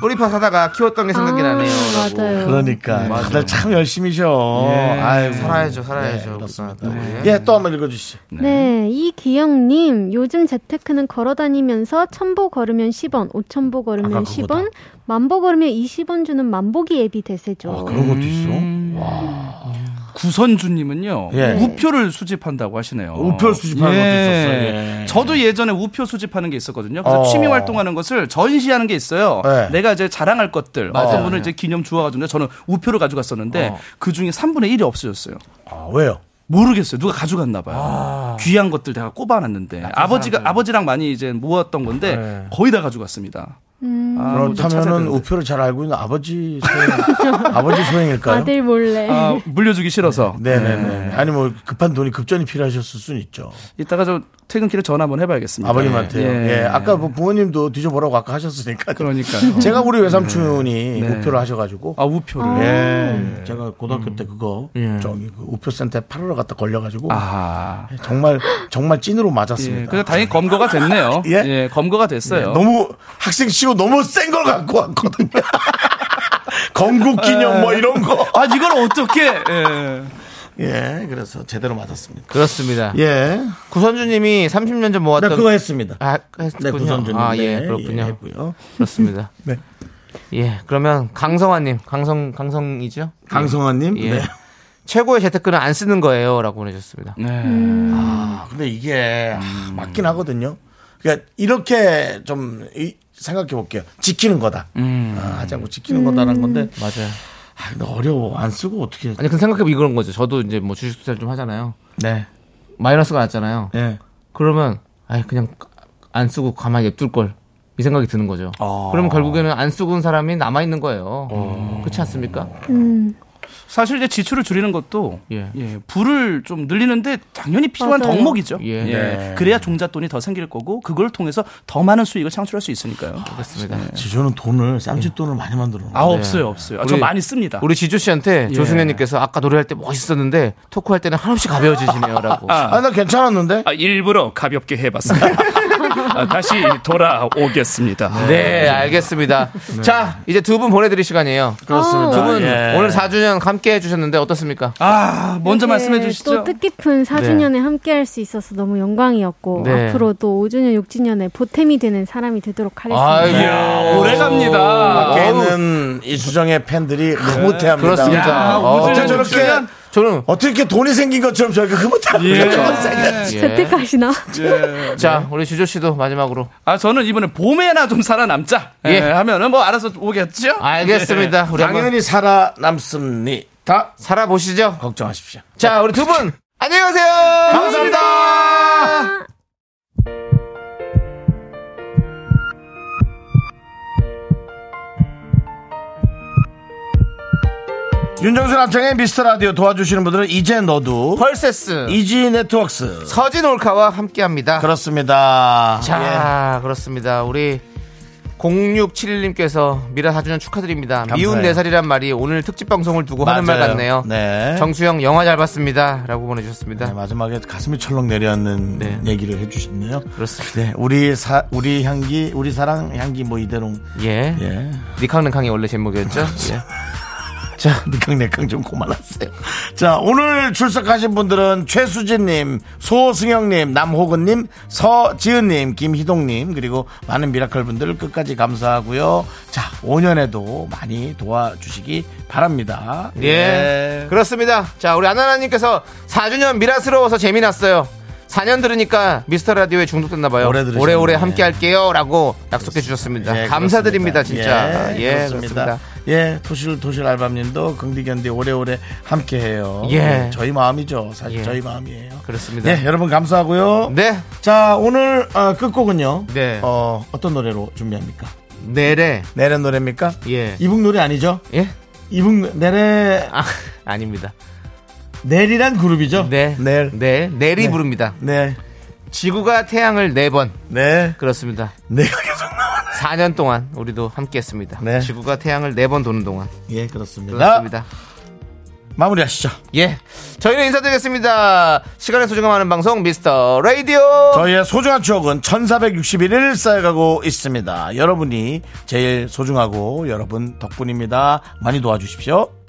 [SPEAKER 2] 뿌리파 사다가 키웠던 게
[SPEAKER 12] 아,
[SPEAKER 2] 생각이 나네요. 라고.
[SPEAKER 1] 그러니까 다들 참 열심히셔.
[SPEAKER 2] 예.
[SPEAKER 1] 아유,
[SPEAKER 2] 살아야죠,
[SPEAKER 1] 네,
[SPEAKER 2] 살아야죠.
[SPEAKER 1] 그렇습니다. 예, 또 한번 읽어주시죠.
[SPEAKER 12] 네, 이기영님 요즘 재테크는 걸어다니면서 천보 걸으면 10원, 오천보 걸으면
[SPEAKER 1] 아까
[SPEAKER 12] 10원, 만보 걸으면 20원 주는 만보기 앱이 대세죠.
[SPEAKER 1] 것도 있어.
[SPEAKER 11] 구선주님은요
[SPEAKER 1] 예.
[SPEAKER 11] 우표를 수집한다고 하시네요. 예.
[SPEAKER 1] 우표를 수집하는 것도 있었어요. 예.
[SPEAKER 11] 저도 예전에 우표 수집하는 게 있었거든요. 그래서
[SPEAKER 1] 어.
[SPEAKER 11] 취미 활동하는 것을 전시하는 게 있어요.
[SPEAKER 1] 예.
[SPEAKER 11] 내가 이제 자랑할 것들
[SPEAKER 1] 맞아요. 어.
[SPEAKER 11] 어떤 분은 이제 기념 주워가지고 저는 우표를 가져갔었는데 그 중에 3분의 1이 없어졌어요.
[SPEAKER 1] 아, 왜요?
[SPEAKER 11] 모르겠어요. 누가 가져갔나 봐요.
[SPEAKER 1] 아.
[SPEAKER 11] 귀한 것들 내가 꼽아놨는데 아버지가 아버지랑 많이 이제 모았던 건데
[SPEAKER 1] 네.
[SPEAKER 11] 거의 다 가져갔습니다.
[SPEAKER 12] 음,
[SPEAKER 11] 아, 뭐좀 찾아야
[SPEAKER 1] 그렇다면은
[SPEAKER 11] 되는데.
[SPEAKER 1] 우표를 잘 알고 있는 아버지 *laughs* 소행, 아버지 소행일까요?
[SPEAKER 12] 아들 몰래. *laughs*
[SPEAKER 11] 아, 물려주기 싫어서.
[SPEAKER 1] 네네네. 아니 뭐 급한 돈이 급전이 필요하셨을 수는 있죠.
[SPEAKER 11] 이따가 저 퇴근길에 전화 한번 해봐야겠습니다.
[SPEAKER 1] 아버님한테. 요
[SPEAKER 11] 예.
[SPEAKER 1] 예. 아까 뭐 부모님도 뒤져보라고 아까 하셨으니까.
[SPEAKER 11] 그러니까요.
[SPEAKER 1] 제가 우리 외삼촌이
[SPEAKER 11] 네.
[SPEAKER 1] 우표를 하셔가지고.
[SPEAKER 11] 아, 우표를.
[SPEAKER 1] 예. 제가 고등학교 때 그거 저기 그 우표 센터에 팔으러 갔다 걸려가지고.
[SPEAKER 11] 아.
[SPEAKER 1] 정말 정말 찐으로
[SPEAKER 11] 예,
[SPEAKER 1] 맞았습니다. 예,
[SPEAKER 11] 그래서 다행히 검거가 됐네요. 예? 검거가 됐어요.
[SPEAKER 1] 너무 학생 치고 너무 센 걸 갖고 왔거든요. *laughs* 건국 기념 뭐 이런 거.
[SPEAKER 11] 아 이걸 어떻게? 예.
[SPEAKER 1] 예, 그래서 제대로 맞았습니다.
[SPEAKER 2] 그렇습니다.
[SPEAKER 1] 예.
[SPEAKER 2] 구선주님이 30년 전 모았던.
[SPEAKER 1] 네, 그거 했습니다.
[SPEAKER 2] 아, 했군요.
[SPEAKER 1] 네, 구선주님.
[SPEAKER 2] 아, 예,
[SPEAKER 1] 네,
[SPEAKER 2] 그렇군요.
[SPEAKER 1] 예, 했고요.
[SPEAKER 2] 그렇습니다.
[SPEAKER 1] 네.
[SPEAKER 2] 예, 그러면 강성환님, 강성, 강성이죠?
[SPEAKER 1] 강성환님?
[SPEAKER 2] 예.
[SPEAKER 1] 네.
[SPEAKER 2] 최고의 재테크는 안 쓰는 거예요. 라고 보내주셨습니다.
[SPEAKER 1] 아, 근데 이게 아,
[SPEAKER 2] 음.
[SPEAKER 1] 맞긴 하거든요. 그러니까 이렇게 좀 이- 생각해 볼게요. 지키는 거다.
[SPEAKER 2] 음.
[SPEAKER 1] 아, 하자고 지키는 거다라는 건데.
[SPEAKER 2] 맞아요.
[SPEAKER 1] 아, 근데 어려워. 안 쓰고 어떻게.
[SPEAKER 2] 아니, 근데 생각해보면 이런 거죠. 저도 이제 뭐 주식 투자를 좀 하잖아요.
[SPEAKER 1] 네.
[SPEAKER 2] 마이너스가 났잖아요.
[SPEAKER 1] 예.
[SPEAKER 2] 그러면, 아이, 그냥 안 쓰고 가만히 냅둘 걸. 이 생각이 드는 거죠. 그러면 결국에는 안 쓰고 온 사람이 남아있는 거예요. 그렇지 않습니까?
[SPEAKER 12] 음.
[SPEAKER 11] 사실 이제 지출을 줄이는 것도
[SPEAKER 2] 예.
[SPEAKER 11] 예, 부를 좀 늘리는데 당연히 필요한
[SPEAKER 2] 맞아요.
[SPEAKER 11] 덕목이죠.
[SPEAKER 2] 예.
[SPEAKER 11] 예.
[SPEAKER 2] 네.
[SPEAKER 11] 그래야 종잣돈이 더 생길 거고 그걸 통해서 더 많은 수익을 창출할 수 있으니까요.
[SPEAKER 2] 그렇습니다.
[SPEAKER 1] 지조는 돈을, 쌈짓 돈을 많이 만들어 놓은
[SPEAKER 11] 아 없어요, 없어요. 아, 저
[SPEAKER 2] 우리-
[SPEAKER 11] 많이 씁니다.
[SPEAKER 2] 우리 지조 씨한테
[SPEAKER 11] 예.
[SPEAKER 2] 조승현님께서 아까 노래할 때 멋있었는데 토크할 때는 한없이 가벼워지시네요라고.
[SPEAKER 1] 아, 나 괜찮았는데?
[SPEAKER 11] 아, 일부러 가볍게 해봤습니다. 아, 다시 돌아오겠습니다.
[SPEAKER 2] 네, 알겠습니다. 자, 이제 두 분 보내드릴 시간이에요.
[SPEAKER 12] 그렇습니다.
[SPEAKER 2] 두 분
[SPEAKER 11] 아, 예.
[SPEAKER 2] 오늘 4주년 함께 해주셨는데 어떻습니까?
[SPEAKER 11] 아, 먼저 말씀해
[SPEAKER 12] 또
[SPEAKER 11] 주시죠. 네.
[SPEAKER 12] 뜻깊은 4주년에 함께할 수 있어서 너무 영광이었고
[SPEAKER 2] 네.
[SPEAKER 12] 앞으로도 5주년, 6주년에 보탬이 되는 사람이 되도록 하겠습니다.
[SPEAKER 11] 예. 네.
[SPEAKER 2] 아이고,
[SPEAKER 11] 오래갑니다.
[SPEAKER 1] 걔는 이수정의 팬들이 흐뭇해합니다.
[SPEAKER 2] 그렇습니다. 야, 어.
[SPEAKER 1] 진짜
[SPEAKER 2] 오늘
[SPEAKER 1] 저렇게
[SPEAKER 2] 저는
[SPEAKER 1] 어떻게 이렇게 돈이 생긴 것처럼 저렇게
[SPEAKER 2] 예.
[SPEAKER 1] 흐뭇해합니다. 그런
[SPEAKER 11] 예. *laughs*
[SPEAKER 1] 생각이-
[SPEAKER 12] *laughs* 재테크하시나?
[SPEAKER 2] 자, 우리 지조 씨도 마지막으로.
[SPEAKER 11] 아, 저는 이번에 봄에나 좀 살아남자.
[SPEAKER 2] 예.
[SPEAKER 11] 예, 하면은 뭐 알아서 예. 오겠죠?
[SPEAKER 2] 알겠습니다. 우리 한번
[SPEAKER 1] 당연히 살아남습니다.
[SPEAKER 2] 살아보시죠.
[SPEAKER 1] 걱정하십시오.
[SPEAKER 2] 자, 우리 두 분 안녕히 가세요.
[SPEAKER 1] 아?
[SPEAKER 2] 감사합니다.
[SPEAKER 1] 윤정수 남창의 미스터 라디오 도와주시는 분들은 이제 너도
[SPEAKER 2] 펄세스
[SPEAKER 1] 이지 네트워크스
[SPEAKER 2] 서진 올카와 함께합니다.
[SPEAKER 1] 그렇습니다. 예.
[SPEAKER 2] 자, 그렇습니다. 우리 0671님께서 미라 4주년 축하드립니다. 미운
[SPEAKER 1] 감사해요.
[SPEAKER 2] 4살이란 말이 오늘 특집 방송을 두고 하는 말
[SPEAKER 1] 맞아요.
[SPEAKER 2] 같네요.
[SPEAKER 1] 네.
[SPEAKER 2] 정수영 영화 잘 봤습니다. 라고 보내주셨습니다.
[SPEAKER 1] 네, 마지막에 가슴이 철렁 내려앉는
[SPEAKER 2] 네.
[SPEAKER 1] 얘기를 해주셨네요.
[SPEAKER 2] 그렇습니다.
[SPEAKER 1] 네, 우리 사 우리 향기 우리 사랑 향기 뭐 이대롱
[SPEAKER 2] 예.
[SPEAKER 1] 예 *laughs*
[SPEAKER 2] 니캉능캉이 원래 제목이었죠? 예.
[SPEAKER 1] 자, *laughs* 니캉내캉 좀 고만하세요. 자, 오늘 출석하신 분들은 최수진님, 소승영님, 남호근님, 서지은님, 김희동님, 그리고 많은 미라클 분들 끝까지 감사하고요. 자, 5년에도 많이 도와주시기 바랍니다.
[SPEAKER 2] 예. 그렇습니다. 자, 우리 아나나님께서 4주년 미라스러워서 재미났어요. 4년 들으니까 미스터 라디오에 중독됐나봐요.
[SPEAKER 1] 오래 들으셨네.
[SPEAKER 2] 오래오래 함께 할게요. 라고 약속해 주셨습니다.
[SPEAKER 1] 예,
[SPEAKER 2] 감사드립니다,
[SPEAKER 1] 그렇습니다.
[SPEAKER 2] 진짜.
[SPEAKER 1] 예,
[SPEAKER 2] 예,
[SPEAKER 1] 그렇습니다.
[SPEAKER 2] 그렇습니다.
[SPEAKER 1] 예, 토실 토실 알밤님도 긍디견디 오래오래 함께해요.
[SPEAKER 2] 예.
[SPEAKER 1] 저희 마음이죠. 사실
[SPEAKER 2] 예.
[SPEAKER 1] 저희 마음이에요.
[SPEAKER 2] 그렇습니다.
[SPEAKER 1] 네, 여러분 감사하고요.
[SPEAKER 2] 네.
[SPEAKER 1] 자, 오늘 어, 끝곡은요.
[SPEAKER 2] 네.
[SPEAKER 1] 어, 어떤 노래로 준비합니까?
[SPEAKER 2] 내래.
[SPEAKER 1] 내래 노래입니까?
[SPEAKER 2] 예.
[SPEAKER 1] 이북 노래 아니죠?
[SPEAKER 2] 예.
[SPEAKER 1] 이북 내래
[SPEAKER 2] 아, 아닙니다.
[SPEAKER 1] 넬이란 그룹이죠?
[SPEAKER 2] 네.
[SPEAKER 1] 넬.
[SPEAKER 2] 네. 넬이
[SPEAKER 1] 네.
[SPEAKER 2] 부릅니다.
[SPEAKER 1] 네.
[SPEAKER 2] 지구가 태양을 네 번.
[SPEAKER 1] 네. *laughs*
[SPEAKER 2] 그렇습니다.
[SPEAKER 1] 내가 계속
[SPEAKER 2] 4년 동안 우리도 함께 했습니다.
[SPEAKER 1] 네.
[SPEAKER 2] 지구가 태양을 네 번 도는 동안.
[SPEAKER 1] 예, 그렇습니다.
[SPEAKER 2] 그렇습니다.
[SPEAKER 1] 마무리하시죠.
[SPEAKER 2] 예. 저희는 인사드리겠습니다. 시간의 소중함 하는 방송 미스터 라디오.
[SPEAKER 1] 저희의 소중한 추억은 1461일 쌓여가고 있습니다. 여러분이 제일 소중하고 여러분 덕분입니다. 많이 도와주십시오.